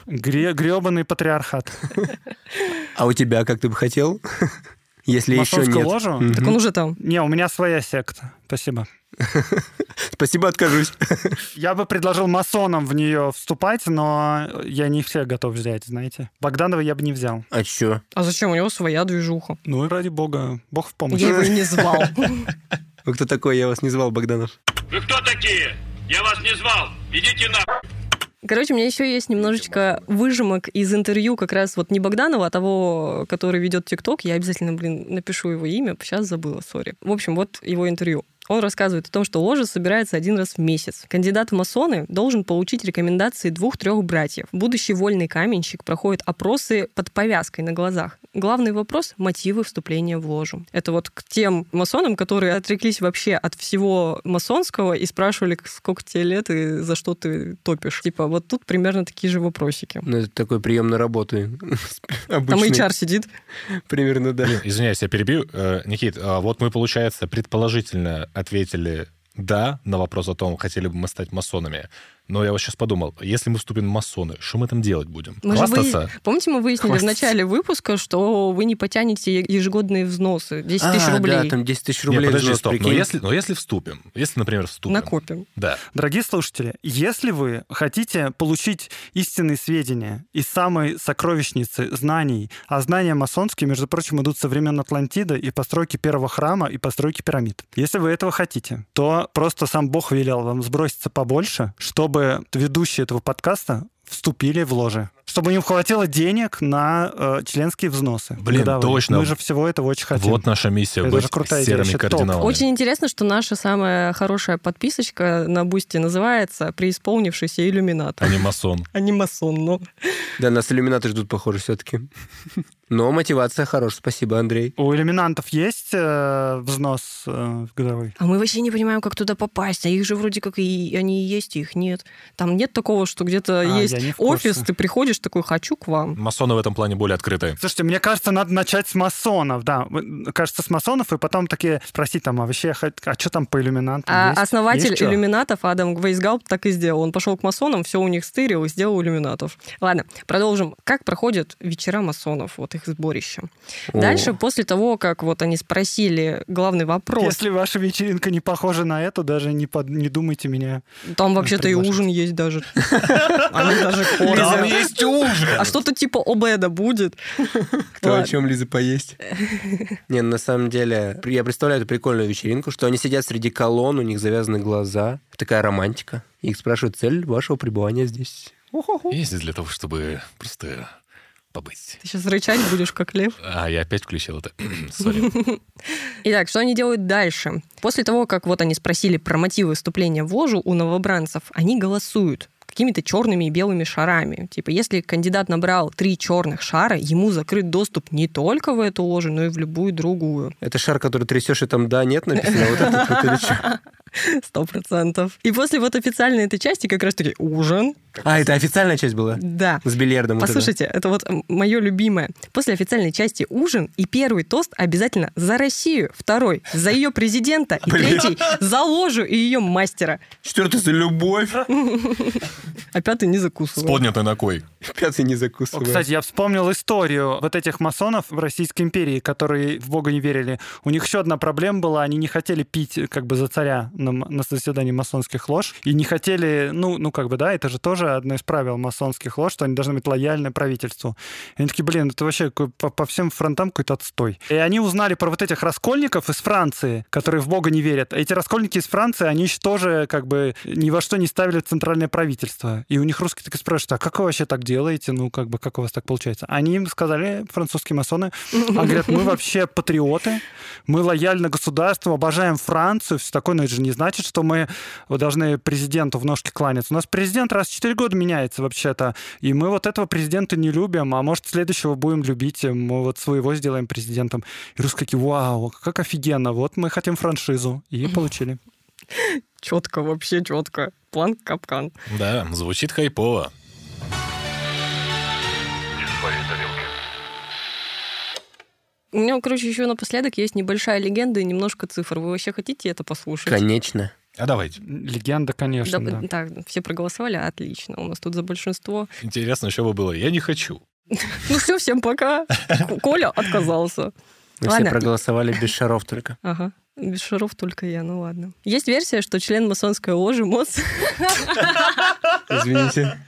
[SPEAKER 8] Гре- грёбаный патриархат.
[SPEAKER 3] А у тебя как ты бы хотел? Если еще
[SPEAKER 8] Масонскую
[SPEAKER 3] нет.
[SPEAKER 8] ложу?
[SPEAKER 3] Мгм.
[SPEAKER 2] Так он уже там.
[SPEAKER 8] Не, у меня своя секта. Спасибо.
[SPEAKER 3] Спасибо, откажусь.
[SPEAKER 8] Я бы предложил масонам в нее вступать, но я не всех готов взять, знаете. Богданова я бы не взял.
[SPEAKER 3] А чё?
[SPEAKER 2] А зачем? У него своя движуха.
[SPEAKER 8] Ну и ради бога, бог в помощь.
[SPEAKER 2] Я его и не звал.
[SPEAKER 3] Вы кто такой? Я вас не звал, Богданов.
[SPEAKER 11] Вы кто такие? Я вас не звал. Идите на.
[SPEAKER 2] Короче, у меня еще есть немножечко выжимок из интервью как раз вот не Богданова, а того, который ведет ТикТок. Я обязательно, блин, напишу его имя. Сейчас забыла, сори. В общем, вот его интервью. Он рассказывает о том, что ложа собирается один раз в месяц. Кандидат в масоны должен получить рекомендации двух-трех братьев. Будущий вольный каменщик проходит опросы под повязкой на глазах. Главный вопрос — мотивы вступления в ложу. Это вот к тем масонам, которые отреклись вообще от всего масонского и спрашивали, сколько тебе лет и за что ты топишь. Типа вот тут примерно такие же вопросики.
[SPEAKER 3] Ну, это такой прием на работы.
[SPEAKER 2] Там
[SPEAKER 3] Обычный.
[SPEAKER 2] HR сидит.
[SPEAKER 3] Примерно, да.
[SPEAKER 4] Блин, извиняюсь, я перебью. Э, Никит, а вот мы, получается, предположительно ответили «да» на вопрос о том, хотели бы мы стать масонами. Но я вот сейчас подумал, если мы вступим в масоны, что мы там делать будем?
[SPEAKER 2] Мы же
[SPEAKER 4] Хвастаться?
[SPEAKER 2] вы- Помните, мы выяснили в начале выпуска, что вы не потянете ежегодные взносы 10 тысяч
[SPEAKER 3] А,
[SPEAKER 2] рублей.
[SPEAKER 3] Да, там 10 тысяч
[SPEAKER 4] Не,
[SPEAKER 3] рублей.
[SPEAKER 4] подожди,
[SPEAKER 3] взнос,
[SPEAKER 4] стоп. Но
[SPEAKER 3] прикинь.
[SPEAKER 4] если, но если вступим, если, например, вступим...
[SPEAKER 2] Накопим.
[SPEAKER 4] Да.
[SPEAKER 8] Дорогие слушатели, если вы хотите получить истинные сведения из самой сокровищницы знаний, а знания масонские, между прочим, идут со времен Атлантиды и постройки первого храма и постройки пирамид. Если вы этого хотите, то просто сам Бог велел вам сброситься побольше, чтобы ведущие этого подкаста вступили в ложе. Чтобы им хватило денег на э, членские взносы.
[SPEAKER 4] Блин,
[SPEAKER 8] годовые.
[SPEAKER 4] точно.
[SPEAKER 8] Мы же всего этого очень хотим.
[SPEAKER 4] Вот наша миссия
[SPEAKER 8] Это же
[SPEAKER 4] быть
[SPEAKER 8] крутая идея,
[SPEAKER 4] серыми
[SPEAKER 8] вообще топ.
[SPEAKER 4] кардиналами.
[SPEAKER 2] Очень интересно, что наша самая хорошая подписочка на Бусти называется «Преисполнившийся иллюминат».
[SPEAKER 4] А не масон.
[SPEAKER 2] А не масон, но...
[SPEAKER 3] Да, нас иллюминаты ждут, похоже, все-таки. Но мотивация хорошая, спасибо, Андрей.
[SPEAKER 8] У иллюминантов есть э, взнос э, годовой?
[SPEAKER 2] А мы вообще не понимаем, как туда попасть. А их же вроде как и они и есть, и их нет. Там нет такого, что где-то
[SPEAKER 8] А,
[SPEAKER 2] есть
[SPEAKER 8] я не в курсе.
[SPEAKER 2] офис, ты приходишь такой, хочу к вам.
[SPEAKER 1] Масоны в этом плане более открытые.
[SPEAKER 8] Слушайте, мне кажется, надо начать с масонов, да. Вы- Кажется, с масонов, и потом такие спросить там, а вообще, хот- а что там по иллюминантам
[SPEAKER 2] А
[SPEAKER 8] есть?
[SPEAKER 2] основатель
[SPEAKER 8] Есть чё?
[SPEAKER 2] иллюминатов Адам Вейсгалп так и сделал. Он пошел к масонам, все у них стырил и сделал иллюминатов. Ладно, продолжим. Как проходят вечера масонов, вот их сборище? Дальше, после того, как вот они спросили главный вопрос,
[SPEAKER 8] Если ваша вечеринка не похожа на эту, даже не, под- не думайте меня.
[SPEAKER 1] Ну,
[SPEAKER 2] там вообще-то и
[SPEAKER 8] приглашать.
[SPEAKER 2] ужин есть даже. Они даже ходят.
[SPEAKER 1] Там есть ужин!
[SPEAKER 2] А что-то типа обеда будет.
[SPEAKER 3] Кто о
[SPEAKER 2] Ладно.
[SPEAKER 3] чем, Лиза, поесть? Не, ну, на самом деле, при- я представляю эту прикольную вечеринку, что они сидят среди колонн, у них завязаны глаза. Такая романтика. И Их спрашивают цель вашего пребывания здесь.
[SPEAKER 1] Есть здесь для того, чтобы просто побыть.
[SPEAKER 2] Ты сейчас рычать будешь, как лев.
[SPEAKER 1] А, я опять включил это. Сори.
[SPEAKER 2] Итак, что они делают дальше? После того, как вот они спросили про мотивы вступления в ложу у новобранцев, они голосуют какими-то черными и белыми шарами. Типа, если кандидат набрал три черных шара, ему закрыт доступ не только в эту ложу, но и в любую другую.
[SPEAKER 3] Это шар, который трясешь, и там «да», «нет» написано. а Вот этот вот или чё?
[SPEAKER 2] Сто процентов. И после вот официальной этой части как раз-таки ужин.
[SPEAKER 3] А, это официальная часть была?
[SPEAKER 2] Да.
[SPEAKER 3] С бильярдом. вот это.
[SPEAKER 2] Послушайте, это вот мое любимое. После официальной части ужин и первый тост обязательно за Россию, второй за ее президента и третий за ложу и ее мастера.
[SPEAKER 3] Четвертый за любовь.
[SPEAKER 2] А пятый не
[SPEAKER 1] С
[SPEAKER 2] закусывал.
[SPEAKER 1] поднятой ногой.
[SPEAKER 3] Пятый не
[SPEAKER 8] О,
[SPEAKER 3] закусывает.
[SPEAKER 8] Кстати, я вспомнил историю вот этих масонов в Российской империи, которые в Бога не верили. У них еще одна проблема была, они не хотели пить как бы за царя на, м- на заседании масонских лож, и не хотели, ну, ну как бы, да, это же тоже одно из правил масонских лож, что они должны быть лояльны правительству. И они такие, блин, это вообще какой- по, по всем фронтам какой-то отстой. И они узнали про вот этих раскольников из Франции, которые в Бога не верят. Эти раскольники из Франции, они еще тоже как бы ни во что не ставили центральное правительство. И у них русские так и спрашивают, а как вы вообще так делаете? Ну, как бы, как у вас так получается? Они им сказали, французские масоны, они говорят, мы вообще патриоты, мы лояльны государству, обожаем Францию, все такое, но это же не значит, что мы должны президенту в ножки кланяться. У нас президент раз в 4 года меняется вообще-то, и мы вот этого президента не любим, а может, следующего будем любить, и мы вот своего сделаем президентом. И русские такие, вау, как офигенно, вот мы хотим франшизу. И получили.
[SPEAKER 2] Четко, вообще четко. План капкан.
[SPEAKER 1] Да, звучит хайпово.
[SPEAKER 2] У меня, короче, еще напоследок есть небольшая легенда и немножко цифр. Вы вообще хотите это послушать?
[SPEAKER 3] Конечно.
[SPEAKER 1] А давайте.
[SPEAKER 8] Легенда, конечно, да.
[SPEAKER 2] Да, Так, все проголосовали, отлично. У нас тут за большинство.
[SPEAKER 1] Интересно, что бы было. Я не хочу.
[SPEAKER 2] Ну все, всем пока. К- Коля отказался.
[SPEAKER 3] Мы
[SPEAKER 2] Ладно.
[SPEAKER 3] все проголосовали без шаров только.
[SPEAKER 2] Ага. Без шаров только я, ну ладно. Есть версия, что член масонской ложи МОЗ...
[SPEAKER 3] Извините.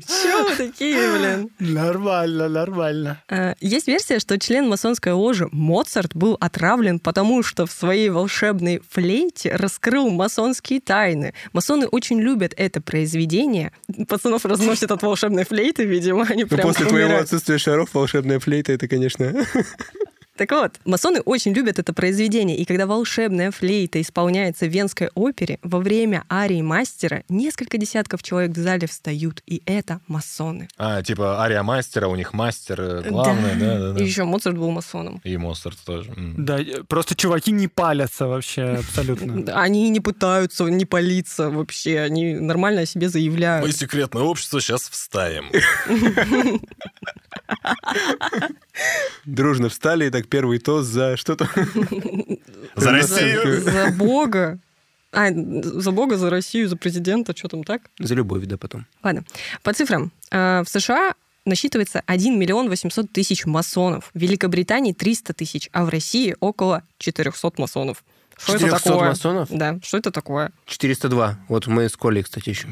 [SPEAKER 2] Чего вы такие, блин?
[SPEAKER 8] Нормально, нормально.
[SPEAKER 2] Э, Есть версия, что член масонской ложи Моцарт был отравлен, потому что в своей волшебной флейте раскрыл масонские тайны. Масоны очень любят это произведение. Пацанов разносят от волшебной флейты, видимо, они
[SPEAKER 8] Ну,
[SPEAKER 2] прям умирают.
[SPEAKER 3] Ну, отсутствия шаров волшебная флейта, это, конечно...
[SPEAKER 2] Так вот, масоны очень любят это произведение, и когда волшебная флейта исполняется в Венской опере, во время арии мастера несколько десятков человек в зале встают, и это масоны.
[SPEAKER 1] А, типа ария мастера, у них мастер э, главный, да, да, да.
[SPEAKER 2] И еще Моцарт был масоном.
[SPEAKER 1] И Моцарт тоже. М.
[SPEAKER 8] Да, э, просто чуваки не палятся вообще абсолютно.
[SPEAKER 2] Они не пытаются, не палиться вообще, они нормально о себе
[SPEAKER 1] Мы
[SPEAKER 2] заявляют.
[SPEAKER 1] секретное общество сейчас вставим.
[SPEAKER 3] Дружно встали, и так первый тост за что-то...
[SPEAKER 1] За
[SPEAKER 2] За,
[SPEAKER 1] Россию!
[SPEAKER 2] за Бога. А, за Бога, за Россию, за президента, что там так?
[SPEAKER 3] За любовь, да, потом.
[SPEAKER 2] Ладно. По цифрам. Э, В США насчитывается 1 миллион 800 тысяч масонов. В Великобритании 300 тысяч, а в России около 400 масонов. Что это
[SPEAKER 3] 400
[SPEAKER 2] такое?
[SPEAKER 3] масонов?
[SPEAKER 2] Да, что это такое?
[SPEAKER 3] 402. Вот мы с Колей, кстати, еще.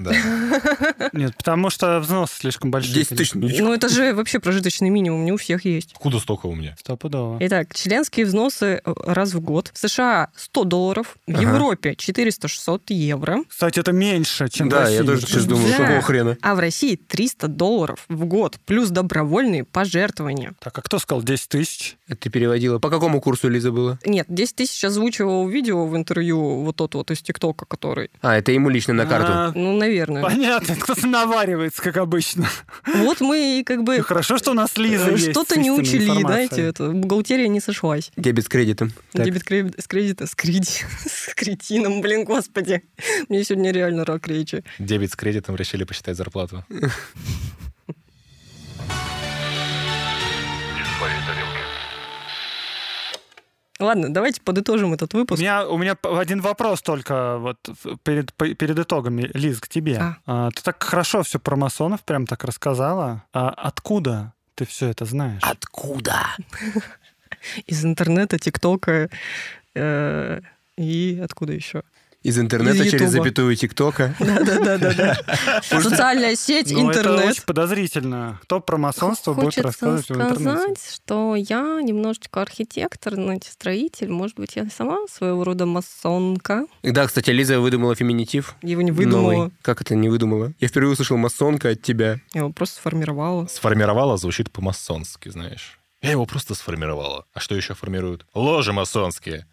[SPEAKER 8] Нет, потому что взнос слишком большой.
[SPEAKER 3] 10 тысяч. ну,
[SPEAKER 2] Ну, это же вообще прожиточный минимум, не у всех есть.
[SPEAKER 1] Откуда столько у меня?
[SPEAKER 8] Стопудово.
[SPEAKER 2] Итак, членские взносы э, раз в год. В США 100 долларов, в Европе 400-600 евро,
[SPEAKER 8] Кстати, это меньше, чем в
[SPEAKER 3] Да, я
[SPEAKER 8] России.
[SPEAKER 3] тоже сейчас думаю,
[SPEAKER 2] Да.
[SPEAKER 3] какого хрена.
[SPEAKER 2] а в России 300 долларов в год, плюс добровольные пожертвования.
[SPEAKER 8] Так, а кто сказал 10 тысяч?
[SPEAKER 3] Ты переводила. По какому курсу Лиза была?
[SPEAKER 2] Нет, 10 тысяч озвучивал видео в интервью, вот тот вот из ТикТока, который...
[SPEAKER 3] А, это ему лично на карту.
[SPEAKER 8] А,
[SPEAKER 2] Ну, наверное.
[SPEAKER 8] Понятно, кто-то наваривается, как обычно.
[SPEAKER 2] Вот мы и как
[SPEAKER 8] И
[SPEAKER 2] бы
[SPEAKER 8] Хорошо, что у нас Лиза
[SPEAKER 2] э,
[SPEAKER 8] есть с
[SPEAKER 2] что-то не
[SPEAKER 8] истинной
[SPEAKER 2] учили,
[SPEAKER 8] информацией.
[SPEAKER 2] знаете, это, бухгалтерия не сошлась.
[SPEAKER 3] Дебет с кредитом. Так.
[SPEAKER 2] Дебет кре- с кредита, с, креди- с кретином, блин, господи. Мне сегодня реально рак речи.
[SPEAKER 4] Дебет с кредитом решили посчитать зарплату.
[SPEAKER 2] Ладно, давайте подытожим этот
[SPEAKER 8] У
[SPEAKER 2] выпуск.
[SPEAKER 8] меня, у меня п- один вопрос только вот в- перед, п- перед итогами, Лиз, к тебе.
[SPEAKER 2] А.
[SPEAKER 8] А, ты так хорошо все про масонов прям так рассказала. А откуда ты все это знаешь?
[SPEAKER 2] Из интернета, ТикТока э, и откуда еще?
[SPEAKER 3] Из интернета
[SPEAKER 2] Из
[SPEAKER 3] через
[SPEAKER 2] Ютуба.
[SPEAKER 3] запятую ТикТока.
[SPEAKER 2] Да-да-да-да. Социальная сеть,
[SPEAKER 8] Ну, Это очень
[SPEAKER 2] интернет.
[SPEAKER 8] подозрительно. Кто про масонство будет
[SPEAKER 12] Хочется
[SPEAKER 8] рассказывать в интернете?
[SPEAKER 12] сказать, что я немножечко архитектор, значит, строитель. Может быть, я сама своего рода масонка.
[SPEAKER 3] Да, кстати, Лиза выдумала феминитив.
[SPEAKER 2] Я его не выдумала,
[SPEAKER 3] Новый. Как это не выдумала? Я впервые услышал масонка от тебя.
[SPEAKER 2] я его просто сформировала.
[SPEAKER 4] Сформировала звучит по-масонски, знаешь. Я его просто сформировала. А что еще формируют? Ложи масонские.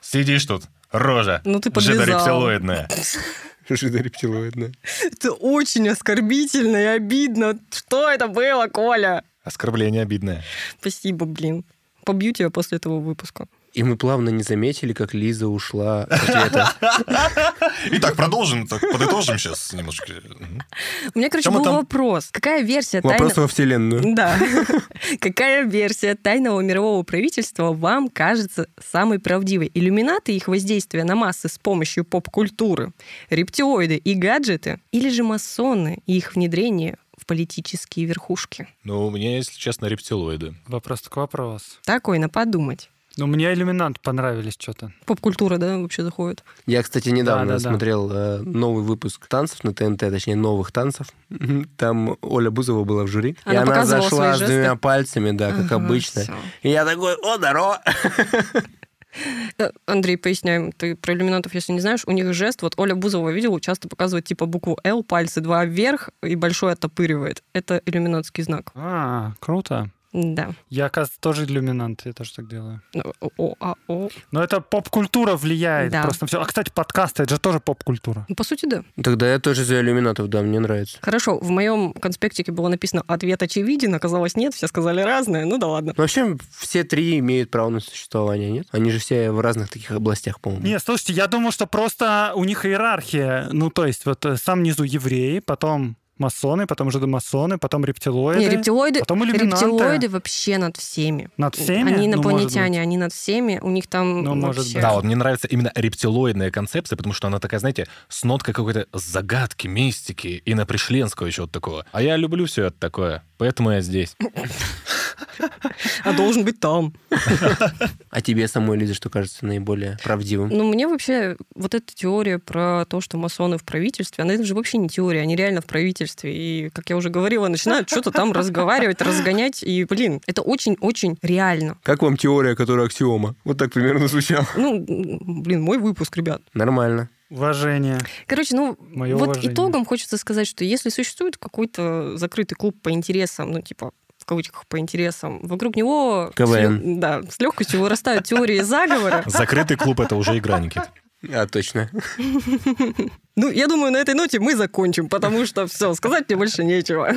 [SPEAKER 4] Сидишь тут, рожа.
[SPEAKER 2] Ну, ты подвязал.
[SPEAKER 4] жидорептилоидная.
[SPEAKER 3] Жида рептилоидная.
[SPEAKER 2] Это очень оскорбительно и обидно. Что это было, Коля?
[SPEAKER 4] Оскорбление обидное.
[SPEAKER 2] Спасибо, блин. Побью тебя после этого выпуска.
[SPEAKER 3] И мы плавно не заметили, как Лиза ушла от ответа.
[SPEAKER 10] Итак,
[SPEAKER 4] а
[SPEAKER 10] продолжим, так подытожим сейчас немножко. Мгм.
[SPEAKER 12] У меня, короче,
[SPEAKER 10] Чё мы
[SPEAKER 12] был
[SPEAKER 10] там?
[SPEAKER 12] вопрос. Какая версия
[SPEAKER 3] Вопрос
[SPEAKER 12] тайна-
[SPEAKER 3] во вселенную.
[SPEAKER 2] Да. Какая версия тайного мирового правительства вам кажется самой правдивой? Иллюминаты и их воздействие на массы с помощью поп-культуры, рептилоиды и гаджеты? Или же масоны и их внедрение в политические верхушки?
[SPEAKER 4] Ну, у меня, если честно, рептилоиды.
[SPEAKER 8] Вопрос так вопрос.
[SPEAKER 2] Такой, на подумать.
[SPEAKER 8] Ну, мне иллюминанты понравились что-то.
[SPEAKER 2] Поп-культура, да, вообще заходит?
[SPEAKER 3] Я, кстати, недавно
[SPEAKER 8] Да-да-да.
[SPEAKER 3] смотрел э, новый выпуск танцев на ТНТ, точнее, новых танцев. Мгм. Там Оля Бузова была в жюри. и
[SPEAKER 12] Она
[SPEAKER 3] она
[SPEAKER 12] показывала
[SPEAKER 3] зашла
[SPEAKER 12] свои
[SPEAKER 3] с
[SPEAKER 12] жесты?
[SPEAKER 3] двумя пальцами, да, как
[SPEAKER 12] Ага,
[SPEAKER 3] обычно.
[SPEAKER 12] всё.
[SPEAKER 3] И я такой, о, здорово!
[SPEAKER 2] Э, Андрей, поясняем, ты про иллюминатов, если не знаешь, у них жест, вот Оля Бузова видела, часто показывает типа букву «Л», пальцы два вверх и большой оттопыривает. Это иллюминатский знак.
[SPEAKER 8] А, круто.
[SPEAKER 2] Да.
[SPEAKER 8] Я, оказывается, тоже иллюминант, я тоже так делаю.
[SPEAKER 2] О, о, а, о.
[SPEAKER 8] Но это поп-культура влияет
[SPEAKER 2] Да.
[SPEAKER 8] просто на все. А, кстати, подкасты, это же тоже поп-культура.
[SPEAKER 2] Ну, По сути, да.
[SPEAKER 3] Тогда я тоже за иллюминатов, да, мне нравится.
[SPEAKER 2] Хорошо, в моем конспектике было написано «ответ очевиден», оказалось нет, все сказали разное, ну да ладно.
[SPEAKER 3] Ну, Вообще, все три имеют право на существование, нет? Они же все в разных таких областях, по-моему.
[SPEAKER 8] Не, слушайте, я думаю, что просто у них иерархия. Ну, то есть, вот э, сам внизу евреи, потом масоны, потом жидомасоны, потом рептилоиды.
[SPEAKER 12] Не, рептилоиды,
[SPEAKER 8] Потом иллюминанты.
[SPEAKER 12] рептилоиды вообще над всеми.
[SPEAKER 8] Над всеми?
[SPEAKER 12] Они
[SPEAKER 8] Ну,
[SPEAKER 12] инопланетяне, они над всеми. У них там
[SPEAKER 8] Ну, может
[SPEAKER 12] вообще...
[SPEAKER 8] быть.
[SPEAKER 4] Да, вот мне нравится именно рептилоидная концепция, потому что она такая, знаете, с ноткой какой-то загадки, мистики, и на пришленского чего-то такого. А я люблю все это такое, поэтому я здесь.
[SPEAKER 2] А должен быть там.
[SPEAKER 3] А тебе самой, Лиза, что кажется наиболее правдивым?
[SPEAKER 2] Ну, мне вообще вот эта теория про то, что масоны в правительстве, она это же вообще не теория, они реально в правительстве. И, как я уже говорила, начинают что-то там разговаривать, разгонять. И, блин, это очень-очень реально.
[SPEAKER 3] Как вам теория, которая аксиома? Вот так примерно звучало.
[SPEAKER 2] Ну, м, блин, мой выпуск, ребят.
[SPEAKER 3] Нормально.
[SPEAKER 8] Уважение.
[SPEAKER 12] Короче, ну,
[SPEAKER 8] Мое
[SPEAKER 12] вот
[SPEAKER 8] уважение.
[SPEAKER 12] итогом
[SPEAKER 2] Итогом хочется сказать, что если существует какой-то закрытый клуб по интересам, ну, типа, в кавычках по интересам, вокруг него...
[SPEAKER 3] КВН.
[SPEAKER 2] с лё- Да, с легкостью вырастают теории заговора.
[SPEAKER 4] Закрытый клуб — это уже игра, Никит.
[SPEAKER 3] А, точно.
[SPEAKER 2] Ну, я думаю, на этой ноте мы закончим, потому что все, сказать мне больше нечего.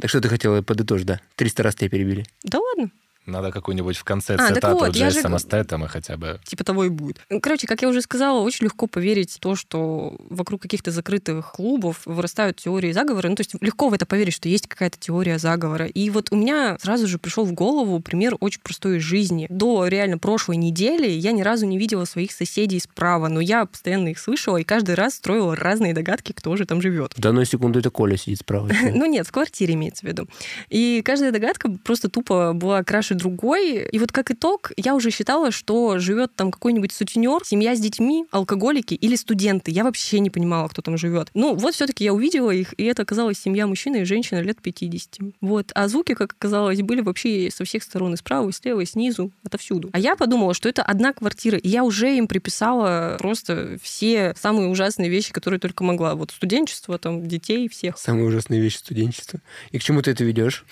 [SPEAKER 3] Так что ты хотела подытожить, да? 300 раз тебя перебили.
[SPEAKER 2] Да ладно.
[SPEAKER 4] Надо какую-нибудь в конце
[SPEAKER 2] А, так
[SPEAKER 4] цитату
[SPEAKER 2] вот, я же
[SPEAKER 4] Джейсона
[SPEAKER 2] г-
[SPEAKER 4] Стэттема хотя бы.
[SPEAKER 2] типа того и будет. Короче, как я уже сказала, очень легко поверить в то, что вокруг каких-то закрытых клубов вырастают теории заговора. Ну, то есть легко в это поверить, что есть какая-то теория заговора. И вот у меня сразу же пришел в голову пример очень простой из жизни. До реально прошлой недели я ни разу не видела своих соседей справа, но я постоянно их слышала и каждый раз строила разные догадки, кто же там живет.
[SPEAKER 3] В данную секунду это Коля сидит справа.
[SPEAKER 2] Ну нет, в квартире имеется в виду. И каждая догадка просто тупо была краше другой. И вот как итог, я уже считала, что живет там какой-нибудь сутенер, семья с детьми, алкоголики или студенты. Я вообще не понимала, кто там живет. Ну вот все-таки я увидела их, и это оказалась семья мужчины и женщины лет 50. Вот. А звуки, как оказалось, были вообще со всех сторон, и справа, и слева, и снизу, отовсюду. А я подумала, что это одна квартира, и я уже им приписала просто все самые ужасные вещи, которые только могла. Вот студенчество, там, детей, всех.
[SPEAKER 3] Самая ужасная вещь студенчества. И к чему ты это ведешь?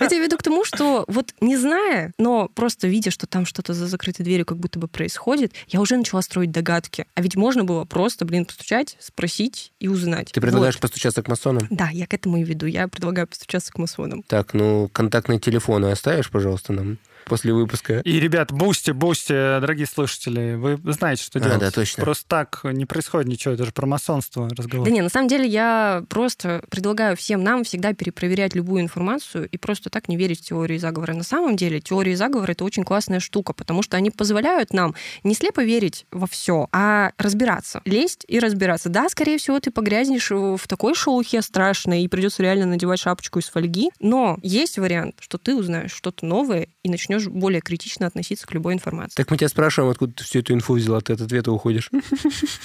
[SPEAKER 2] Я тебе веду к тому, что вот не зная, но просто видя, что там что-то за закрытой дверью как будто бы происходит, я уже начала строить догадки. А ведь можно было просто, блин, постучать, спросить и узнать.
[SPEAKER 3] Ты предлагаешь
[SPEAKER 2] Вот.
[SPEAKER 3] постучаться к масонам?
[SPEAKER 2] Да, я к этому и веду. Я предлагаю постучаться к масонам.
[SPEAKER 3] Так, ну, контактные телефоны оставишь, пожалуйста, нам после выпуска?
[SPEAKER 8] И, ребят, бусти, бусти, дорогие слушатели, вы знаете, что
[SPEAKER 3] А,
[SPEAKER 8] делать.
[SPEAKER 3] да, точно.
[SPEAKER 8] Просто так не происходит ничего, это же про масонство разговор.
[SPEAKER 2] Да не, на самом деле я просто предлагаю всем нам всегда перепроверять любую информацию и просто так не верить в теории заговора. На самом деле теории заговора это очень классная штука, потому что они позволяют нам не слепо верить во все, а разбираться, лезть и разбираться. Да, скорее всего, ты погрязнешь в такой шелухе страшной и придется реально надевать шапочку из фольги, но есть вариант, что ты узнаешь что-то новое и начнешь более критично относиться к любой информации.
[SPEAKER 3] Так мы тебя спрашиваем, откуда ты всю эту инфу взяла, ты от ответа уходишь.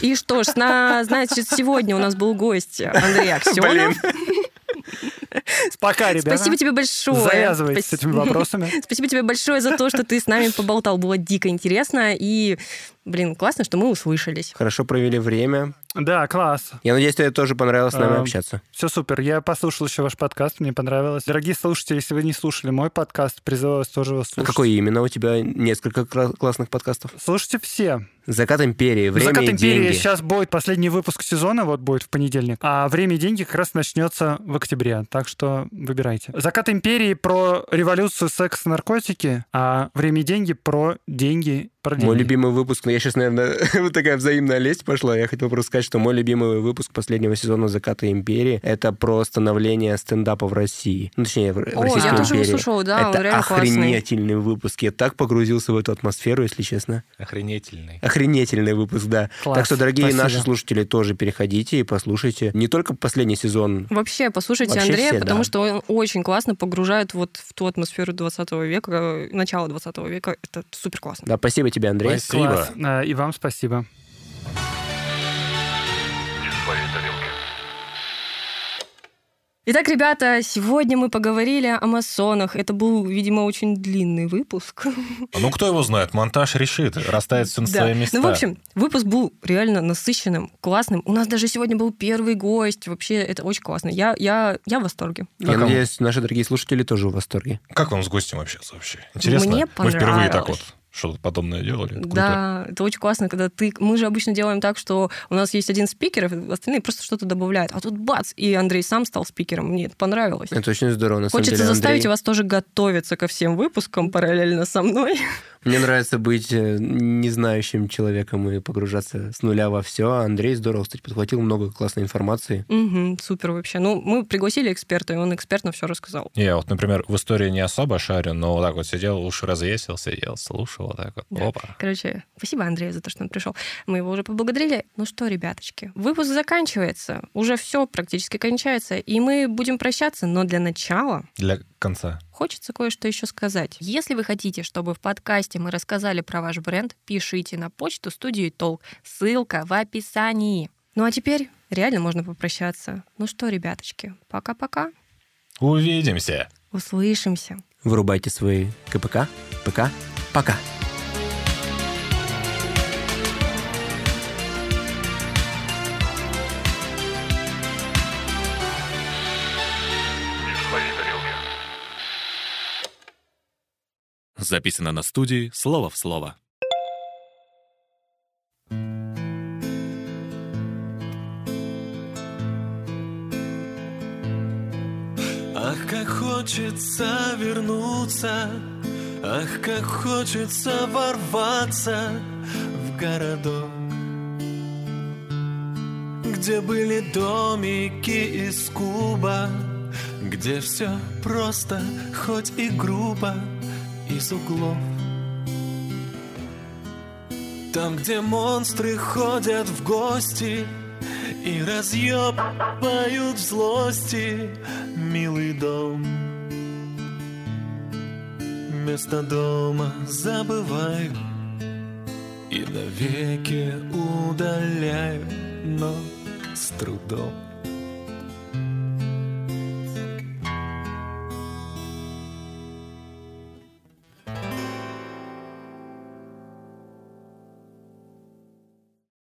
[SPEAKER 2] И что ж, на- значит, сегодня у нас был гость Андрей Аксенов.
[SPEAKER 8] Пока, ребята.
[SPEAKER 2] Спасибо тебе большое.
[SPEAKER 8] Завязывайте с
[SPEAKER 2] Спасибо.
[SPEAKER 8] этими вопросами.
[SPEAKER 2] Спасибо тебе большое за то, что ты с нами поболтал. Было дико интересно. И, блин, классно, что мы услышались.
[SPEAKER 3] Хорошо провели время.
[SPEAKER 8] Да, класс.
[SPEAKER 3] Я надеюсь, тебе тоже понравилось с нами
[SPEAKER 8] Эм,
[SPEAKER 3] общаться. А
[SPEAKER 8] Все супер. Я послушал еще ваш подкаст, мне понравилось. Дорогие слушатели, если вы не слушали мой подкаст, призываю вас тоже его
[SPEAKER 3] А
[SPEAKER 8] слушать.
[SPEAKER 3] Какой именно? У тебя несколько кра- классных подкастов.
[SPEAKER 8] Слушайте все.
[SPEAKER 3] «Закат империи», «Время
[SPEAKER 8] «Закат
[SPEAKER 3] и
[SPEAKER 8] империи»
[SPEAKER 3] деньги».
[SPEAKER 8] сейчас будет последний выпуск сезона, вот будет в понедельник. А «Время и деньги» как раз начнется в октябре, так что выбирайте. «Закат империи» про революцию, секс, наркотики, а «Время и деньги» про деньги, про деньги.
[SPEAKER 3] Мой любимый выпуск, но я сейчас, наверное, вот такая взаимная лесть пошла. Я хотел просто сказать, что мой любимый выпуск последнего сезона «Заката империи» — это про становление стендапа в России. Ну, точнее, в в
[SPEAKER 2] О,
[SPEAKER 3] Российской
[SPEAKER 2] я тоже его
[SPEAKER 3] империи.
[SPEAKER 2] слушала, да, он
[SPEAKER 3] Это
[SPEAKER 2] реально классный.
[SPEAKER 3] охренительный выпуск. Я так погрузился в эту атмосферу, если честно.
[SPEAKER 10] Охренительный.
[SPEAKER 3] Охренительный выпуск, да.
[SPEAKER 8] Класс,
[SPEAKER 3] Так что, дорогие
[SPEAKER 8] спасибо.
[SPEAKER 3] наши слушатели, тоже переходите и послушайте. Не только последний сезон
[SPEAKER 2] Вообще, послушайте
[SPEAKER 3] Вообще
[SPEAKER 2] Андрея,
[SPEAKER 3] все,
[SPEAKER 2] потому
[SPEAKER 3] да.
[SPEAKER 2] что он очень классно погружает вот в ту атмосферу 20 века, э, начала 20 века. Это супер классно.
[SPEAKER 3] Да, спасибо тебе, Андрей.
[SPEAKER 8] Класс. А, И вам спасибо.
[SPEAKER 2] Итак, ребята, сегодня мы поговорили о масонах. Это был, видимо, очень длинный выпуск.
[SPEAKER 4] Ну, кто его знает, монтаж решит, расставит все на
[SPEAKER 2] Да.
[SPEAKER 4] свои места.
[SPEAKER 2] Ну, в общем, выпуск был реально насыщенным, классным. У нас даже сегодня был первый гость. Вообще, это очень классно. Я, я, я в восторге.
[SPEAKER 3] ну, Я
[SPEAKER 4] Как вам?
[SPEAKER 3] надеюсь, наши дорогие слушатели тоже в восторге.
[SPEAKER 4] Как вам с гостем общаться вообще? Интересно?
[SPEAKER 2] Мне
[SPEAKER 4] Мы впервые так вот
[SPEAKER 2] понравилось.
[SPEAKER 4] что-то подобное делали. Это круто.
[SPEAKER 2] Да, это очень классно, когда ты... Мы же обычно делаем так, что у нас есть один спикер, а остальные просто что-то добавляют. А тут бац, и Андрей сам стал спикером. Мне это понравилось.
[SPEAKER 3] Это очень здорово, на самом
[SPEAKER 2] Хочется
[SPEAKER 3] деле,
[SPEAKER 2] заставить
[SPEAKER 3] Андрей.
[SPEAKER 2] вас тоже готовиться ко всем выпускам параллельно со мной.
[SPEAKER 3] Мне нравится быть э, незнающим человеком и погружаться с нуля во все. Андрей здорово, кстати, подхватил много классной информации.
[SPEAKER 2] Мгм, супер вообще. Ну, мы пригласили эксперта, и он экспертно все рассказал.
[SPEAKER 4] Я вот, например, в истории не особо шарю, но вот так вот сидел, уши развесил, сидел, слушал, вот так вот.
[SPEAKER 2] Да.
[SPEAKER 4] Опа.
[SPEAKER 2] Короче, спасибо Андрею за то, что он пришел. Мы его уже поблагодарили. Ну что, ребяточки, выпуск заканчивается. Уже все практически кончается. И мы будем прощаться, но для начала
[SPEAKER 4] Для конца.
[SPEAKER 2] хочется кое-что еще сказать.
[SPEAKER 13] Если вы хотите, чтобы в подкасте мы рассказали про ваш бренд, пишите на почту студии Толк. Ссылка в описании.
[SPEAKER 2] Ну а теперь реально можно попрощаться. Ну что, ребяточки, пока-пока.
[SPEAKER 4] Увидимся.
[SPEAKER 2] Услышимся.
[SPEAKER 3] Вырубайте свои КПК, ПК, пока.
[SPEAKER 1] Записано на студии «Слово в слово».
[SPEAKER 10] Ах, как хочется вернуться, ах, как хочется ворваться в городок, где были домики из куба, где все просто, хоть и грубо, из углов. Там, где монстры ходят в гости и разъебают в злости милый дом. Место дома забываю и навеки удаляю, но с трудом.